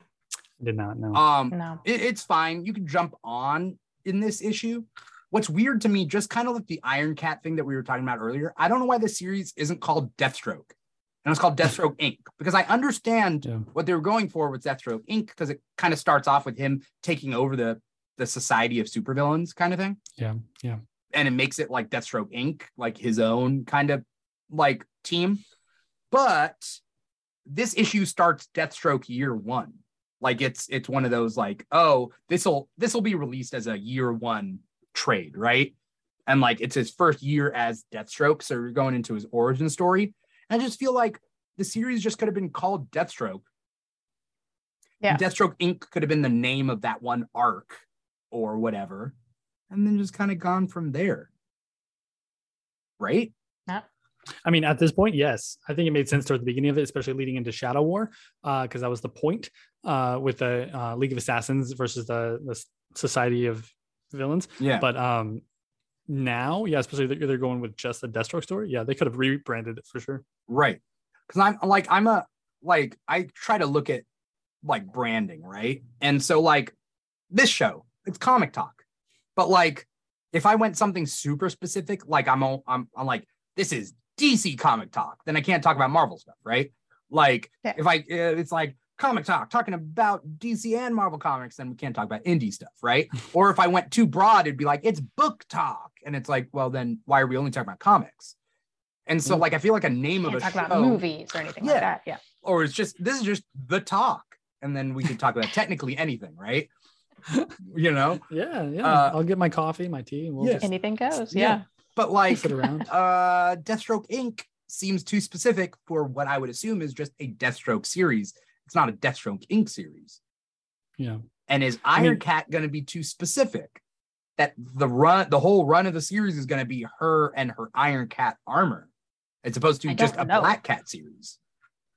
[SPEAKER 2] did not know
[SPEAKER 1] Um
[SPEAKER 3] no.
[SPEAKER 1] it- it's fine. You can jump on in this issue. What's weird to me, just kind of like the Iron Cat thing that we were talking about earlier, I don't know why this series isn't called Deathstroke. And it's called Deathstroke Inc. Because I understand
[SPEAKER 2] Yeah.
[SPEAKER 1] what they were going for with Deathstroke Inc. because it kind of starts off with him taking over the the society of supervillains kind of thing.
[SPEAKER 2] Yeah, yeah.
[SPEAKER 1] And it makes it like Deathstroke Inc. like his own kind of like team. But this issue starts Deathstroke year one. Like it's it's one of those like oh this'll this'll be released as a year one trade right and like it's his first year as Deathstroke so you're going into his origin story and I just feel like the series just could have been called Deathstroke.
[SPEAKER 3] Yeah.
[SPEAKER 1] Deathstroke Inc. could have been the name of that one arc or whatever. And then just kind of gone from there. Right?
[SPEAKER 2] I mean, at this point, yes, I think it made sense towards the beginning of it, especially leading into Shadow War, because that was the point uh, with the uh, League of Assassins versus the, the S- Society of Villains.
[SPEAKER 1] Yeah.
[SPEAKER 2] But um, now, yeah, especially that they're going with just the Deathstroke story. Yeah, they could have rebranded it for sure.
[SPEAKER 1] Right. Cause I'm like, I'm a like I try to look at like branding, right? And so like this show, it's comic talk. But like if I went something super specific, like I'm all I'm I'm like, this is DC comic talk, then I can't talk about Marvel stuff, right? Like
[SPEAKER 3] Yeah.
[SPEAKER 1] if I uh, it's like comic talk talking about DC and Marvel comics, then we can't talk about indie stuff, right? or if I went too broad, it'd be like it's book talk. And it's like, well then why are we only talking about comics? And so
[SPEAKER 2] Mm.
[SPEAKER 1] like I feel like a name
[SPEAKER 3] Can't
[SPEAKER 1] of a
[SPEAKER 3] talk
[SPEAKER 1] show
[SPEAKER 3] about movies or anything
[SPEAKER 1] Yeah.
[SPEAKER 3] like that. Yeah.
[SPEAKER 1] or it's just this is just the talk and then we can talk about technically anything right you know
[SPEAKER 2] Yeah, yeah.
[SPEAKER 1] Uh,
[SPEAKER 2] I'll get my coffee, my tea, and we'll
[SPEAKER 1] yeah.
[SPEAKER 2] just
[SPEAKER 3] Anything goes.
[SPEAKER 1] Yeah.
[SPEAKER 3] Yeah.
[SPEAKER 1] but like
[SPEAKER 2] sit around.
[SPEAKER 1] uh deathstroke inc seems too specific for what i would assume is just a deathstroke series it's not a deathstroke inc series
[SPEAKER 2] Yeah.
[SPEAKER 1] and is
[SPEAKER 2] I
[SPEAKER 1] iron
[SPEAKER 2] mean-
[SPEAKER 1] cat going to be too specific that the run the whole run of the series is going to be her and her iron cat armor it's supposed to
[SPEAKER 3] I
[SPEAKER 1] just
[SPEAKER 3] don't
[SPEAKER 1] a
[SPEAKER 3] know.
[SPEAKER 1] black cat series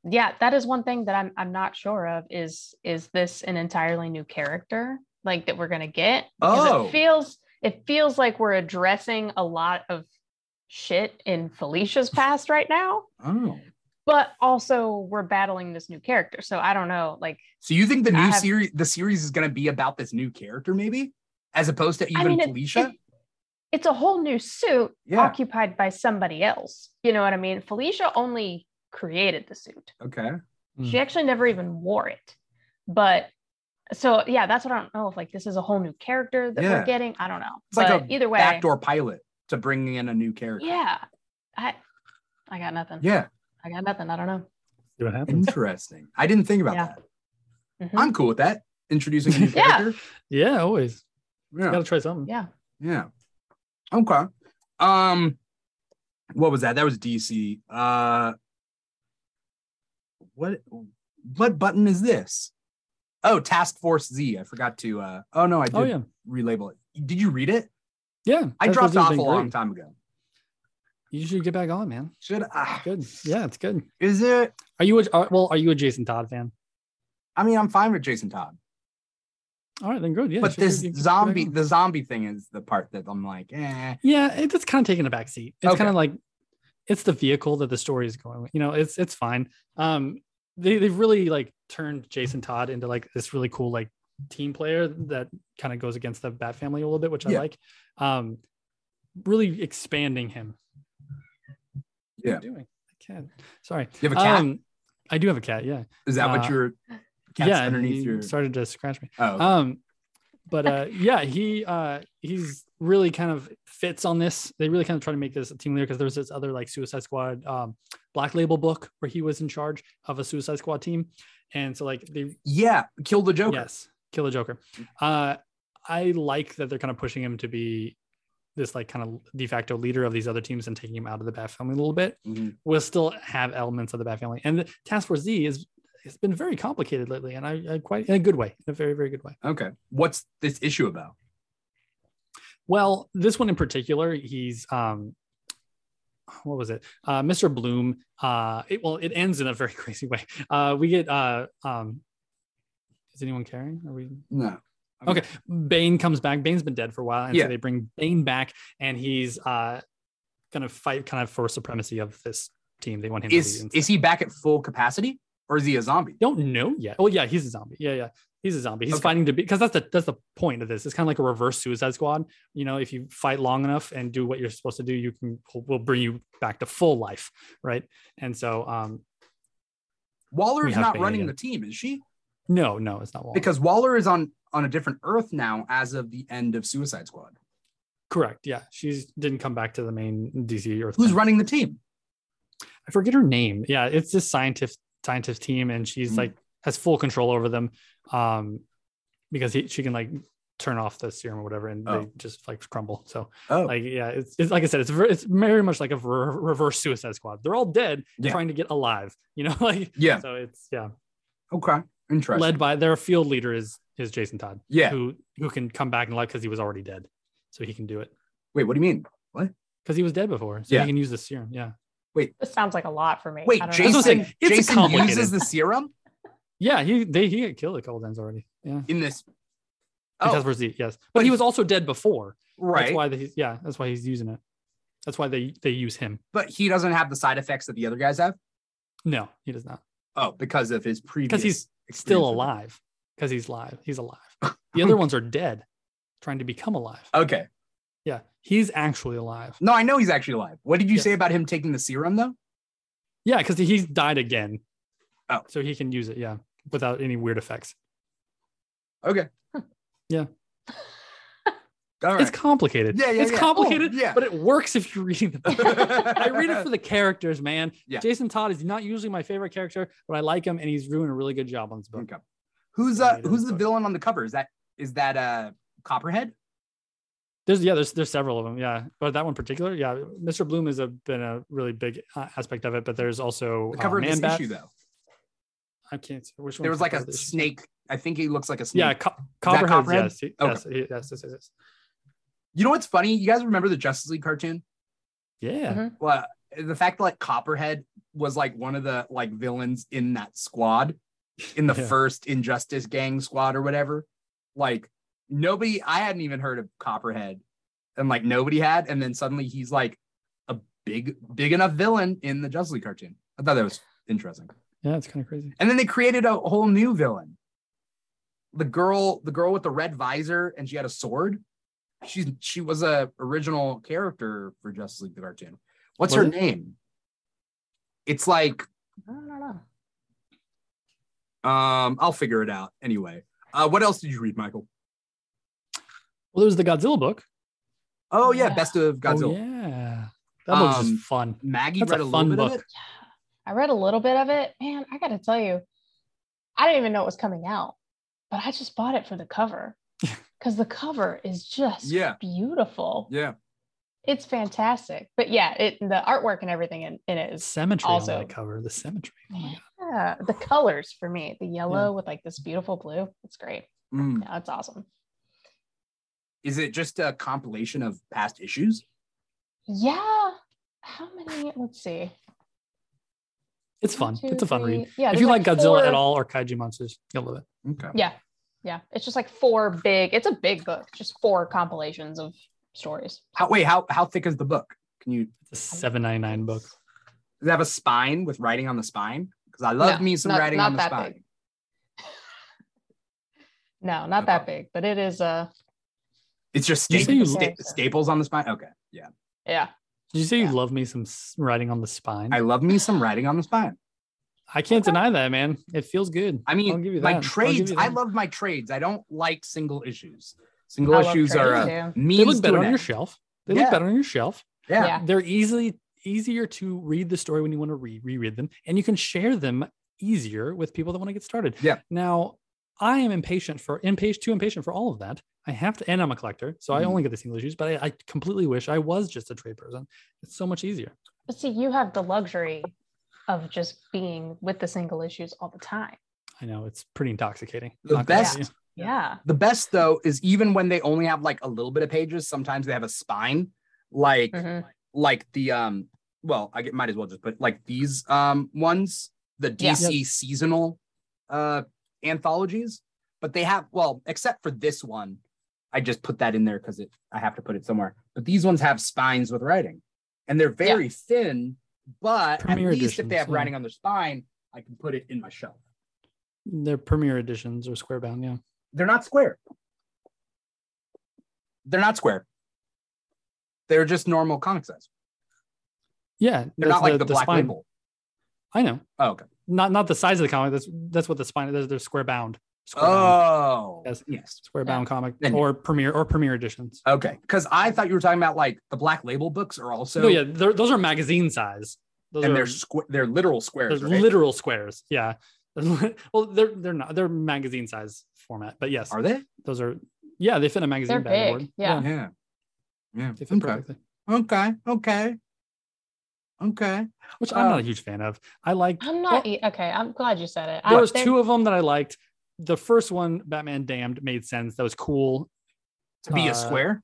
[SPEAKER 3] yeah that is one thing that i'm i'm not sure of is is this an entirely new character like that we're going to get Because
[SPEAKER 1] Oh.
[SPEAKER 3] it feels it feels like we're addressing a lot of shit in Felicia's past right now,
[SPEAKER 1] Oh.
[SPEAKER 3] but also we're battling this new character. So I don't know, like
[SPEAKER 1] So you think the
[SPEAKER 3] I
[SPEAKER 1] new
[SPEAKER 3] have-
[SPEAKER 1] series the series is going to be about this new character maybe as opposed to even
[SPEAKER 3] I mean, it-
[SPEAKER 1] Felicia?
[SPEAKER 3] it- it's a whole new suit
[SPEAKER 1] yeah.
[SPEAKER 3] occupied by somebody else. You know what I mean? Felicia only created the suit.
[SPEAKER 1] Okay. Mm.
[SPEAKER 3] She actually never even wore it. But so yeah, that's what I don't know if like this is a whole new character that
[SPEAKER 1] Yeah.
[SPEAKER 3] we're getting. I don't know.
[SPEAKER 1] It's like
[SPEAKER 3] but
[SPEAKER 1] a
[SPEAKER 3] either way,
[SPEAKER 1] Backdoor pilot to bringing in a new character.
[SPEAKER 3] yeah. I I got nothing.
[SPEAKER 1] Yeah,
[SPEAKER 3] I got nothing. I don't know.
[SPEAKER 2] See what happens.
[SPEAKER 1] interesting. I didn't think about
[SPEAKER 3] Yeah.
[SPEAKER 1] that.
[SPEAKER 3] Mhm.
[SPEAKER 1] I'm cool with that. Introducing a new
[SPEAKER 3] Yeah.
[SPEAKER 1] character.
[SPEAKER 2] Yeah, always.
[SPEAKER 1] Yeah.
[SPEAKER 2] Gotta try something.
[SPEAKER 3] Yeah.
[SPEAKER 1] Yeah. Okay. Um what was that? That was DC. Uh what what button is this? Oh, Task Force Z. I forgot to uh oh no, I did
[SPEAKER 2] Oh yeah,
[SPEAKER 1] relabel it. Did you read it?
[SPEAKER 2] yeah.
[SPEAKER 1] I
[SPEAKER 2] That's-
[SPEAKER 1] dropped
[SPEAKER 2] those have
[SPEAKER 1] off a
[SPEAKER 2] been
[SPEAKER 1] long
[SPEAKER 2] great.
[SPEAKER 1] time ago.
[SPEAKER 2] You should get back on, man.
[SPEAKER 1] Should I
[SPEAKER 2] Good. Yeah, it's good.
[SPEAKER 1] is it
[SPEAKER 2] Are you a, are, well? Are you a Jason Todd fan?
[SPEAKER 1] I mean I'm fine with Jason Todd.
[SPEAKER 2] All right, then good. Yeah. you
[SPEAKER 1] but
[SPEAKER 2] should
[SPEAKER 1] this
[SPEAKER 2] get- get back
[SPEAKER 1] zombie
[SPEAKER 2] on.
[SPEAKER 1] the zombie thing is the part that I'm like, eh.
[SPEAKER 2] Yeah, it, it's kind of taking a back seat. It's
[SPEAKER 1] Okay.
[SPEAKER 2] kind of like it's the vehicle that the story is going with. You know, it's it's fine. Um they they've really like turned Jason Todd into like this really cool like team player that kind of goes against the Bat family a little bit, which
[SPEAKER 1] Yeah.
[SPEAKER 2] I like. Um really expanding him. What are you
[SPEAKER 1] Yeah.
[SPEAKER 2] doing? I can't. Sorry.
[SPEAKER 1] You have a cat?
[SPEAKER 2] Um I do have a cat, yeah.
[SPEAKER 1] is that
[SPEAKER 2] uh,
[SPEAKER 1] what your cat's
[SPEAKER 2] yeah, and he
[SPEAKER 1] underneath your
[SPEAKER 2] started to scratch me
[SPEAKER 1] oh
[SPEAKER 2] um but uh yeah he uh he's really kind of fits on this they really kind of try to make this a team leader because there's this other like suicide squad um black label book where he was in charge of a suicide squad team and so like they
[SPEAKER 1] yeah, kill the Joker.
[SPEAKER 2] yes kill the joker uh i like that they're kind of pushing him to be this like kind of de facto leader of these other teams and taking him out of the bat family a little bit
[SPEAKER 1] Mhm.
[SPEAKER 2] will still have elements of the bat family and the task force z is it's been very complicated lately and i, I quite in a good way in a very very good way
[SPEAKER 1] Okay. What's this issue about?
[SPEAKER 2] Well, this one in particular, he's um what was it? Uh Mr. Bloom. Uh it well, it ends in a very crazy way. Uh we get uh um is anyone caring? Are we
[SPEAKER 1] No.
[SPEAKER 2] Okay. Bane comes back. Bane's been dead for a while, and
[SPEAKER 1] Yeah.
[SPEAKER 2] so they bring Bane back and he's uh gonna fight kind of for supremacy of this team. They want him to lead
[SPEAKER 1] Is
[SPEAKER 2] and
[SPEAKER 1] is he back at full capacity or is he a zombie?
[SPEAKER 2] don't know yet. Oh yeah, he's a zombie. Yeah, yeah. He's a zombie. He's
[SPEAKER 1] Okay.
[SPEAKER 2] fighting to be because that's the that's the point of this. It's kind of like a reverse Suicide Squad. You know, if you fight long enough and do what you're supposed to do, you can will bring you back to full life, right? And so, um,
[SPEAKER 1] Waller
[SPEAKER 2] We
[SPEAKER 1] is
[SPEAKER 2] have
[SPEAKER 1] not
[SPEAKER 2] Bane
[SPEAKER 1] running
[SPEAKER 2] again.
[SPEAKER 1] the team, is she?
[SPEAKER 2] no, no, it's not long.
[SPEAKER 1] Because Waller is on on a different Earth now as of the end of Suicide Squad.
[SPEAKER 2] correct, yeah, she's didn't come back to the main DC Earth.
[SPEAKER 1] Who's
[SPEAKER 2] planet.
[SPEAKER 1] running the team?
[SPEAKER 2] I forget her name. Yeah, it's this scientist scientist team, and she's
[SPEAKER 1] Mm.
[SPEAKER 2] like has full control over them, um, because he, she can like turn off the serum or whatever, and they
[SPEAKER 1] Oh.
[SPEAKER 2] just like crumble. So
[SPEAKER 1] Oh,
[SPEAKER 2] like yeah it's, it's like i said it's ver- it's very much like a ver- reverse suicide squad they're all dead
[SPEAKER 1] Yeah.
[SPEAKER 2] trying to get alive you know like
[SPEAKER 1] yeah.
[SPEAKER 2] so it's yeah
[SPEAKER 1] Okay. Interesting.
[SPEAKER 2] led by their field leader is is jason todd
[SPEAKER 1] yeah.
[SPEAKER 2] who who can come back and life because he was already dead so he can do it
[SPEAKER 1] Wait, what do you mean?
[SPEAKER 2] because he was dead before so
[SPEAKER 1] Yeah.
[SPEAKER 2] he can use the serum yeah
[SPEAKER 3] This sounds like a lot for me.
[SPEAKER 1] Wait,
[SPEAKER 3] I don't know.
[SPEAKER 2] what I'm
[SPEAKER 1] Jason,
[SPEAKER 2] saying. It's
[SPEAKER 1] Jason
[SPEAKER 2] complicated.
[SPEAKER 1] uses the serum
[SPEAKER 2] yeah he they he got killed a couple times already yeah
[SPEAKER 1] in this.
[SPEAKER 2] oh.
[SPEAKER 1] Oh,
[SPEAKER 2] yes
[SPEAKER 1] But
[SPEAKER 2] but he
[SPEAKER 1] he-
[SPEAKER 2] was also dead before
[SPEAKER 1] right.
[SPEAKER 2] that's why they, yeah that's why he's using it that's why they they use him
[SPEAKER 1] but he doesn't have the side effects that the other guys have.
[SPEAKER 2] no he does not
[SPEAKER 1] Oh, because of his previous.
[SPEAKER 2] he's
[SPEAKER 1] experience
[SPEAKER 2] still
[SPEAKER 1] with it.
[SPEAKER 2] alive because he's live. He's alive. The other ones are dead, trying to become alive.
[SPEAKER 1] Okay.
[SPEAKER 2] Yeah, he's actually alive.
[SPEAKER 1] No, I know he's actually alive. What did you
[SPEAKER 2] Yes.
[SPEAKER 1] say about him taking the serum though?
[SPEAKER 2] Yeah, because he's died again.
[SPEAKER 1] Oh.
[SPEAKER 2] so he can use it. Yeah, without any weird effects.
[SPEAKER 1] Okay.
[SPEAKER 2] Yeah.
[SPEAKER 1] All right.
[SPEAKER 2] It's complicated.
[SPEAKER 1] Yeah, yeah,
[SPEAKER 2] it's
[SPEAKER 1] yeah. Oh,
[SPEAKER 2] complicated.
[SPEAKER 1] yeah.
[SPEAKER 2] but it works if you're reading the book. I read it for the characters, man.
[SPEAKER 1] Yeah.
[SPEAKER 2] Jason Todd is not usually my favorite character, but I like him, and he's doing a really good job on this book.
[SPEAKER 1] Okay. Who's
[SPEAKER 2] Yeah,
[SPEAKER 1] uh
[SPEAKER 2] he doesn't
[SPEAKER 1] who's the
[SPEAKER 2] talk.
[SPEAKER 1] villain on the cover? Is that is that uh Copperhead?
[SPEAKER 2] There's yeah, there's there's several of them. Yeah, but that one in particular, yeah, Mr. Bloom has a, been a really big uh, aspect of it. But there's also
[SPEAKER 1] The cover
[SPEAKER 2] uh,
[SPEAKER 1] of this
[SPEAKER 2] Man Bat.
[SPEAKER 1] issue though.
[SPEAKER 2] I can't. see- Which one
[SPEAKER 1] There was like a
[SPEAKER 2] this?
[SPEAKER 1] snake. I think he looks like a snake.
[SPEAKER 2] Yeah, co- copperheads.
[SPEAKER 1] Copperhead?
[SPEAKER 2] Yes, he-
[SPEAKER 1] Okay.
[SPEAKER 2] yes, he- yes, yes, yes, yes.
[SPEAKER 1] You know what's funny? You guys remember the Justice League cartoon?
[SPEAKER 2] Yeah,
[SPEAKER 3] Mhm.
[SPEAKER 1] Well, the fact that like Copperhead was like one of the like villains in that squad, in the
[SPEAKER 2] Yeah.
[SPEAKER 1] first Injustice gang squad or whatever. Like nobody, I hadn't even heard of Copperhead and like nobody had, and then suddenly he's like a big, big enough villain in the Justice League cartoon. I thought that was interesting.
[SPEAKER 2] Yeah, it's kind of crazy.
[SPEAKER 1] And then they created a whole new villain. The girl, the girl with the red visor, and she had a sword. She's she was a original character for Justice League the cartoon. What's
[SPEAKER 2] Was
[SPEAKER 1] her
[SPEAKER 2] it?
[SPEAKER 1] name? It's like
[SPEAKER 3] I don't know.
[SPEAKER 1] um, I'll figure it out anyway. Uh, what else did you read, Michael?
[SPEAKER 2] Well, there was the Godzilla book.
[SPEAKER 1] Oh yeah,
[SPEAKER 3] Yeah.
[SPEAKER 1] Best of Godzilla.
[SPEAKER 2] Oh, yeah. That book's
[SPEAKER 1] Um,
[SPEAKER 2] just fun.
[SPEAKER 1] Maggie
[SPEAKER 2] That's
[SPEAKER 1] read
[SPEAKER 2] a
[SPEAKER 1] a, little
[SPEAKER 2] fun
[SPEAKER 1] bit of
[SPEAKER 2] book.
[SPEAKER 1] it.
[SPEAKER 3] I read a little bit of it. Man, I got to tell you, I didn't even know it was coming out, but I just bought it for the cover because the cover is just
[SPEAKER 1] Yeah.
[SPEAKER 3] beautiful.
[SPEAKER 1] Yeah,
[SPEAKER 3] It's fantastic. But yeah, it the artwork and everything in, in it is
[SPEAKER 2] Cemetery
[SPEAKER 3] also-
[SPEAKER 2] on that cover. The cemetery. Oh my God.
[SPEAKER 3] yeah, the colors for me, the yellow with like this beautiful blue. It's great.
[SPEAKER 1] Mm.
[SPEAKER 3] Yeah, it's awesome.
[SPEAKER 1] Is it just a compilation of past issues?
[SPEAKER 3] Yeah. How many? Let's see.
[SPEAKER 2] It's fun.
[SPEAKER 3] One, two,
[SPEAKER 2] it's a fun read.
[SPEAKER 3] three. Yeah.
[SPEAKER 2] if
[SPEAKER 3] there's,
[SPEAKER 2] you like, Godzilla
[SPEAKER 3] four-
[SPEAKER 2] at all or kaiju monsters, you'll love it.
[SPEAKER 1] Okay.
[SPEAKER 3] Yeah. Yeah. It's just like four big, it's a big book, just four compilations of stories.
[SPEAKER 1] How wait how how thick is the book? Can you
[SPEAKER 2] It's a seven ninety nine book.
[SPEAKER 1] does it have a spine with writing on the spine? Because I love
[SPEAKER 3] No,
[SPEAKER 1] me some
[SPEAKER 3] not-
[SPEAKER 1] writing
[SPEAKER 3] not
[SPEAKER 1] on the
[SPEAKER 3] that
[SPEAKER 1] spine.
[SPEAKER 3] big. No, not that big, but it is a,
[SPEAKER 1] It's just
[SPEAKER 2] You
[SPEAKER 1] sta-
[SPEAKER 2] say you-
[SPEAKER 1] sta- staples on the spine. Okay, yeah.
[SPEAKER 3] yeah.
[SPEAKER 2] Did you say
[SPEAKER 3] Yeah.
[SPEAKER 2] you love me some s- writing on the spine?
[SPEAKER 1] I
[SPEAKER 2] I,
[SPEAKER 1] love me some writing on the spine.
[SPEAKER 2] can't
[SPEAKER 3] Okay.
[SPEAKER 2] deny that, man. It feels good.
[SPEAKER 1] I
[SPEAKER 2] I'll give you
[SPEAKER 1] mean,
[SPEAKER 2] that.
[SPEAKER 1] my
[SPEAKER 2] I'll give
[SPEAKER 1] trades.
[SPEAKER 2] you
[SPEAKER 1] I
[SPEAKER 2] that.
[SPEAKER 1] love my trades. I don't like single issues. Single
[SPEAKER 3] I love
[SPEAKER 1] issues are
[SPEAKER 3] trades,
[SPEAKER 1] uh,
[SPEAKER 3] too.
[SPEAKER 1] means
[SPEAKER 2] They look
[SPEAKER 1] to
[SPEAKER 2] better
[SPEAKER 1] an
[SPEAKER 2] on your
[SPEAKER 1] end.
[SPEAKER 2] shelf. They
[SPEAKER 1] Yeah.
[SPEAKER 2] look better on your shelf.
[SPEAKER 1] Yeah.
[SPEAKER 3] Yeah.
[SPEAKER 2] They're easily easier to read the story when you want to re- reread them, and you can share them easier with people that want to get started.
[SPEAKER 1] Yeah.
[SPEAKER 2] Now, I am impatient for impatient too impatient for all of that. I have to, and I'm a collector, so I
[SPEAKER 1] Mhm.
[SPEAKER 2] only get the single issues. But I, I completely wish I was just a trade person. It's so much easier.
[SPEAKER 3] But see, you have the luxury of just being with the single issues all the time.
[SPEAKER 2] I know it's pretty intoxicating.
[SPEAKER 1] The
[SPEAKER 2] Not gonna
[SPEAKER 1] best-
[SPEAKER 2] lie to you.
[SPEAKER 1] Yeah.
[SPEAKER 3] Yeah.
[SPEAKER 1] The best though is even when they only have like a little bit of pages, sometimes they have a spine, like
[SPEAKER 3] Mhm.
[SPEAKER 1] like the um well, I get, might as well just put like these um ones, the
[SPEAKER 3] Yeah.
[SPEAKER 1] DC seasonal uh anthologies, but they have well, except for this one. I just put that in there because it I have to put it somewhere. But these ones have spines with writing and they're very thin, but
[SPEAKER 2] Premier
[SPEAKER 1] at least if they
[SPEAKER 2] editions,
[SPEAKER 1] have
[SPEAKER 2] yeah.
[SPEAKER 1] writing on their spine, I can put it in my shelf.
[SPEAKER 2] They're premier editions or square bound. Yeah.
[SPEAKER 1] They're not square. They're not square. They're just normal comic size.
[SPEAKER 2] Yeah.
[SPEAKER 1] They're not
[SPEAKER 2] that's
[SPEAKER 1] like the, black
[SPEAKER 2] spine.
[SPEAKER 1] label.
[SPEAKER 2] I know.
[SPEAKER 1] Oh, okay.
[SPEAKER 2] Not not the size of the comic. That's that's what the spine. They're, they're square bound. Square bound.
[SPEAKER 1] Oh,
[SPEAKER 2] Yes.
[SPEAKER 1] yes.
[SPEAKER 2] Square bound comic
[SPEAKER 1] Then-
[SPEAKER 2] or premier or premier editions.
[SPEAKER 1] Okay. Because I thought you were talking about like the black label books are also,
[SPEAKER 2] no, Oh, yeah, they're- those are magazine size. Those
[SPEAKER 1] and
[SPEAKER 2] are
[SPEAKER 1] they're square, they're literal
[SPEAKER 2] they're
[SPEAKER 1] squares. Right?
[SPEAKER 2] literal squares. Yeah. well, they're they're not they're magazine size format, but yes,
[SPEAKER 1] are they?
[SPEAKER 2] those are yeah they fit in a magazine
[SPEAKER 3] They're
[SPEAKER 2] bag
[SPEAKER 3] big,
[SPEAKER 2] board.
[SPEAKER 3] yeah.
[SPEAKER 1] Yeah. Yeah.
[SPEAKER 2] they fit
[SPEAKER 1] Okay.
[SPEAKER 2] perfectly,
[SPEAKER 1] okay. Okay. Okay.
[SPEAKER 2] which I'm not
[SPEAKER 1] Um,
[SPEAKER 2] a huge fan of. I like
[SPEAKER 3] I'm not, e- okay. I'm glad you said it. I
[SPEAKER 2] there was
[SPEAKER 3] think-
[SPEAKER 2] two of them that I liked. The first one, Batman Damned, made sense. That was cool.
[SPEAKER 1] To be
[SPEAKER 2] Uh,
[SPEAKER 1] a square.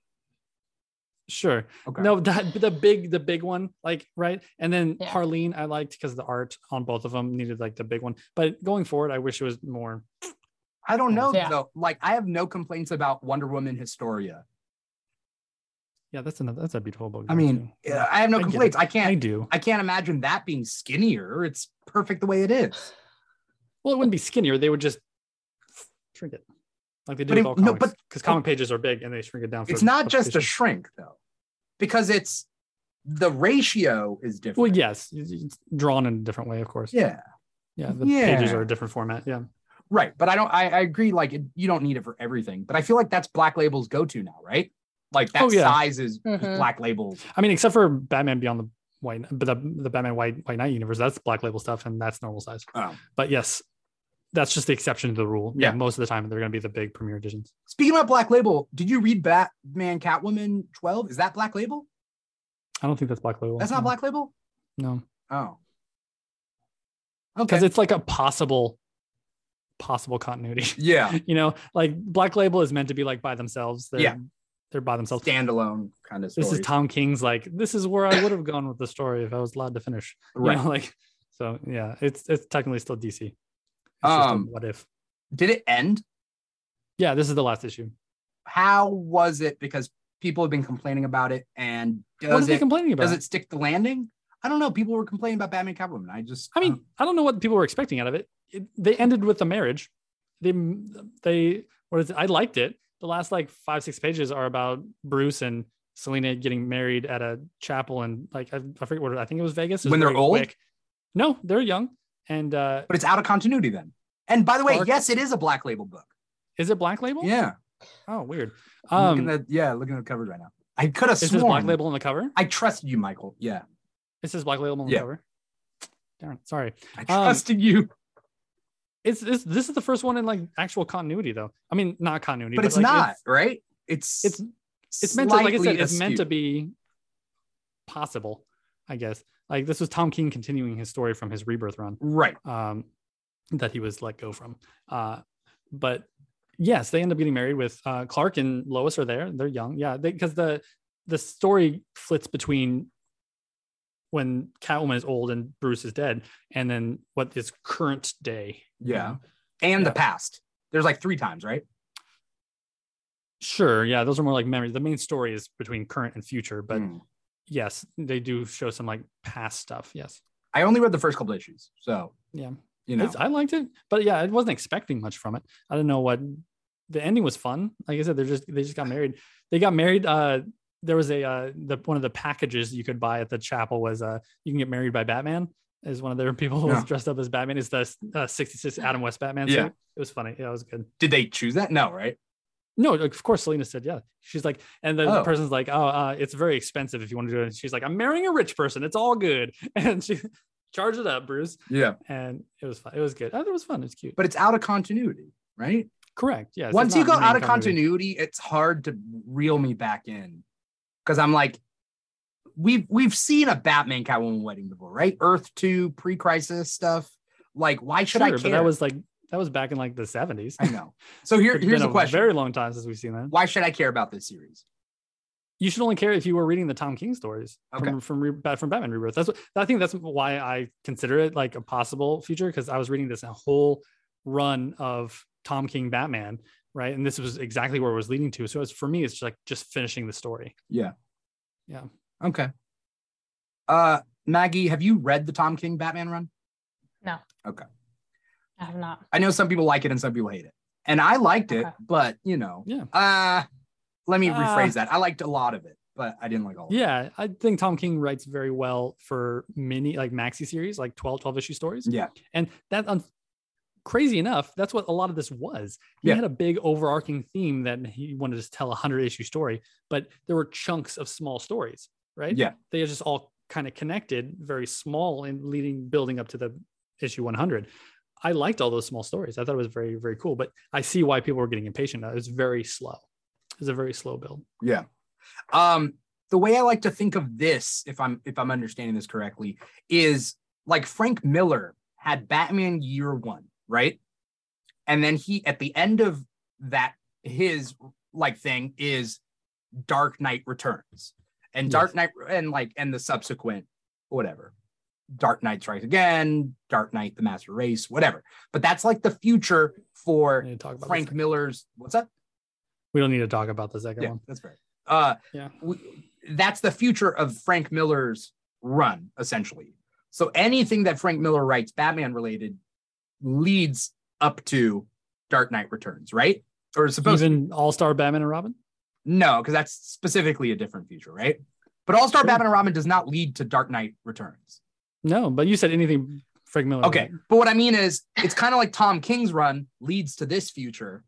[SPEAKER 2] Sure.
[SPEAKER 1] Okay.
[SPEAKER 2] No, that the big the big one, like right, and then
[SPEAKER 3] Yeah.
[SPEAKER 2] Harleen I liked because the art on both of them needed like the big one. But going forward, I wish it was more.
[SPEAKER 1] I don't know
[SPEAKER 3] Yeah.
[SPEAKER 1] though. Like I have no complaints about Wonder Woman Historia.
[SPEAKER 2] Yeah, that's another. That's a beautiful book.
[SPEAKER 1] I
[SPEAKER 2] though,
[SPEAKER 1] mean,
[SPEAKER 2] too.
[SPEAKER 1] I have no
[SPEAKER 2] I get it.
[SPEAKER 1] complaints. I can't
[SPEAKER 2] I do.
[SPEAKER 1] I can't imagine that being skinnier. It's perfect the way it is.
[SPEAKER 2] Well, it wouldn't be skinnier. They would just shrink it, like they do
[SPEAKER 1] But
[SPEAKER 2] with
[SPEAKER 1] it-
[SPEAKER 2] all
[SPEAKER 1] no,
[SPEAKER 2] comics. because comic pages are big and they shrink it down. For
[SPEAKER 1] It's not just a
[SPEAKER 2] publication.
[SPEAKER 1] shrink though, because it's the ratio is different.
[SPEAKER 2] well, yes, it's it's drawn in a different way, of course.
[SPEAKER 1] Yeah.
[SPEAKER 2] yeah. The pages
[SPEAKER 1] Yeah.
[SPEAKER 2] are a different format. Yeah,
[SPEAKER 1] Right. But I don't. I, I agree. Like it, you don't need it for everything. But I feel like that's Black Label's go-to now, right? Like that
[SPEAKER 2] Oh, yeah.
[SPEAKER 1] size is, is
[SPEAKER 3] Mhm.
[SPEAKER 1] Black Label's.
[SPEAKER 2] I mean, except for Batman Beyond the White, but the, the Batman White White Knight universe, that's Black Label stuff, and that's normal size.
[SPEAKER 1] Um,
[SPEAKER 2] But yes, that's just the exception to the rule.
[SPEAKER 1] Yeah.
[SPEAKER 2] most of the time they're going to be the big premiere editions.
[SPEAKER 1] speaking about Black Label, did you read Batman Catwoman twelve? Is that Black Label?
[SPEAKER 2] I don't think that's Black Label.
[SPEAKER 1] That's not
[SPEAKER 2] No.
[SPEAKER 1] Black Label.
[SPEAKER 2] No,
[SPEAKER 1] Oh.
[SPEAKER 2] because
[SPEAKER 1] Okay.
[SPEAKER 2] it's like a possible, possible continuity.
[SPEAKER 1] Yeah.
[SPEAKER 2] you know, like Black Label is meant to be like by themselves. They're,
[SPEAKER 1] Yeah.
[SPEAKER 2] They're by themselves.
[SPEAKER 1] Standalone kind of.
[SPEAKER 2] this
[SPEAKER 1] Stories.
[SPEAKER 2] is Tom King's like, this is where I would have gone with the story if I was allowed to finish. You
[SPEAKER 1] Right.
[SPEAKER 2] know, like, so yeah, it's it's technically still DC. It's just a
[SPEAKER 1] Um,
[SPEAKER 2] what if?
[SPEAKER 1] Did it end?
[SPEAKER 2] Yeah, this is the last issue.
[SPEAKER 1] How was it? Because People have been complaining about it, and
[SPEAKER 2] what are
[SPEAKER 1] does
[SPEAKER 2] they
[SPEAKER 1] it
[SPEAKER 2] complaining about?
[SPEAKER 1] does it stick the landing? I don't know. People were complaining about Batman Catwoman. I just um,
[SPEAKER 2] I mean, I don't know what people were expecting out of it. it they ended with a marriage. They they what is it? I liked it. The last like five six pages are about Bruce and Selena getting married at a chapel and like I, I forget what it- I think it was Vegas. It was
[SPEAKER 1] When they're
[SPEAKER 2] very
[SPEAKER 1] old?
[SPEAKER 2] No, they're young. And uh
[SPEAKER 1] but it's out of continuity then. And by the way,
[SPEAKER 2] Dark-
[SPEAKER 1] yes, it is a black label book.
[SPEAKER 2] is it Black Label?
[SPEAKER 1] Yeah.
[SPEAKER 2] Oh, weird.
[SPEAKER 1] I'm
[SPEAKER 2] Um,
[SPEAKER 1] looking at, yeah, looking at the cover right now. I could have
[SPEAKER 2] is this Black
[SPEAKER 1] sworn.
[SPEAKER 2] Label on the cover?
[SPEAKER 1] I trusted you, Michael. Yeah.
[SPEAKER 2] Is this Black Label on the
[SPEAKER 1] Yeah.
[SPEAKER 2] cover? Darn, sorry.
[SPEAKER 1] I trusted you.
[SPEAKER 2] It's this. This is the first one in like actual continuity, though. I mean, not continuity,
[SPEAKER 1] But it's
[SPEAKER 2] like,
[SPEAKER 1] not, right? It's
[SPEAKER 2] it's it's meant to like I said,
[SPEAKER 1] slightly
[SPEAKER 2] it's meant to
[SPEAKER 1] askew.
[SPEAKER 2] be possible, I guess. Like this was Tom King continuing his story from his rebirth run
[SPEAKER 1] right.
[SPEAKER 2] um, that he was let go from. Uh, but yes, they end up getting married with uh, Clark and Lois are there. They're young, yeah, because the the story flits between when Catwoman is old and Bruce is dead, and then what is current day. you
[SPEAKER 1] Yeah.
[SPEAKER 2] know?
[SPEAKER 1] And
[SPEAKER 2] Yeah.
[SPEAKER 1] the past. There's like three times, right?
[SPEAKER 2] Sure, yeah, those are more like memories. The main story is between current and future, but
[SPEAKER 1] Hmm.
[SPEAKER 2] yes, they do show some like past stuff. Yes.
[SPEAKER 1] I only read the first couple issues, so
[SPEAKER 2] Yeah.
[SPEAKER 1] you know,
[SPEAKER 2] It's- I liked it, but yeah, I wasn't expecting much from it. I don't know what the ending was fun. Like I said, they're just they just got married. They got married. Uh, there was a uh, the one of the packages you could buy at the chapel was uh, you can get married by Batman. Is one of their people who was
[SPEAKER 1] Yeah.
[SPEAKER 2] dressed up as Batman. Is the uh, '66 Adam West Batman?
[SPEAKER 1] Yeah.
[SPEAKER 2] suit. it was funny. Yeah, it was good.
[SPEAKER 1] did they choose that? No, right?
[SPEAKER 2] No, like, of course, Selena said, yeah. She's like, and the
[SPEAKER 1] Oh.
[SPEAKER 2] person's like, oh, uh, it's very expensive if you want to do it. And she's like, I'm marrying a rich person. It's all good. And she charge it up, Bruce.
[SPEAKER 1] Yeah,
[SPEAKER 2] And it was fun. It was good. I thought it was fun. It's cute.
[SPEAKER 1] but it's out of continuity, right?
[SPEAKER 2] Correct. Yes. it's
[SPEAKER 1] Once you
[SPEAKER 2] not
[SPEAKER 1] go
[SPEAKER 2] in the
[SPEAKER 1] out of
[SPEAKER 2] main
[SPEAKER 1] continuity, it's hard to reel me back in because I'm like, we've we've seen a Batman Catwoman wedding before, right? Earth Two pre-crisis stuff. Like, why should I
[SPEAKER 2] Sure,
[SPEAKER 1] care?
[SPEAKER 2] But that was like that was back in like the 70s.
[SPEAKER 1] I know. So here,
[SPEAKER 2] It's
[SPEAKER 1] here's
[SPEAKER 2] been
[SPEAKER 1] the
[SPEAKER 2] a
[SPEAKER 1] question:
[SPEAKER 2] Very long time since we've seen that.
[SPEAKER 1] Why should I care about this series?
[SPEAKER 2] You should only care if you were reading the Tom King stories from from Re- Bat- from Batman Rebirth. That's what I think. That's why I consider it like a possible future because I was reading this whole run of Tom King Batman, right? And this was exactly where it was leading to. So it's for me, it's just like just finishing the story.
[SPEAKER 1] Okay. Uh, Maggie, have you read the Tom King Batman run?
[SPEAKER 3] I have not.
[SPEAKER 1] I know some people like it and some people hate it. And I liked it,
[SPEAKER 3] Okay.
[SPEAKER 1] but you know,
[SPEAKER 2] Yeah.
[SPEAKER 1] uh let me
[SPEAKER 2] Uh.
[SPEAKER 1] rephrase that. I liked a lot of it, but I didn't like all of
[SPEAKER 2] Yeah, I think Tom King writes very well for mini like maxi series, like 12, 12 issue stories.
[SPEAKER 1] it. Yeah.
[SPEAKER 2] And that, un- crazy enough, that's what a lot of this was. He
[SPEAKER 1] Yeah.
[SPEAKER 2] had a big overarching theme that he wanted to tell a hundred issue story, but there were chunks of small stories, right?
[SPEAKER 1] Yeah.
[SPEAKER 2] They are just all kind of connected, very small, and leading, building up to the issue 100. I liked all those small stories. I thought it was very, very cool. But I see why people were getting impatient. It was very slow. It was a very slow build.
[SPEAKER 1] Um the way I like to think of this, if I'm if I'm understanding this correctly, is like Frank Miller had Batman year 1, right? And then he at the end of that his like thing is Dark Knight Returns. And Dark Knight and like and the subsequent whatever. Dark Knight Strikes Again, Dark Knight the Master Race, whatever. But that's like the future
[SPEAKER 2] We
[SPEAKER 1] for
[SPEAKER 2] need to talk about the
[SPEAKER 1] Frank
[SPEAKER 2] second-
[SPEAKER 1] Miller's what's up?
[SPEAKER 2] We don't need to talk about the second
[SPEAKER 1] Yeah,
[SPEAKER 2] one.
[SPEAKER 1] that's fair. Uh
[SPEAKER 2] Yeah.
[SPEAKER 1] we- that's the future of Frank Miller's run essentially. So anything that Frank Miller writes Batman related leads up to Dark Knight Returns, right? Or is supposed
[SPEAKER 2] Even All Star Batman and Robin.
[SPEAKER 1] No, because that's specifically a different future, right? But All Star
[SPEAKER 2] Sure.
[SPEAKER 1] Batman and Robin does not lead to Dark Knight Returns.
[SPEAKER 2] No, but you said anything Frank Miller.
[SPEAKER 1] Okay.
[SPEAKER 2] right?
[SPEAKER 1] But what I mean is, it's kind of like Tom King's run leads to this future.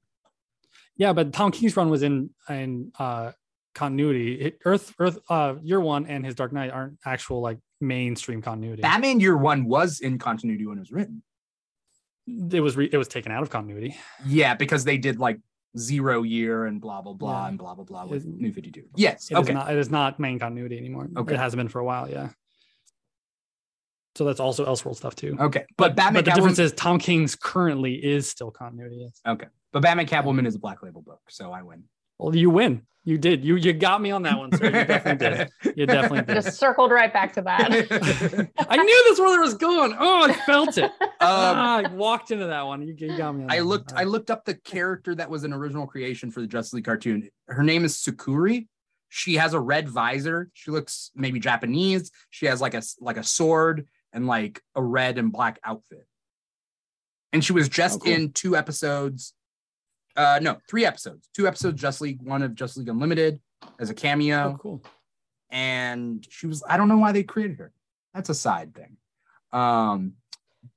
[SPEAKER 2] Yeah, but Tom King's run was in in uh continuity. It- Earth Earth uh year one and his Dark Knight aren't actual like mainstream continuity.
[SPEAKER 1] Batman Year One was in continuity when it was written.
[SPEAKER 2] it was re- it was taken out of continuity.
[SPEAKER 1] Yeah, because they did like zero year and blah, blah, blah,
[SPEAKER 2] Yeah.
[SPEAKER 1] and blah, blah, blah with
[SPEAKER 2] It-
[SPEAKER 1] New 52. Yes.
[SPEAKER 2] It is
[SPEAKER 1] okay.
[SPEAKER 2] not it is not main continuity anymore.
[SPEAKER 1] Okay.
[SPEAKER 2] It hasn't been for a while, yeah. So that's also Elseworld stuff too.
[SPEAKER 1] okay. But, Batman
[SPEAKER 2] but the
[SPEAKER 1] Catwoman,
[SPEAKER 2] difference is Tom King's currently is still continuity. Yes.
[SPEAKER 1] but Batman Catwoman is a black label book. So I win.
[SPEAKER 2] Well, you win. You did. You you got me on that one, sir. You definitely did. You definitely did.
[SPEAKER 3] Just circled right back to that.
[SPEAKER 2] I knew this where it was going. Oh, I felt it.
[SPEAKER 1] um,
[SPEAKER 2] Ah, I walked into that one. You, you got me. On
[SPEAKER 1] I
[SPEAKER 2] that one.
[SPEAKER 1] looked I looked up the character that was an original creation for the Justice League cartoon. Her name is Sukuri. She has a red visor. She looks maybe Japanese. She has like a like a sword and like a red and black outfit. And she was just
[SPEAKER 4] Oh, cool.
[SPEAKER 1] in two episodes. Uh no, three episodes. Two episodes Just League, one of Just League Unlimited as a cameo
[SPEAKER 2] Oh, cool.
[SPEAKER 1] and she was i don't know why they created her that's a side thing um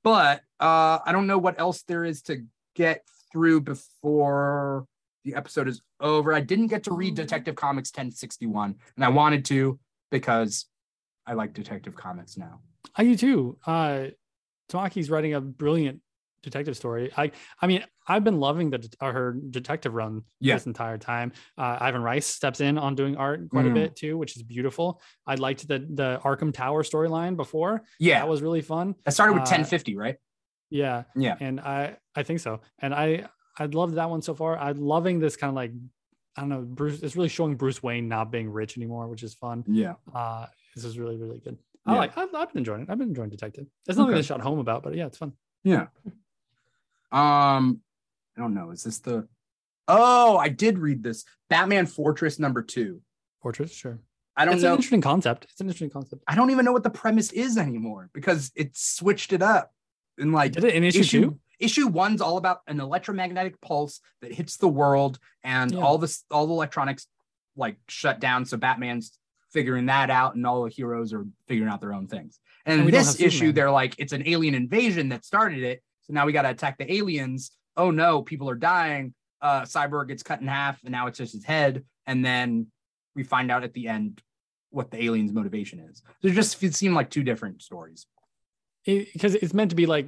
[SPEAKER 1] but uh i don't know what else there is to get through before the episode is over i didn't get to read
[SPEAKER 2] Hmm.
[SPEAKER 1] detective comics 1061 and i wanted to because i like detective comics now
[SPEAKER 2] I do too. Uh, Tamaki's writing a brilliant detective story. I, I mean, I've been loving the det- uh, her detective run
[SPEAKER 1] Yeah.
[SPEAKER 2] this entire time. Uh, Ivan Rice steps in on doing art quite
[SPEAKER 1] Mm.
[SPEAKER 2] a bit too, which is beautiful. I liked the the Arkham Tower storyline before.
[SPEAKER 1] yeah
[SPEAKER 2] That was really fun.
[SPEAKER 1] i started with
[SPEAKER 2] uh,
[SPEAKER 1] 1050 right
[SPEAKER 2] Yeah.
[SPEAKER 1] Yeah.
[SPEAKER 2] And I I think so. And I I loved that one so far. I'm loving this kind of like I don't know Bruce. It's really showing Bruce Wayne not being rich anymore, which is fun.
[SPEAKER 1] yeah
[SPEAKER 2] Uh, this is really really good.
[SPEAKER 1] Yeah.
[SPEAKER 2] I like. I've, I've been enjoying it. I've been enjoying Detective. There's nothing
[SPEAKER 1] Okay.
[SPEAKER 2] they shot home about, but yeah, it's fun.
[SPEAKER 1] um i don't know is this the oh i did read this batman fortress number two
[SPEAKER 2] Fortress, sure.
[SPEAKER 1] i don't
[SPEAKER 2] it's an
[SPEAKER 1] know
[SPEAKER 2] interesting concept. It's an interesting concept.
[SPEAKER 1] I don't even know what the premise is anymore because it switched it up. And like
[SPEAKER 2] Did it in issue,
[SPEAKER 1] issue
[SPEAKER 2] two?
[SPEAKER 1] issue one's all about an electromagnetic pulse that hits the world and
[SPEAKER 2] Yeah.
[SPEAKER 1] all this all the electronics like shut down. So Batman's figuring that out and all the heroes are figuring out their own things. And,
[SPEAKER 2] And we don't
[SPEAKER 1] this
[SPEAKER 2] have
[SPEAKER 1] issue,
[SPEAKER 2] Superman.
[SPEAKER 1] they're like, it's an alien invasion that started it. So now we gotta attack the aliens. Oh no, people are dying. Uh Cyborg gets cut in half and now it's just his head. And then we find out at the end what the alien's motivation is. They just f- seem like two different stories.
[SPEAKER 2] Because it's meant to be like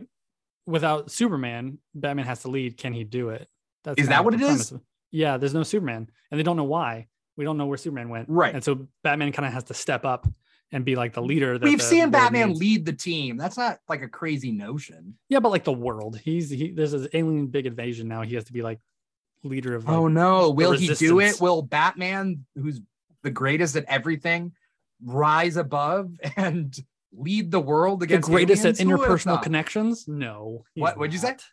[SPEAKER 2] without Superman, Batman has to lead. Can he do it? That's
[SPEAKER 1] Is
[SPEAKER 2] kind
[SPEAKER 1] that
[SPEAKER 2] of
[SPEAKER 1] what
[SPEAKER 2] the
[SPEAKER 1] it is?
[SPEAKER 2] premise of- Yeah, there's no Superman, and they don't know why. We don't know where Superman went,
[SPEAKER 1] Right.
[SPEAKER 2] And so Batman kind of has to step up and be like the leader. That
[SPEAKER 1] We've
[SPEAKER 2] the
[SPEAKER 1] seen
[SPEAKER 2] world
[SPEAKER 1] Batman
[SPEAKER 2] needs.
[SPEAKER 1] lead the team. That's not like a crazy notion.
[SPEAKER 2] Yeah, but like the world, he's he, there's this alien big invasion now. He has to be like leader of. Like,
[SPEAKER 1] Oh no, will he do it?
[SPEAKER 2] resistance.
[SPEAKER 1] Will Batman, who's the greatest at everything, rise above and lead the world
[SPEAKER 2] the
[SPEAKER 1] against
[SPEAKER 2] greatest
[SPEAKER 1] aliens?
[SPEAKER 2] at
[SPEAKER 1] Who would've
[SPEAKER 2] interpersonal
[SPEAKER 1] thought?
[SPEAKER 2] connections? No. he's
[SPEAKER 1] What- what'd you say?
[SPEAKER 2] not.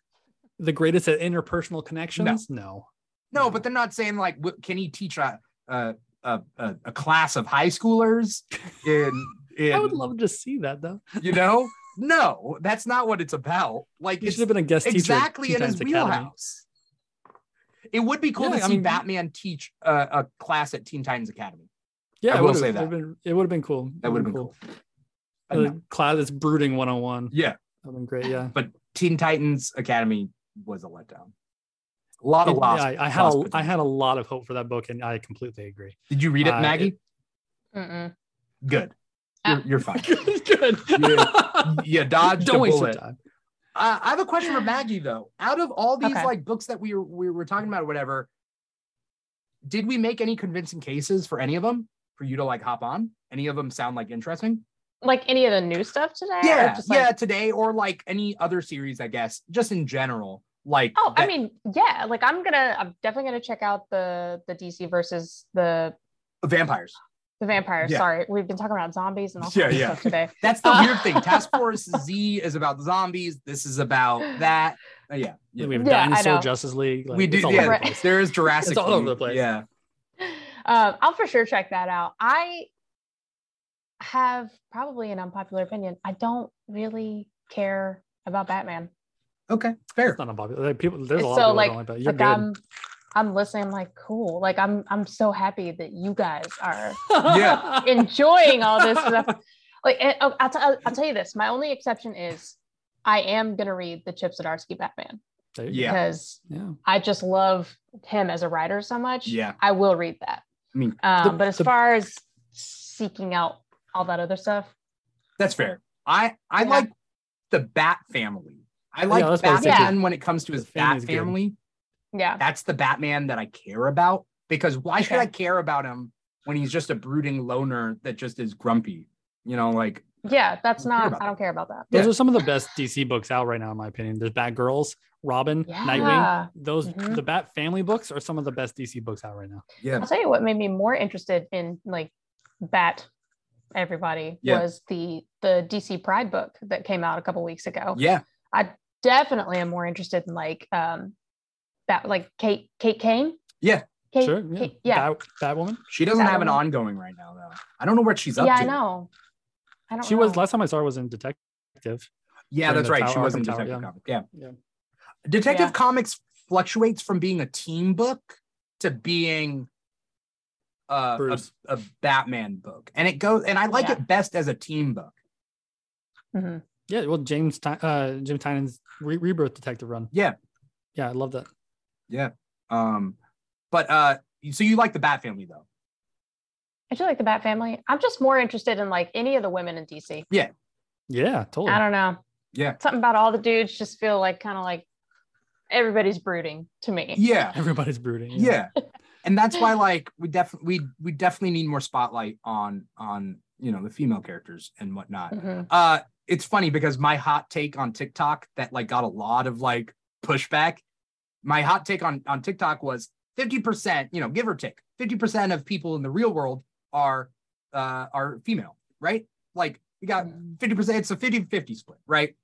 [SPEAKER 2] The greatest at interpersonal connections? No.
[SPEAKER 1] No, but they're not saying like, w- can he teach a a, a, a, a class of high schoolers in in
[SPEAKER 2] I would love to see that though.
[SPEAKER 1] you know? No, that's not what it's about. Like
[SPEAKER 2] He
[SPEAKER 1] it's
[SPEAKER 2] should have been a guest teacher. at
[SPEAKER 1] exactly in
[SPEAKER 2] Teen
[SPEAKER 1] his
[SPEAKER 2] Titans Academy.
[SPEAKER 1] wheelhouse. It would be cool
[SPEAKER 2] Yeah,
[SPEAKER 1] to
[SPEAKER 2] I
[SPEAKER 1] see
[SPEAKER 2] mean-
[SPEAKER 1] Batman teach a, a class at Teen Titans Academy.
[SPEAKER 2] Yeah,
[SPEAKER 1] I
[SPEAKER 2] it
[SPEAKER 1] will
[SPEAKER 2] would've-
[SPEAKER 1] say
[SPEAKER 2] it
[SPEAKER 1] that.
[SPEAKER 2] would've Been, it would have been cool.
[SPEAKER 1] That would have been cool. But
[SPEAKER 2] The class is brooding 101. That
[SPEAKER 1] Yeah,
[SPEAKER 2] would have been great. Yeah.
[SPEAKER 1] but Teen Titans Academy was a letdown. A lot of
[SPEAKER 2] It-
[SPEAKER 1] loss.
[SPEAKER 2] yeah, I, I had a,
[SPEAKER 1] lost
[SPEAKER 2] I had a lot of hope for that book, and I completely agree.
[SPEAKER 1] Did you read it,
[SPEAKER 2] uh,
[SPEAKER 1] Maggie?
[SPEAKER 3] Mm-mm.
[SPEAKER 1] Good.
[SPEAKER 3] Ah.
[SPEAKER 1] You're, you're fine.
[SPEAKER 2] good. good.
[SPEAKER 1] Yeah. you dodged
[SPEAKER 2] Don't
[SPEAKER 1] a
[SPEAKER 2] waste your
[SPEAKER 1] bullet.
[SPEAKER 2] time.
[SPEAKER 1] Uh, I have a question for Maggie though. Out of all these
[SPEAKER 3] Okay.
[SPEAKER 1] like books that we were, we were talking about, or whatever, did we make any convincing cases for any of them for you to like hop on? Any of them sound like interesting?
[SPEAKER 3] Like any of the new stuff today? or
[SPEAKER 1] yeah,
[SPEAKER 3] just, like-
[SPEAKER 1] yeah, today or like any other series, I guess, just in general. Like,
[SPEAKER 3] Oh, I
[SPEAKER 1] that-
[SPEAKER 3] mean, yeah. Like I'm gonna, I'm definitely gonna check out the the DC versus the
[SPEAKER 1] vampires.
[SPEAKER 3] the vampire.
[SPEAKER 1] Yeah.
[SPEAKER 3] Sorry, we've been talking about zombies and all
[SPEAKER 1] Yeah,
[SPEAKER 3] kinds of
[SPEAKER 1] yeah.
[SPEAKER 3] stuff today.
[SPEAKER 1] That's the
[SPEAKER 3] Uh,
[SPEAKER 1] weird thing. Task Force Z is about zombies. This is about that. Uh, yeah, yeah.
[SPEAKER 2] We have
[SPEAKER 3] Yeah, I
[SPEAKER 2] Dinosaur
[SPEAKER 3] know.
[SPEAKER 2] Justice League. like,
[SPEAKER 1] we
[SPEAKER 2] it's
[SPEAKER 1] do.
[SPEAKER 2] all over
[SPEAKER 1] Yeah,
[SPEAKER 2] the
[SPEAKER 3] Right.
[SPEAKER 2] place.
[SPEAKER 1] there is Jurassic.
[SPEAKER 2] It's all over
[SPEAKER 1] League.
[SPEAKER 2] the place.
[SPEAKER 1] Yeah,
[SPEAKER 3] Um, I'll for sure check that out. I have probably an unpopular opinion. I don't really care about Batman.
[SPEAKER 1] okay, fair.
[SPEAKER 2] It's not unpopular. Like, people, there's a lot
[SPEAKER 3] So,
[SPEAKER 2] of people that
[SPEAKER 3] like,
[SPEAKER 2] don't like that. You're
[SPEAKER 3] like
[SPEAKER 2] good.
[SPEAKER 3] I'm I'm listening, I'm like, cool. Like I'm I'm so happy that you guys are
[SPEAKER 1] Yeah.
[SPEAKER 3] enjoying all this stuff. Like and, oh, I'll, t- I'll, I'll tell you this. My only exception is I am gonna read the Chip Zdarsky Batman
[SPEAKER 2] There you go.
[SPEAKER 1] Yeah.
[SPEAKER 3] because
[SPEAKER 2] Yeah.
[SPEAKER 3] I just love him as a writer so much.
[SPEAKER 1] Yeah.
[SPEAKER 3] I will read that.
[SPEAKER 1] I mean,
[SPEAKER 3] um,
[SPEAKER 2] the-
[SPEAKER 3] but as
[SPEAKER 2] the-
[SPEAKER 3] far as seeking out all that other stuff,
[SPEAKER 1] That's fair. I I
[SPEAKER 3] Yeah.
[SPEAKER 1] like the Bat family. I like
[SPEAKER 2] that's what I
[SPEAKER 3] was thinking.
[SPEAKER 1] Batman when it comes to his
[SPEAKER 2] The
[SPEAKER 1] Bat
[SPEAKER 2] family's good.
[SPEAKER 1] family.
[SPEAKER 3] yeah,
[SPEAKER 1] That's the Batman that I care about because why should
[SPEAKER 3] Okay.
[SPEAKER 1] I care about him when he's just a brooding loner that just is grumpy? You know, like
[SPEAKER 3] yeah, that's
[SPEAKER 1] I don't care
[SPEAKER 3] not.
[SPEAKER 1] about
[SPEAKER 3] I don't care about that.
[SPEAKER 2] Those
[SPEAKER 1] Yeah.
[SPEAKER 2] are some of the best DC books out right now, in my opinion. There's Batgirls, Robin,
[SPEAKER 3] Yeah,
[SPEAKER 2] Nightwing. Those
[SPEAKER 3] Mhm.
[SPEAKER 2] the Bat family books are some of the best DC books out right now.
[SPEAKER 1] yeah,
[SPEAKER 3] I'll tell you what made me more interested in like Bat. Everybody
[SPEAKER 1] Yeah.
[SPEAKER 3] was the the DC Pride book that came out a couple weeks ago.
[SPEAKER 1] yeah,
[SPEAKER 3] Definitely, I'm more interested in like um, Bat, like Kate Kate Kane.
[SPEAKER 1] Yeah.
[SPEAKER 3] Kate,
[SPEAKER 2] sure. Yeah.
[SPEAKER 3] Kate- yeah.
[SPEAKER 2] Bat, Batwoman.
[SPEAKER 1] She doesn't
[SPEAKER 3] Yeah.
[SPEAKER 1] have an ongoing right now, though. I don't know what she's up
[SPEAKER 3] yeah,
[SPEAKER 1] to.
[SPEAKER 3] I know. I don't
[SPEAKER 2] She was
[SPEAKER 3] know.
[SPEAKER 2] last time I saw her was in Detective.
[SPEAKER 1] Yeah,
[SPEAKER 2] During
[SPEAKER 1] that's
[SPEAKER 2] the
[SPEAKER 1] right.
[SPEAKER 2] Tower-
[SPEAKER 1] she was
[SPEAKER 2] Arkham
[SPEAKER 1] in
[SPEAKER 2] Tower,
[SPEAKER 1] Detective
[SPEAKER 2] yeah.
[SPEAKER 1] Comics. Yeah.
[SPEAKER 2] Yeah.
[SPEAKER 1] Detective
[SPEAKER 3] Yeah.
[SPEAKER 1] Comics fluctuates from being a team book to being uh, a,
[SPEAKER 2] Bruce.
[SPEAKER 1] a Batman book, and it goes. And I like
[SPEAKER 3] Yeah.
[SPEAKER 1] it best as a team book.
[SPEAKER 3] Mhm.
[SPEAKER 2] Yeah, well, James Ty- uh, Jim Tynan's re- Rebirth Detective run.
[SPEAKER 1] Yeah.
[SPEAKER 2] yeah, I love that.
[SPEAKER 1] Um, but uh, so you like the Bat Family though?
[SPEAKER 3] I do like the Bat Family. I'm just more interested in like any of the women in DC.
[SPEAKER 2] Yeah, totally.
[SPEAKER 3] I don't know.
[SPEAKER 1] Yeah.
[SPEAKER 3] Something about all the dudes just feel like kind of like everybody's brooding to me.
[SPEAKER 1] Yeah,
[SPEAKER 2] Everybody's brooding.
[SPEAKER 1] yeah. and that's why, like, we definitely we we definitely need more spotlight on on you know the female characters and whatnot.
[SPEAKER 3] Mhm.
[SPEAKER 1] uh it's funny because my hot take on TikTok that like got a lot of like pushback. My hot take on on TikTok was 50%, you know, give or take. 50% of people in the real world are uh are female, right? Like we got 50%, it's a 50-50 split, right?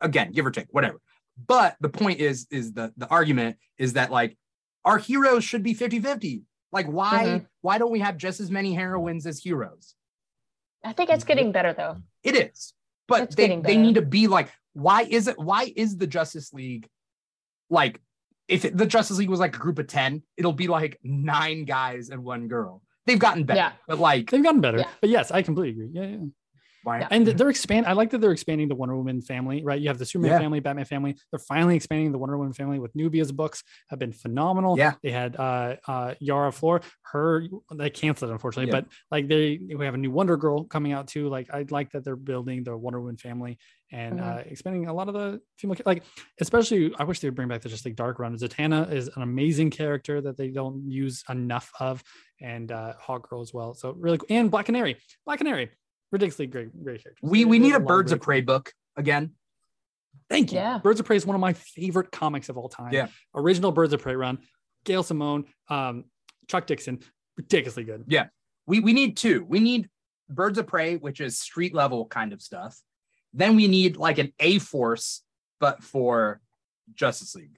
[SPEAKER 1] Again, give or take, whatever. But the point is is the the argument is that like our heroes should be 50-50. Like why
[SPEAKER 3] Mhm.
[SPEAKER 1] why don't we have just as many heroines as heroes?
[SPEAKER 3] I think it's getting better though.
[SPEAKER 1] It is, but
[SPEAKER 3] It's
[SPEAKER 1] they,
[SPEAKER 3] getting
[SPEAKER 1] they
[SPEAKER 3] better.
[SPEAKER 1] need to be like, why is it? Why is the Justice League like? If it- the Justice League was like a group of ten, it'll be like nine guys and one girl. They've gotten better,
[SPEAKER 3] Yeah.
[SPEAKER 1] but like,
[SPEAKER 2] They've gotten better,
[SPEAKER 3] Yeah.
[SPEAKER 2] but yes, I completely agree. Yeah, yeah.
[SPEAKER 1] why?
[SPEAKER 3] Yeah.
[SPEAKER 2] And they're expanding. I like that they're expanding the Wonder Woman family, right? You have the Superman
[SPEAKER 1] Yeah.
[SPEAKER 2] family, Batman family. They're finally expanding the Wonder Woman family with Nubia's books have been phenomenal.
[SPEAKER 1] Yeah.
[SPEAKER 2] They had uh, uh, Yara Floor, her, they canceled it, unfortunately,
[SPEAKER 1] Yeah.
[SPEAKER 2] but like they, we have a new Wonder Girl coming out too. Like, I like that they're building the Wonder Woman family and
[SPEAKER 3] Mhm.
[SPEAKER 1] Mm-hmm.
[SPEAKER 2] uh, expanding a lot of the female, ca- like, especially, I wish they would bring back the just like Dark Run. Zatanna is an amazing character that they don't use enough of, and uh, Hawk Girl as well. So, really cool. And Black Canary, Black Canary. Ridiculously great, great characters.
[SPEAKER 1] We
[SPEAKER 2] They-
[SPEAKER 1] we
[SPEAKER 2] they
[SPEAKER 1] need a
[SPEAKER 2] have lot
[SPEAKER 1] Birds of
[SPEAKER 2] great-
[SPEAKER 1] Prey book again.
[SPEAKER 2] Thank you.
[SPEAKER 3] Yeah.
[SPEAKER 2] Birds of Prey is one of my favorite comics of all time.
[SPEAKER 1] Yeah.
[SPEAKER 2] Original Birds of Prey run, Gail Simone, um, Chuck Dixon, ridiculously good.
[SPEAKER 1] We we need two. We need Birds of Prey, which is street level kind of stuff. Then we need like an A Force, but for Justice League.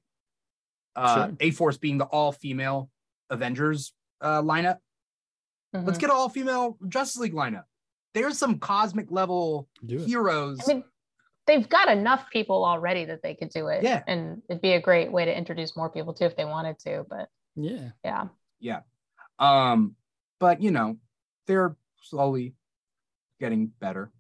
[SPEAKER 1] Uh,
[SPEAKER 2] Sure.
[SPEAKER 1] A Force being the all female Avengers uh, lineup.
[SPEAKER 3] Mhm.
[SPEAKER 1] Let's get an all female Justice League lineup. There's some cosmic level
[SPEAKER 2] Do it.
[SPEAKER 1] heroes.
[SPEAKER 3] I mean, they've got enough people already that they could do it.
[SPEAKER 1] Yeah.
[SPEAKER 3] And it'd be a great way to introduce more people too if they wanted to. But
[SPEAKER 2] Yeah.
[SPEAKER 3] yeah.
[SPEAKER 1] um, but you know, they're slowly getting better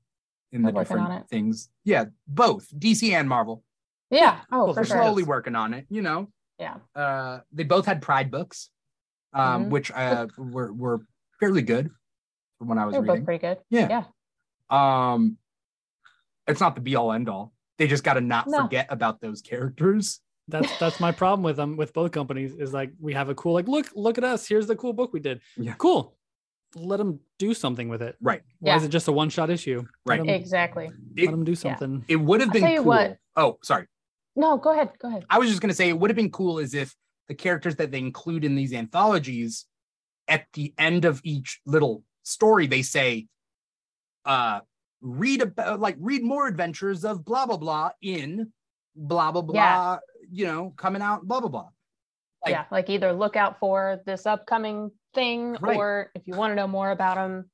[SPEAKER 1] in the
[SPEAKER 3] They're working on
[SPEAKER 1] different
[SPEAKER 3] it.
[SPEAKER 1] things. Yeah, both DC and Marvel.
[SPEAKER 3] Yeah. Oh,
[SPEAKER 2] Well,
[SPEAKER 3] for
[SPEAKER 1] They're
[SPEAKER 3] sure.
[SPEAKER 1] slowly working on it, you know.
[SPEAKER 3] Yeah.
[SPEAKER 1] Uh, they both had Pride books, um,
[SPEAKER 3] Mhm.
[SPEAKER 1] which uh, were were fairly good from what I was
[SPEAKER 3] They're both
[SPEAKER 1] reading.
[SPEAKER 3] pretty good.
[SPEAKER 1] um, it's not the be all end all. They just got to not
[SPEAKER 3] No.
[SPEAKER 1] forget about those characters.
[SPEAKER 2] That's that's my problem with them with both companies is like we have a cool like look look at us here's the cool book we did
[SPEAKER 1] Yeah.
[SPEAKER 2] cool let them do something with it
[SPEAKER 1] Right.
[SPEAKER 2] why is
[SPEAKER 3] Yeah.
[SPEAKER 2] it just a one shot issue
[SPEAKER 1] Right.
[SPEAKER 2] let them,
[SPEAKER 3] Exactly.
[SPEAKER 1] It-
[SPEAKER 2] do something
[SPEAKER 1] It would have
[SPEAKER 3] I'll
[SPEAKER 1] been
[SPEAKER 3] tell you
[SPEAKER 1] cool.
[SPEAKER 3] what.
[SPEAKER 1] Oh, sorry.
[SPEAKER 3] No, go ahead. Go ahead.
[SPEAKER 1] I was just gonna say it would have been cool is if the characters that they include in these anthologies, at the end of each little story, they say, uh, read about like read more adventures of blah blah blah in blah blah blah,
[SPEAKER 3] Yeah.
[SPEAKER 1] you know, coming out, blah blah blah. Like-
[SPEAKER 3] yeah. Like either look out for this upcoming thing
[SPEAKER 1] Right.
[SPEAKER 3] or if you want to know more about them,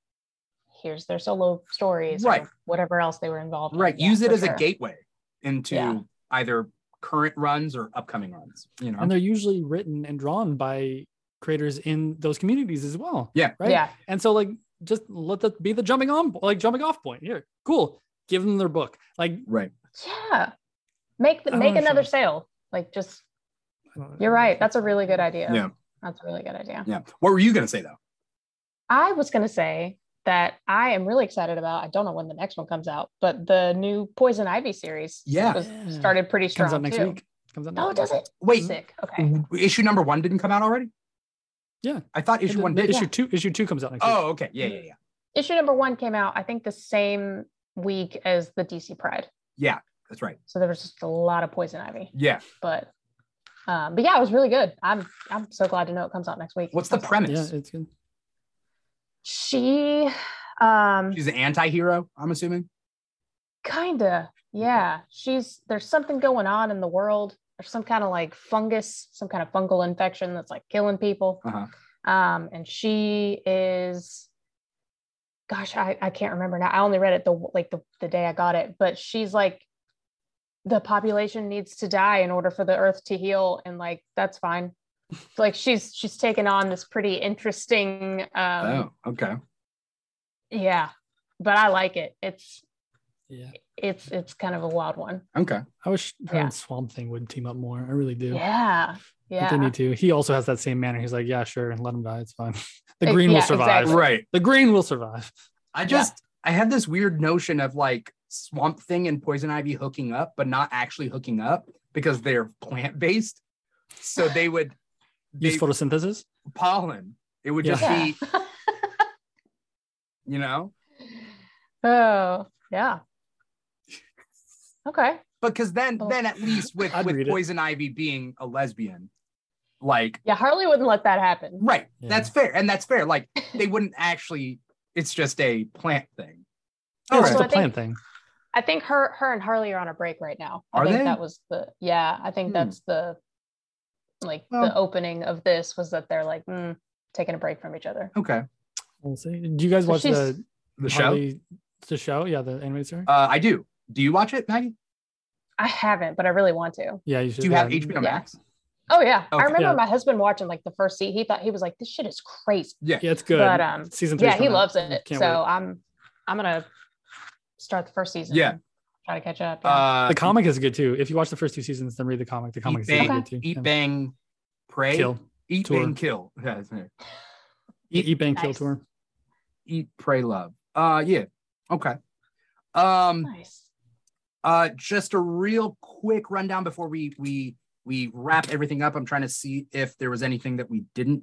[SPEAKER 3] here's their solo stories
[SPEAKER 1] Right.
[SPEAKER 3] or whatever else they were involved in.
[SPEAKER 1] Right.
[SPEAKER 3] Yeah,
[SPEAKER 1] Use it
[SPEAKER 3] for
[SPEAKER 1] as a
[SPEAKER 3] sure.
[SPEAKER 1] gateway into
[SPEAKER 3] Yeah.
[SPEAKER 1] either current runs or upcoming runs, you know.
[SPEAKER 2] and they're usually written and drawn by creators in those communities as well
[SPEAKER 1] Yeah.
[SPEAKER 2] right
[SPEAKER 3] Yeah.
[SPEAKER 2] And so like just let that be the jumping on like jumping off point. Here, cool. Give them their book. Like
[SPEAKER 1] right.
[SPEAKER 3] Yeah. Make the,
[SPEAKER 2] I
[SPEAKER 3] make
[SPEAKER 2] don't
[SPEAKER 3] another
[SPEAKER 2] understand.
[SPEAKER 3] sale. Like just you're right. That's a really good idea.
[SPEAKER 1] Yeah.
[SPEAKER 3] That's a really good idea.
[SPEAKER 1] Yeah. What were you gonna say though?
[SPEAKER 3] I was going to say that I am really excited about. I don't know when the next one comes out, but the new Poison Ivy series
[SPEAKER 1] Yeah.
[SPEAKER 3] was
[SPEAKER 2] Yeah.
[SPEAKER 3] started pretty strong
[SPEAKER 2] comes out next
[SPEAKER 3] too.
[SPEAKER 2] week. Comes out.
[SPEAKER 3] No, it
[SPEAKER 2] next
[SPEAKER 3] doesn't.
[SPEAKER 1] Wait,
[SPEAKER 3] Sick. Okay.
[SPEAKER 1] w- issue number one didn't come out already?
[SPEAKER 2] Yeah.
[SPEAKER 1] I thought
[SPEAKER 2] week.
[SPEAKER 1] issue one
[SPEAKER 2] And then
[SPEAKER 1] did.
[SPEAKER 2] Issue two. Issue two comes out next week.
[SPEAKER 1] Oh, okay. Yeah, yeah, yeah.
[SPEAKER 3] Issue number one came out, I think, the same week as the DC Pride.
[SPEAKER 1] Yeah, that's right.
[SPEAKER 3] So there was just a lot of Poison Ivy,
[SPEAKER 1] Yeah.
[SPEAKER 3] but um, but yeah, it was really good. I'm I'm so glad to know it comes out next week.
[SPEAKER 1] What's the
[SPEAKER 3] I'm-
[SPEAKER 1] premise?
[SPEAKER 2] Yeah, it's good.
[SPEAKER 3] She, um,
[SPEAKER 1] She's an anti-hero, I'm assuming.
[SPEAKER 3] kinda yeah. She's there's something going on in the world There's some kind of like fungus, some kind of fungal infection that's like killing people.
[SPEAKER 1] Uh-huh.
[SPEAKER 3] Um, and she is, gosh, I, I can't remember now. I only read it the like the, the day I got it, but she's like, the population needs to die in order for the earth to heal, and like that's fine. like she's she's taken on this pretty interesting um
[SPEAKER 2] Uh,
[SPEAKER 1] oh, okay.
[SPEAKER 3] yeah but i like it it's
[SPEAKER 2] Yeah.
[SPEAKER 3] it's it's kind of a wild one
[SPEAKER 1] Okay.
[SPEAKER 2] I wish her
[SPEAKER 3] Yeah.
[SPEAKER 2] and Swamp Thing would team up more. I really do.
[SPEAKER 3] yeah
[SPEAKER 2] I
[SPEAKER 3] yeah
[SPEAKER 2] think They need to. He also has that same manner. He's like, yeah, sure, let him die. It's fine. The green
[SPEAKER 3] yeah,
[SPEAKER 2] will survive.
[SPEAKER 3] exactly.
[SPEAKER 1] Right.
[SPEAKER 2] The green will survive.
[SPEAKER 1] I
[SPEAKER 3] Yeah.
[SPEAKER 1] just I had this weird notion of like swamp thing and poison ivy hooking up, but not actually hooking up because they're plant based. So they would
[SPEAKER 2] Use
[SPEAKER 1] they Oh,
[SPEAKER 2] photosynthesis.
[SPEAKER 1] pollen. It would just
[SPEAKER 3] Yeah.
[SPEAKER 1] be, you know,
[SPEAKER 3] oh yeah okay
[SPEAKER 1] because then
[SPEAKER 3] Oh.
[SPEAKER 1] then at least with
[SPEAKER 2] I'd
[SPEAKER 1] with
[SPEAKER 2] read it.
[SPEAKER 1] poison ivy being a lesbian, like
[SPEAKER 3] yeah harley wouldn't let that happen
[SPEAKER 1] right,
[SPEAKER 2] Yeah.
[SPEAKER 1] that's fair, and that's fair. Like they wouldn't actually. It's just a plant thing.
[SPEAKER 2] Yeah,
[SPEAKER 1] All
[SPEAKER 2] it's
[SPEAKER 1] right.
[SPEAKER 2] just
[SPEAKER 3] So
[SPEAKER 2] a
[SPEAKER 3] I
[SPEAKER 2] plant thing.
[SPEAKER 3] i think her her and harley are on a break right now
[SPEAKER 1] Are
[SPEAKER 3] i think
[SPEAKER 1] they?
[SPEAKER 3] that was the yeah i think
[SPEAKER 1] Hmm.
[SPEAKER 3] that's the like
[SPEAKER 1] Well-
[SPEAKER 3] the opening of this was that they're like mm, taking a break from each other
[SPEAKER 1] Okay,
[SPEAKER 2] We'll see. Do you guys
[SPEAKER 3] So
[SPEAKER 2] watch
[SPEAKER 3] she's-
[SPEAKER 2] the
[SPEAKER 1] the show.
[SPEAKER 2] Harley- The show, yeah, the animated series.
[SPEAKER 1] Uh, I do. Do you watch it, Maggie?
[SPEAKER 3] i haven't but i really want to
[SPEAKER 2] yeah, you should.
[SPEAKER 1] Do you
[SPEAKER 2] yeah.
[SPEAKER 1] have HBO Max?
[SPEAKER 3] Oh yeah,
[SPEAKER 1] Okay.
[SPEAKER 3] I remember
[SPEAKER 2] Yeah.
[SPEAKER 3] my husband watching like the first seat. He thought he was like, "This shit is crazy,"
[SPEAKER 2] Yeah, it's good.
[SPEAKER 3] but um,
[SPEAKER 2] Season three.
[SPEAKER 3] yeah, he loves it.
[SPEAKER 2] Can't
[SPEAKER 3] so
[SPEAKER 2] wait.
[SPEAKER 3] I'm, I'm gonna start the first season.
[SPEAKER 1] Yeah.
[SPEAKER 3] and try to catch up. yeah.
[SPEAKER 1] Uh,
[SPEAKER 2] The comic is good too. If you watch the first two seasons, then read the comic. The comic is
[SPEAKER 1] Bang-
[SPEAKER 2] really good too.
[SPEAKER 1] Eat,
[SPEAKER 2] Yeah.
[SPEAKER 1] bang, pray.
[SPEAKER 2] kill.
[SPEAKER 1] Eat,
[SPEAKER 2] tour.
[SPEAKER 1] bang, kill. Yeah, that's it.
[SPEAKER 2] Eat, eat bang kill
[SPEAKER 3] Nice.
[SPEAKER 2] tour.
[SPEAKER 1] Eat, pray, love. Uh, yeah. Okay. Um,
[SPEAKER 3] nice.
[SPEAKER 1] uh, just a real quick rundown before we we we wrap everything up. I'm trying to see if there was anything that we didn't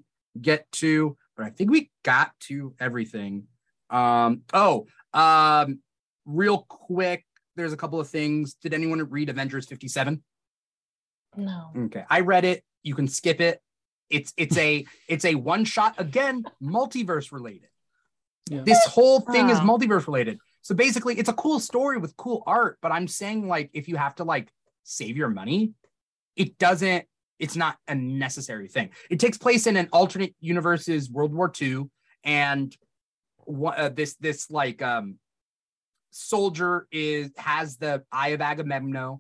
[SPEAKER 1] get to, but I think we got to everything. Um, oh, um, real quick. There's a couple of things. Did anyone read Avengers 57?
[SPEAKER 3] No.
[SPEAKER 1] Okay. I read it. You can skip it. It's it's a it's a one shot again, multiverse related.
[SPEAKER 2] Yeah.
[SPEAKER 1] This whole thing is
[SPEAKER 3] Oh.
[SPEAKER 1] multiverse related. So basically, it's a cool story with cool art, but I'm saying like if you have to like save your money, it doesn't it's not a necessary thing. It takes place in an alternate universe's World War II and wha- uh, this this like um soldier is has the eye of agamemno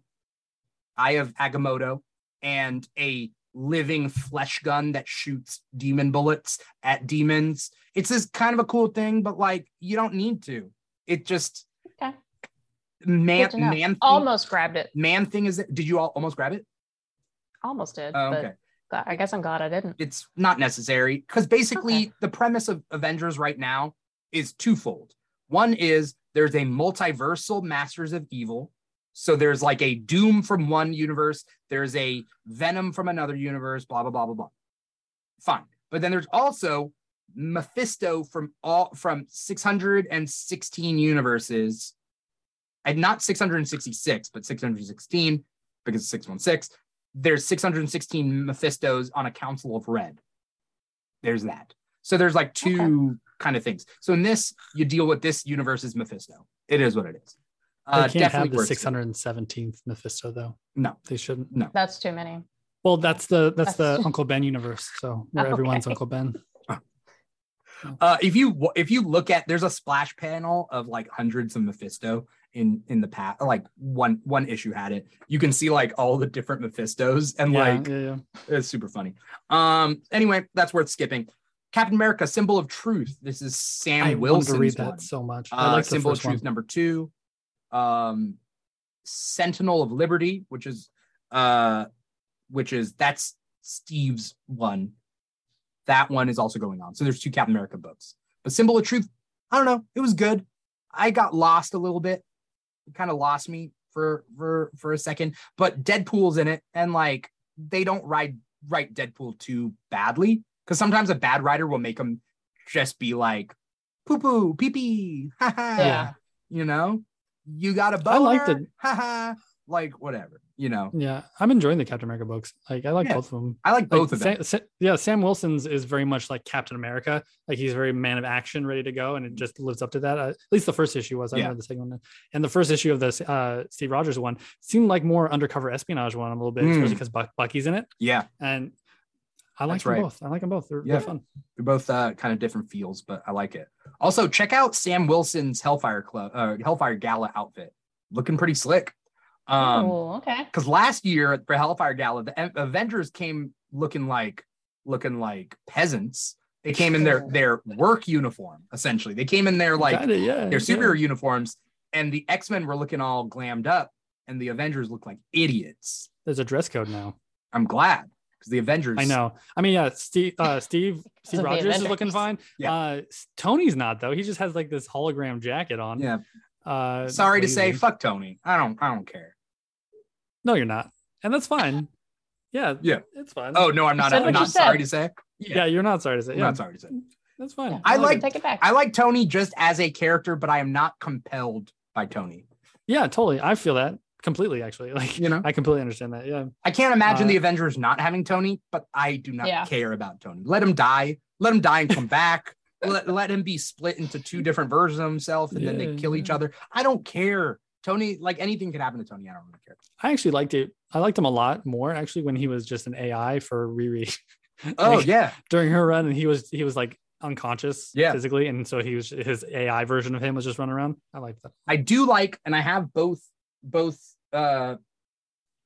[SPEAKER 1] eye of agamotto and a living flesh gun that shoots demon bullets at demons it's this kind of a cool thing but like you don't need to it just
[SPEAKER 3] Okay.
[SPEAKER 1] man
[SPEAKER 3] Good to know.
[SPEAKER 1] man thing,
[SPEAKER 3] Almost grabbed it.
[SPEAKER 1] man thing is did you all almost grab it
[SPEAKER 3] Almost did.
[SPEAKER 1] Oh,
[SPEAKER 3] but
[SPEAKER 1] okay
[SPEAKER 3] gl- I guess I'm glad I didn't.
[SPEAKER 1] it's not necessary because basically the premise of Avengers right now is twofold. One is there's a multiversal Masters of Evil. So there's like a Doom from one universe, there's a Venom from another universe, blah, blah, blah, blah, blah. Fine. But then there's also Mephisto from all from 616 universes. And not 666, but 616 because it's 616 there's 616 Mephistos on a council of red. There's that. So there's like two kind of things. So in this, you deal with this universe's Mephisto. It is what it is.
[SPEAKER 2] They
[SPEAKER 1] Uh,
[SPEAKER 2] can't have
[SPEAKER 1] definitely
[SPEAKER 2] the
[SPEAKER 1] worth it.
[SPEAKER 2] 617th Mephisto though.
[SPEAKER 1] No.
[SPEAKER 2] They shouldn't.
[SPEAKER 3] That's too many.
[SPEAKER 2] Well, that's the that's the
[SPEAKER 3] That's- Oh,
[SPEAKER 2] Uncle Ben universe. So where everyone's
[SPEAKER 3] Okay.
[SPEAKER 2] Uncle Ben.
[SPEAKER 1] Uh, if you if you look at there's a splash panel of like hundreds of Mephisto in in the past, like one one issue had it. You can see like all the different Mephistos and
[SPEAKER 2] yeah,
[SPEAKER 1] like
[SPEAKER 2] yeah, yeah.
[SPEAKER 1] It's super funny. Um, anyway, that's worth skipping. Captain America, Symbol of Truth. This is Sam
[SPEAKER 2] I wanted
[SPEAKER 1] Wilson's
[SPEAKER 2] to read that
[SPEAKER 1] one.
[SPEAKER 2] so much. I
[SPEAKER 1] Uh,
[SPEAKER 2] like the
[SPEAKER 1] Symbol of
[SPEAKER 2] first
[SPEAKER 1] Truth
[SPEAKER 2] one.
[SPEAKER 1] number two. Um, Sentinel of Liberty, which is uh, which is that's Steve's one. That one is also going on. So there's two Captain America books. But Symbol of Truth, I don't know. It was good. I got lost a little bit. It kind of lost me for for for a second. But Deadpool's in it, and like they don't ride write Deadpool too badly because sometimes a bad writer will make him just be like poo poo pee pee ha ha.
[SPEAKER 3] Yeah.
[SPEAKER 1] You know, you got a boner.
[SPEAKER 2] I liked it.
[SPEAKER 1] Ha ha. Like whatever. you know
[SPEAKER 2] Yeah, I'm enjoying the Captain America books. Like I like
[SPEAKER 1] Yeah.
[SPEAKER 2] both of them.
[SPEAKER 1] i like
[SPEAKER 2] Like,
[SPEAKER 1] both of them
[SPEAKER 2] Sa- Sa- yeah, Sam Wilson's is very much like Captain America. Like he's very man of action, ready to go, and it just lives up to that. Uh, at least the first issue was. I
[SPEAKER 1] Yeah.
[SPEAKER 2] remember the second one, and the first issue of the uh, Steve Rogers one seemed like more undercover espionage one a little bit,
[SPEAKER 1] Mm.
[SPEAKER 2] especially because Buck- Bucky's in it.
[SPEAKER 1] yeah
[SPEAKER 2] And I like
[SPEAKER 1] That's
[SPEAKER 2] them
[SPEAKER 1] right.
[SPEAKER 2] both. I like them both. They're,
[SPEAKER 1] Yeah.
[SPEAKER 2] they're fun.
[SPEAKER 1] they're both uh, kind of different feels but i like it also check out sam wilson's hellfire club uh, hellfire gala outfit looking pretty slick um
[SPEAKER 3] oh, okay.
[SPEAKER 1] because last year for Hellfire Gala, the A- Avengers came looking like looking like peasants. They came in their their work uniform essentially. They came in their like
[SPEAKER 2] Kinda, yeah,
[SPEAKER 1] their
[SPEAKER 2] yeah.
[SPEAKER 1] superhero uniforms, and the X Men were looking all glammed up, and the Avengers looked like idiots.
[SPEAKER 2] There's a dress code now.
[SPEAKER 1] I'm glad because the Avengers.
[SPEAKER 2] I know. I mean, yeah, Steve, uh, Steve, Steve
[SPEAKER 3] the
[SPEAKER 2] Rogers is looking
[SPEAKER 3] Avengers.
[SPEAKER 2] fine.
[SPEAKER 1] Yeah.
[SPEAKER 2] Uh, S- Tony's not though. He just has like this hologram jacket on.
[SPEAKER 1] Yeah.
[SPEAKER 2] Uh,
[SPEAKER 1] Sorry to say,
[SPEAKER 2] lazy.
[SPEAKER 1] fuck Tony. I don't. I don't care.
[SPEAKER 2] No, you're not, and that's fine. Yeah.
[SPEAKER 1] Yeah.
[SPEAKER 2] It's fine.
[SPEAKER 1] Oh no, I'm not.
[SPEAKER 3] said
[SPEAKER 1] I'm
[SPEAKER 3] what you
[SPEAKER 1] not
[SPEAKER 3] said.
[SPEAKER 1] sorry to say.
[SPEAKER 2] yeah. You're not sorry to say.
[SPEAKER 1] I'm
[SPEAKER 2] Yeah.
[SPEAKER 1] not sorry to say.
[SPEAKER 2] That's fine.
[SPEAKER 3] Yeah,
[SPEAKER 1] I
[SPEAKER 3] I'll
[SPEAKER 1] like-
[SPEAKER 3] take it back.
[SPEAKER 1] I like Tony just as a character, but I am not compelled by Tony.
[SPEAKER 2] Yeah, totally. I feel that completely. Actually, like
[SPEAKER 1] You know.
[SPEAKER 2] I completely understand that. Yeah.
[SPEAKER 1] I can't imagine
[SPEAKER 2] Uh,
[SPEAKER 1] the Avengers not having Tony, but I do not
[SPEAKER 3] Yeah.
[SPEAKER 1] care about Tony. Let him die. Let him die and come back. Let, let him be split into two different versions of himself and then they
[SPEAKER 2] Yeah,
[SPEAKER 1] kill each
[SPEAKER 2] yeah.
[SPEAKER 1] other. I don't care. Tony, like anything could happen to Tony. I don't really care.
[SPEAKER 2] I actually liked it. I liked him a lot more actually when he was just an AI for Riri.
[SPEAKER 1] Oh,
[SPEAKER 2] Like,
[SPEAKER 1] yeah.
[SPEAKER 2] during her run, and he was he was like unconscious
[SPEAKER 1] Yeah.
[SPEAKER 2] physically, and so he was his AI version of him was just running around. I like that.
[SPEAKER 1] I do like, and I have both, both uh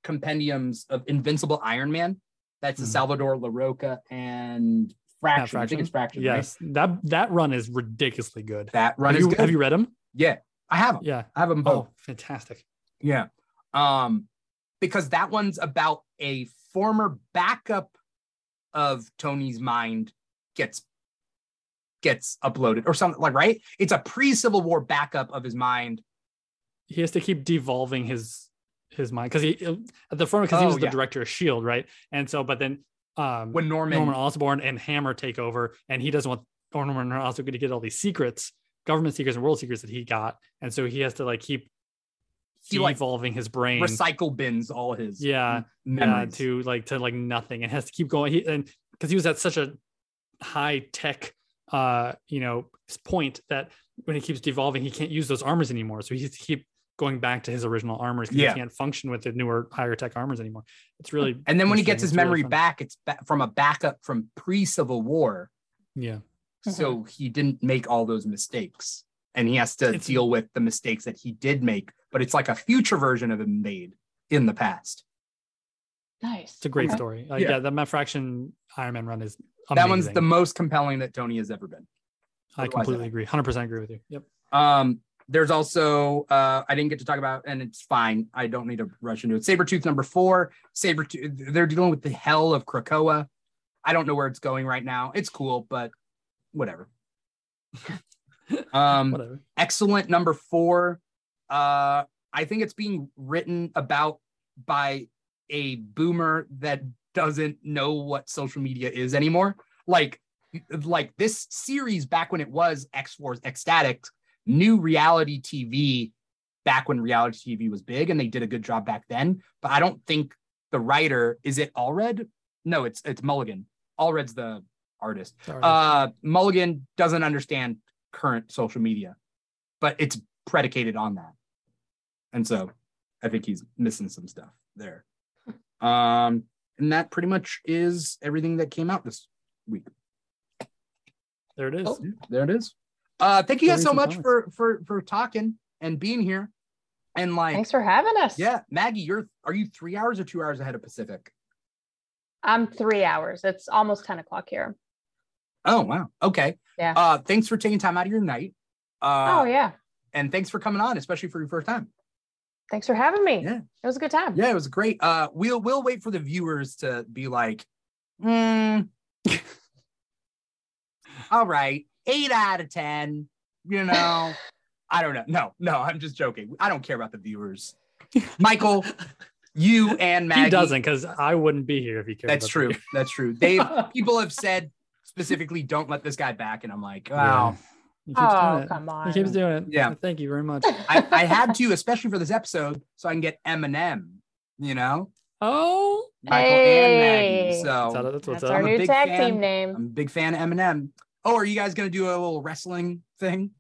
[SPEAKER 1] compendiums of Invincible Iron Man. That's the
[SPEAKER 2] Mhm.
[SPEAKER 1] Salvador LaRocca and Fraction. I think it's Fraction. right?
[SPEAKER 2] Yes, that that run is ridiculously good.
[SPEAKER 1] That run
[SPEAKER 2] have,
[SPEAKER 1] is
[SPEAKER 2] you,
[SPEAKER 1] good.
[SPEAKER 2] have you read them?
[SPEAKER 1] yeah. I have them.
[SPEAKER 2] Yeah.
[SPEAKER 1] I have them both.
[SPEAKER 2] Oh, fantastic.
[SPEAKER 1] Yeah. Um, because that one's about a former backup of Tony's mind gets gets uploaded or something like right? It's a pre-Civil War backup of his mind.
[SPEAKER 2] He has to keep devolving his his mind because he at the front because he
[SPEAKER 1] Oh,
[SPEAKER 2] was the
[SPEAKER 1] yeah.
[SPEAKER 2] director of Shield, E right? And so, but then um,
[SPEAKER 1] When Norman,
[SPEAKER 2] Norman Osborn and Hammer take over, and he doesn't want Norman Osborn to get all these secrets, government secrets and world secrets that he got, and so he has to like keep
[SPEAKER 1] He, like,
[SPEAKER 2] devolving his brain.
[SPEAKER 1] recycle bins all his
[SPEAKER 2] yeah.
[SPEAKER 1] m-
[SPEAKER 2] uh,
[SPEAKER 1] memories.
[SPEAKER 2] to like to like nothing and has to keep going he, and because he was at such a high tech uh you know s- point that when he keeps devolving he can't use those armors anymore so he has to keep going back to his original armors 'cause
[SPEAKER 1] Yeah.
[SPEAKER 2] he can't function with the newer higher tech armors anymore it's really
[SPEAKER 1] and then when he
[SPEAKER 2] interesting.
[SPEAKER 1] gets his
[SPEAKER 2] It's really
[SPEAKER 1] memory
[SPEAKER 2] fun.
[SPEAKER 1] back, it's ba- from a backup from pre-Civil War,
[SPEAKER 2] yeah
[SPEAKER 1] so he didn't make all those mistakes, and he has to
[SPEAKER 2] It's-
[SPEAKER 1] deal with the mistakes that he did make. But it's like a future version of him made in the past.
[SPEAKER 3] Nice.
[SPEAKER 2] it's a great
[SPEAKER 3] Okay.
[SPEAKER 2] story like,
[SPEAKER 1] Yeah.
[SPEAKER 2] yeah. that matt fraction iron man run is
[SPEAKER 1] That one's the
[SPEAKER 2] amazing.
[SPEAKER 1] most compelling that Tony has ever been.
[SPEAKER 2] i
[SPEAKER 1] otherwise I
[SPEAKER 2] completely
[SPEAKER 1] don't.
[SPEAKER 2] agree 100% agree with you yep
[SPEAKER 1] Um, there's also uh, I didn't get to talk about, and it's fine. I don't need to rush into it. Sabretooth number four. Sabretooth, they're dealing with the hell of Krakoa. I don't know where it's going right now. It's cool, but whatever. um,
[SPEAKER 2] whatever
[SPEAKER 1] excellent number four. Uh, I think it's being written about by a boomer that doesn't know what social media is anymore. Like, like this series back when it was X Force Ecstatic, new reality TV back when reality TV was big, and they did a good job back then. But I don't think the writer is it Allred? No, it's it's Mulligan. Allred's the artist
[SPEAKER 2] Sorry.
[SPEAKER 1] uh mulligan doesn't understand current social media but it's predicated on that and so i think he's missing some stuff there um and that pretty much is everything that came out this
[SPEAKER 2] there it is
[SPEAKER 1] oh, there it is uh thank you
[SPEAKER 2] Go
[SPEAKER 1] guys
[SPEAKER 2] read
[SPEAKER 1] so
[SPEAKER 2] some
[SPEAKER 1] much
[SPEAKER 2] comics.
[SPEAKER 1] for for for talking and being here and like
[SPEAKER 3] Thanks for having us.
[SPEAKER 1] yeah maggie you're are you three hours or two hours ahead of pacific
[SPEAKER 3] I'm three hours. It's almost 10 o'clock here.
[SPEAKER 1] oh wow okay
[SPEAKER 3] Yeah.
[SPEAKER 1] uh thanks for taking time out of your night uh
[SPEAKER 3] oh, yeah.
[SPEAKER 1] and thanks for coming on especially for your first time
[SPEAKER 3] Thanks for having me.
[SPEAKER 1] yeah.
[SPEAKER 3] It was a good time.
[SPEAKER 1] Yeah, it was great. Uh, we'll we'll wait for the viewers to be like, mm, all right, eight out of ten. You know, I don't know. No, no, I'm just joking. I don't care about the viewers. Michael, you and Maggie.
[SPEAKER 2] he doesn't because i wouldn't be here if he cared
[SPEAKER 1] That's
[SPEAKER 2] about the-
[SPEAKER 1] true. That's true. They people have said specifically, don't let this guy back, and I'm like, wow.
[SPEAKER 2] Yeah. He keeps doing
[SPEAKER 3] Oh,
[SPEAKER 2] it.
[SPEAKER 3] come on.
[SPEAKER 2] He keeps doing it.
[SPEAKER 1] Yeah.
[SPEAKER 2] Thank you very much.
[SPEAKER 1] I, I had to, especially for this episode, so I can get Eminem you know,
[SPEAKER 2] Oh,
[SPEAKER 1] Michael and Maggie.
[SPEAKER 3] Hey.
[SPEAKER 2] that's, how-
[SPEAKER 1] So
[SPEAKER 2] that's what's
[SPEAKER 3] That's
[SPEAKER 2] up.
[SPEAKER 3] our
[SPEAKER 1] I'm a
[SPEAKER 3] new
[SPEAKER 1] big
[SPEAKER 3] tag
[SPEAKER 1] fan.
[SPEAKER 3] team name.
[SPEAKER 1] I'm a big fan of Eminem. Oh, are you guys gonna do a little wrestling thing?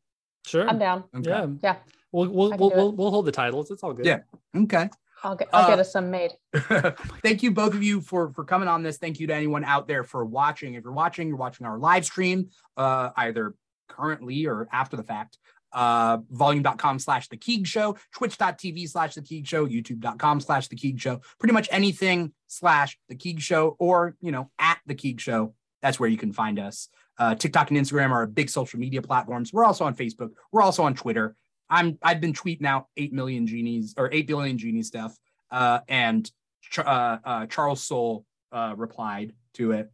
[SPEAKER 2] sure.
[SPEAKER 3] I'm down.
[SPEAKER 2] Yeah.
[SPEAKER 3] Yeah.
[SPEAKER 2] We'll we'll
[SPEAKER 3] I can
[SPEAKER 2] we'll,
[SPEAKER 3] do it.
[SPEAKER 2] we'll, we'll hold the titles. It's all good.
[SPEAKER 1] Yeah. Okay.
[SPEAKER 3] I'll get I'll get
[SPEAKER 1] Uh,
[SPEAKER 3] us some made.
[SPEAKER 1] thank you both of you for for coming on this thank you to anyone out there for watching if you're watching you're watching our live stream uh either currently or after the fact uh volume.com slash the keeg show twitch.tv slash the keeg show youtube.com slash the keeg show pretty much anything slash the keeg show or you know at the keeg show that's where you can find us uh tiktok and instagram are our big social media platforms we're also on facebook we're also on twitter i'm i've been tweeting out 8 million genies or 8 billion genie stuff uh and Ch- uh, uh, Charles Soule uh, replied to it.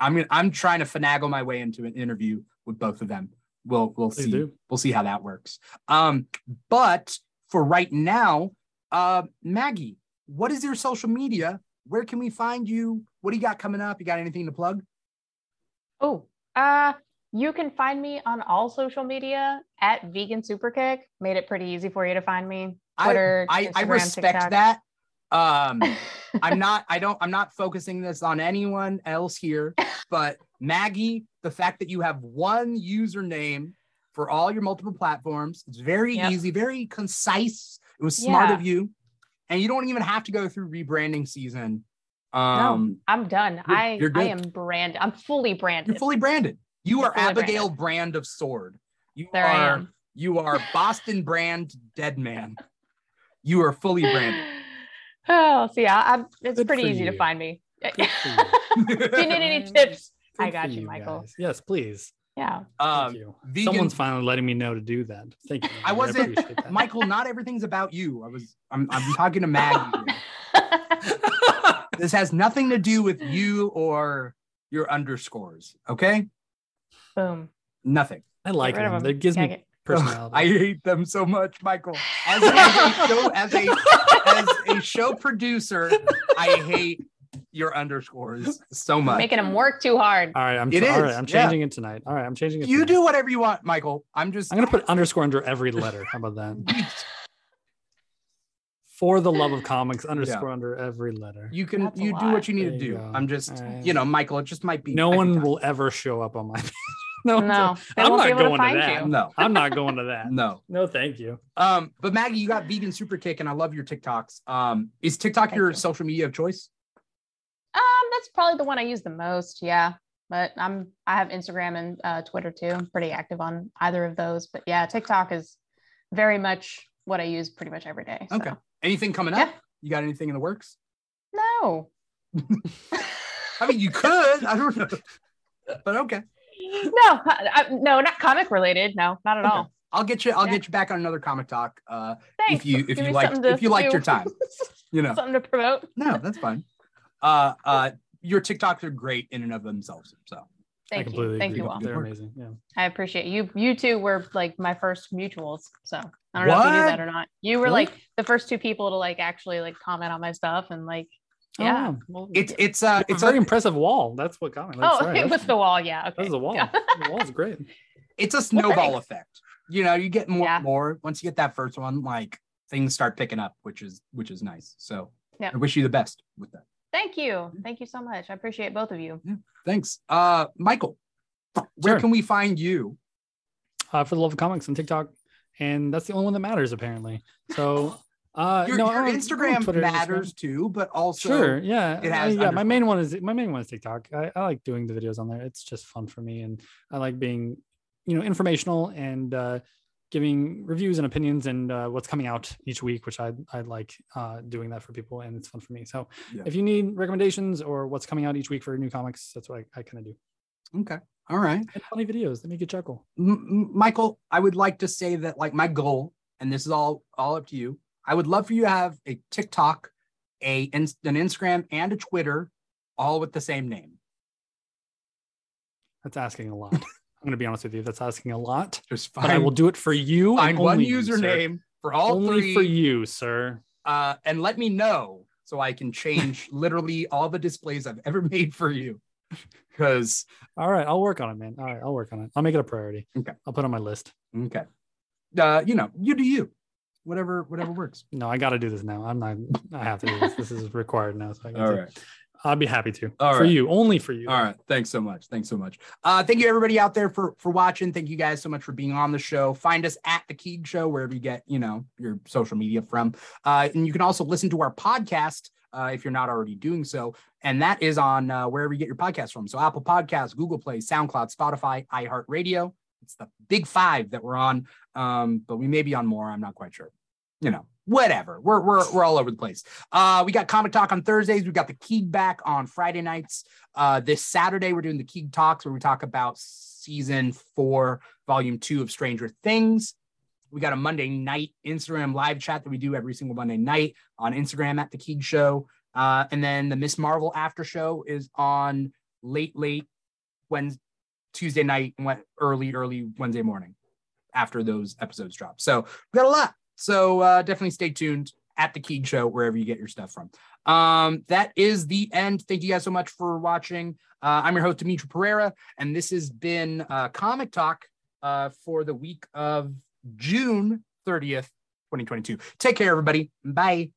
[SPEAKER 1] I'm gonna, I'm trying to finagle my way into an interview with both of them. We'll we'll
[SPEAKER 2] Please
[SPEAKER 1] see
[SPEAKER 2] do.
[SPEAKER 1] we'll see how that works. Um, but for right now, uh, Maggie, what is your social media? Where can we find you? What do you got coming up? You got anything to plug?
[SPEAKER 3] Oh, uh, you can find me on all social media at Vegan Superkick. Made it pretty easy for you to find me.
[SPEAKER 1] I-
[SPEAKER 3] Twitter,
[SPEAKER 1] I, I
[SPEAKER 3] Instagram,
[SPEAKER 1] respect
[SPEAKER 3] TikTok.
[SPEAKER 1] that. Um, I'm not I don't I'm not focusing this on anyone else here, but Maggie, the fact that you have one username for all your multiple platforms, it's very
[SPEAKER 3] Yep.
[SPEAKER 1] easy, very concise. It was smart
[SPEAKER 3] Yeah.
[SPEAKER 1] of you. And you don't even have to go through rebranding season. Um
[SPEAKER 3] I'm done.
[SPEAKER 1] You're-
[SPEAKER 3] I
[SPEAKER 1] you're
[SPEAKER 3] I
[SPEAKER 1] good.
[SPEAKER 3] am branded. I'm fully branded.
[SPEAKER 1] you're fully branded. You
[SPEAKER 3] You're
[SPEAKER 1] are
[SPEAKER 3] fully
[SPEAKER 1] Abigail Brand of Sword. You
[SPEAKER 3] there I
[SPEAKER 1] are
[SPEAKER 3] am.
[SPEAKER 1] you are Boston Brand Dead Man. You are fully branded.
[SPEAKER 3] Oh, see, I, I'm, it's
[SPEAKER 2] Good
[SPEAKER 3] pretty
[SPEAKER 2] for
[SPEAKER 3] easy to
[SPEAKER 2] you.
[SPEAKER 3] find me. if
[SPEAKER 2] for
[SPEAKER 3] you need any
[SPEAKER 2] Good
[SPEAKER 3] tips, I
[SPEAKER 2] Good
[SPEAKER 3] got
[SPEAKER 2] for
[SPEAKER 3] you, Michael.
[SPEAKER 2] guys. Yes, please.
[SPEAKER 3] yeah.
[SPEAKER 2] Thank
[SPEAKER 1] um,
[SPEAKER 2] you.
[SPEAKER 1] vegan-
[SPEAKER 2] Someone's finally letting me know to do that. Thank you.
[SPEAKER 1] I wasn't-
[SPEAKER 2] appreciate that.
[SPEAKER 1] Michael, not everything's about you. I was I'm, I'm talking to Maggie. here. this has nothing to do with you or your underscores. Okay,
[SPEAKER 3] Boom.
[SPEAKER 1] nothing.
[SPEAKER 2] I like
[SPEAKER 3] Get rid of
[SPEAKER 2] them.
[SPEAKER 3] them.
[SPEAKER 2] That gives
[SPEAKER 3] Yeah,
[SPEAKER 2] me
[SPEAKER 3] get-
[SPEAKER 2] personality.
[SPEAKER 1] I hate them so much, Michael. As, as a show, as a as a show producer, I hate your underscores so much.
[SPEAKER 3] Making them work too hard.
[SPEAKER 2] all right, I'm
[SPEAKER 1] It
[SPEAKER 2] all right,
[SPEAKER 1] is,
[SPEAKER 2] I'm
[SPEAKER 1] yeah.
[SPEAKER 2] changing it tonight. All right, I'm changing it.
[SPEAKER 1] You
[SPEAKER 2] tonight.
[SPEAKER 1] do whatever you want, Michael. I'm just
[SPEAKER 2] I'm gonna put underscore under every letter. How about that? For the love of comics, underscore under every letter.
[SPEAKER 1] you can
[SPEAKER 3] That's a
[SPEAKER 1] you do
[SPEAKER 3] lot.
[SPEAKER 1] what you need
[SPEAKER 2] There
[SPEAKER 1] to
[SPEAKER 2] you
[SPEAKER 1] do.
[SPEAKER 2] go.
[SPEAKER 1] I'm just
[SPEAKER 2] All right.
[SPEAKER 1] you know, Michael. It just might be
[SPEAKER 2] no
[SPEAKER 1] might be
[SPEAKER 2] one
[SPEAKER 1] tough.
[SPEAKER 2] will ever show up on my. no,
[SPEAKER 3] No, they
[SPEAKER 2] I'm
[SPEAKER 3] won't
[SPEAKER 2] not
[SPEAKER 3] be able
[SPEAKER 2] going to
[SPEAKER 3] to find
[SPEAKER 2] that.
[SPEAKER 3] you.
[SPEAKER 1] No,
[SPEAKER 2] I'm not going to that.
[SPEAKER 1] no.
[SPEAKER 2] No, thank you.
[SPEAKER 1] Um, but Maggie, you got vegan super kick, and I love your TikToks. Um, is TikTok
[SPEAKER 3] Thank
[SPEAKER 1] your
[SPEAKER 3] you.
[SPEAKER 1] social media of choice?
[SPEAKER 3] Um, that's probably the one I use the most. Yeah, but I'm I have Instagram and uh, Twitter too. I'm pretty active on either of those. But yeah, TikTok is very much what I use pretty much every day. so.
[SPEAKER 1] Okay. Anything coming up?
[SPEAKER 3] Yeah.
[SPEAKER 1] You got anything in the works?
[SPEAKER 3] No.
[SPEAKER 1] I mean, you could. I don't know. But okay,
[SPEAKER 3] no, I, I- no, not comic related. No, not at
[SPEAKER 1] Okay.
[SPEAKER 3] all.
[SPEAKER 1] I'll get you. I'll
[SPEAKER 3] Yeah.
[SPEAKER 1] get you back on another comic talk. Uh,
[SPEAKER 3] Thanks.
[SPEAKER 1] if you if
[SPEAKER 3] Give
[SPEAKER 1] you
[SPEAKER 3] me
[SPEAKER 1] liked
[SPEAKER 3] something to
[SPEAKER 1] if you liked your
[SPEAKER 3] do.
[SPEAKER 1] time, you know.
[SPEAKER 3] something to promote.
[SPEAKER 1] No, that's fine. Uh, uh, your TikToks are great in and of themselves. So
[SPEAKER 2] I
[SPEAKER 3] Thank
[SPEAKER 2] completely
[SPEAKER 3] you. Thank
[SPEAKER 2] agree.
[SPEAKER 3] you
[SPEAKER 1] with
[SPEAKER 3] all.
[SPEAKER 2] They're
[SPEAKER 1] Good work.
[SPEAKER 2] amazing. Yeah.
[SPEAKER 3] I appreciate you. You two were like my first mutuals. So I don't know if you knew
[SPEAKER 1] What?
[SPEAKER 3] that or not. You were
[SPEAKER 2] Really?
[SPEAKER 3] like the first two people to like actually like comment on my stuff and like,
[SPEAKER 2] Oh,
[SPEAKER 3] yeah.
[SPEAKER 2] well,
[SPEAKER 1] it's it's uh
[SPEAKER 2] it's
[SPEAKER 1] it's
[SPEAKER 2] a very
[SPEAKER 1] a,
[SPEAKER 2] impressive wall. That's what got me. That's
[SPEAKER 3] Oh,
[SPEAKER 2] right.
[SPEAKER 3] it was the wall. Yeah.
[SPEAKER 2] That was
[SPEAKER 3] Okay.
[SPEAKER 2] the wall.
[SPEAKER 3] Yeah.
[SPEAKER 2] the wall's great.
[SPEAKER 1] it's a snowball
[SPEAKER 3] thanks.
[SPEAKER 1] effect. You know, you get more
[SPEAKER 3] Yeah.
[SPEAKER 1] more once you get that first one, like things start picking up, which is which is nice. So
[SPEAKER 3] Yeah.
[SPEAKER 1] I wish you the best with that.
[SPEAKER 3] Thank you.
[SPEAKER 2] Mm-hmm.
[SPEAKER 3] Thank you so much. I appreciate both of you.
[SPEAKER 1] Thanks, uh, Michael. Where
[SPEAKER 2] Sure.
[SPEAKER 1] can we find you?
[SPEAKER 2] Uh, for the love of comics on TikTok, and that's the only one that matters apparently. So, uh,
[SPEAKER 1] Your,
[SPEAKER 2] no,
[SPEAKER 1] your
[SPEAKER 2] I'm on- I'm on
[SPEAKER 1] Instagram
[SPEAKER 2] Twitter and Instagram.
[SPEAKER 1] matters too, but also
[SPEAKER 2] sure yeah
[SPEAKER 1] it
[SPEAKER 2] I-
[SPEAKER 1] has
[SPEAKER 2] yeah my
[SPEAKER 1] underscore.
[SPEAKER 2] main one is my main one is tiktok I, I like doing the videos on there it's just fun for me and i like being you know informational and uh giving reviews and opinions and uh, what's coming out each week which i i like uh doing that for people and it's fun for me so
[SPEAKER 1] Yeah.
[SPEAKER 2] if you need recommendations or what's coming out each week for new comics that's what i, I kind of do
[SPEAKER 1] okay. All right.
[SPEAKER 2] and funny videos that make you chuckle
[SPEAKER 1] M- M- Michael, I would like to say that like my goal, and this is all all up to you. I would love for you to have a TikTok, a in- an Instagram, and a Twitter, all with the same name.
[SPEAKER 2] that's asking a lot i'm going to be honest with you that's asking a lot
[SPEAKER 1] Just
[SPEAKER 2] but i will
[SPEAKER 1] find
[SPEAKER 2] do it for you and
[SPEAKER 1] find one
[SPEAKER 2] only you, sir.
[SPEAKER 1] username for all
[SPEAKER 2] only
[SPEAKER 1] three,
[SPEAKER 2] for you sir
[SPEAKER 1] uh, and let me know so I can change literally all the displays I've ever made for you. Because
[SPEAKER 2] All right, I'll work on it, man. All right, I'll work on it. I'll make it a priority.
[SPEAKER 1] Okay.
[SPEAKER 2] I'll put it on my list.
[SPEAKER 1] okay, uh, you know, you do you. whatever whatever works.
[SPEAKER 2] No, I got to do this now. I'm not. I have to do this. This is required now. So I got
[SPEAKER 1] All
[SPEAKER 2] to.
[SPEAKER 1] right.
[SPEAKER 2] I'd be happy to.
[SPEAKER 1] All
[SPEAKER 2] for
[SPEAKER 1] right.
[SPEAKER 2] you, only for you.
[SPEAKER 1] All right. Thanks so much. Thanks so much. Uh, thank you everybody out there for for watching. Thank you guys so much for being on the show. Find us at the Keeg Show wherever you get you know your social media from, uh, and you can also listen to our podcast uh, if you're not already doing so. And that is on uh, wherever you get your podcast from. So Apple Podcasts, Google Play, SoundCloud, Spotify, iHeartRadio. It's the big five that we're on, um, but we may be on more. I'm not quite sure. You know, whatever. We're we're we're all over the place. Uh, we got Comic Talk on Thursdays. We got the Keeg back on Friday nights. Uh, this Saturday, we're doing the Keeg Talks where we talk about season four, volume two of Stranger Things. We got a Monday night Instagram live chat that we do every single Monday night on Instagram at the Keeg Show. Uh, and then the Miss Marvel after show is on late, late Wednesday, Tuesday night, and went early, early Wednesday morning after those episodes drop. So we got a lot. So uh, definitely stay tuned at the Keeg Show, wherever you get your stuff from. Um, that is the end. Thank you guys so much for watching. Uh, I'm your host, Dimitri Pereira, and this has been uh, Comic Talk uh, for the week of June 30th, 2022. Take care, everybody. Bye.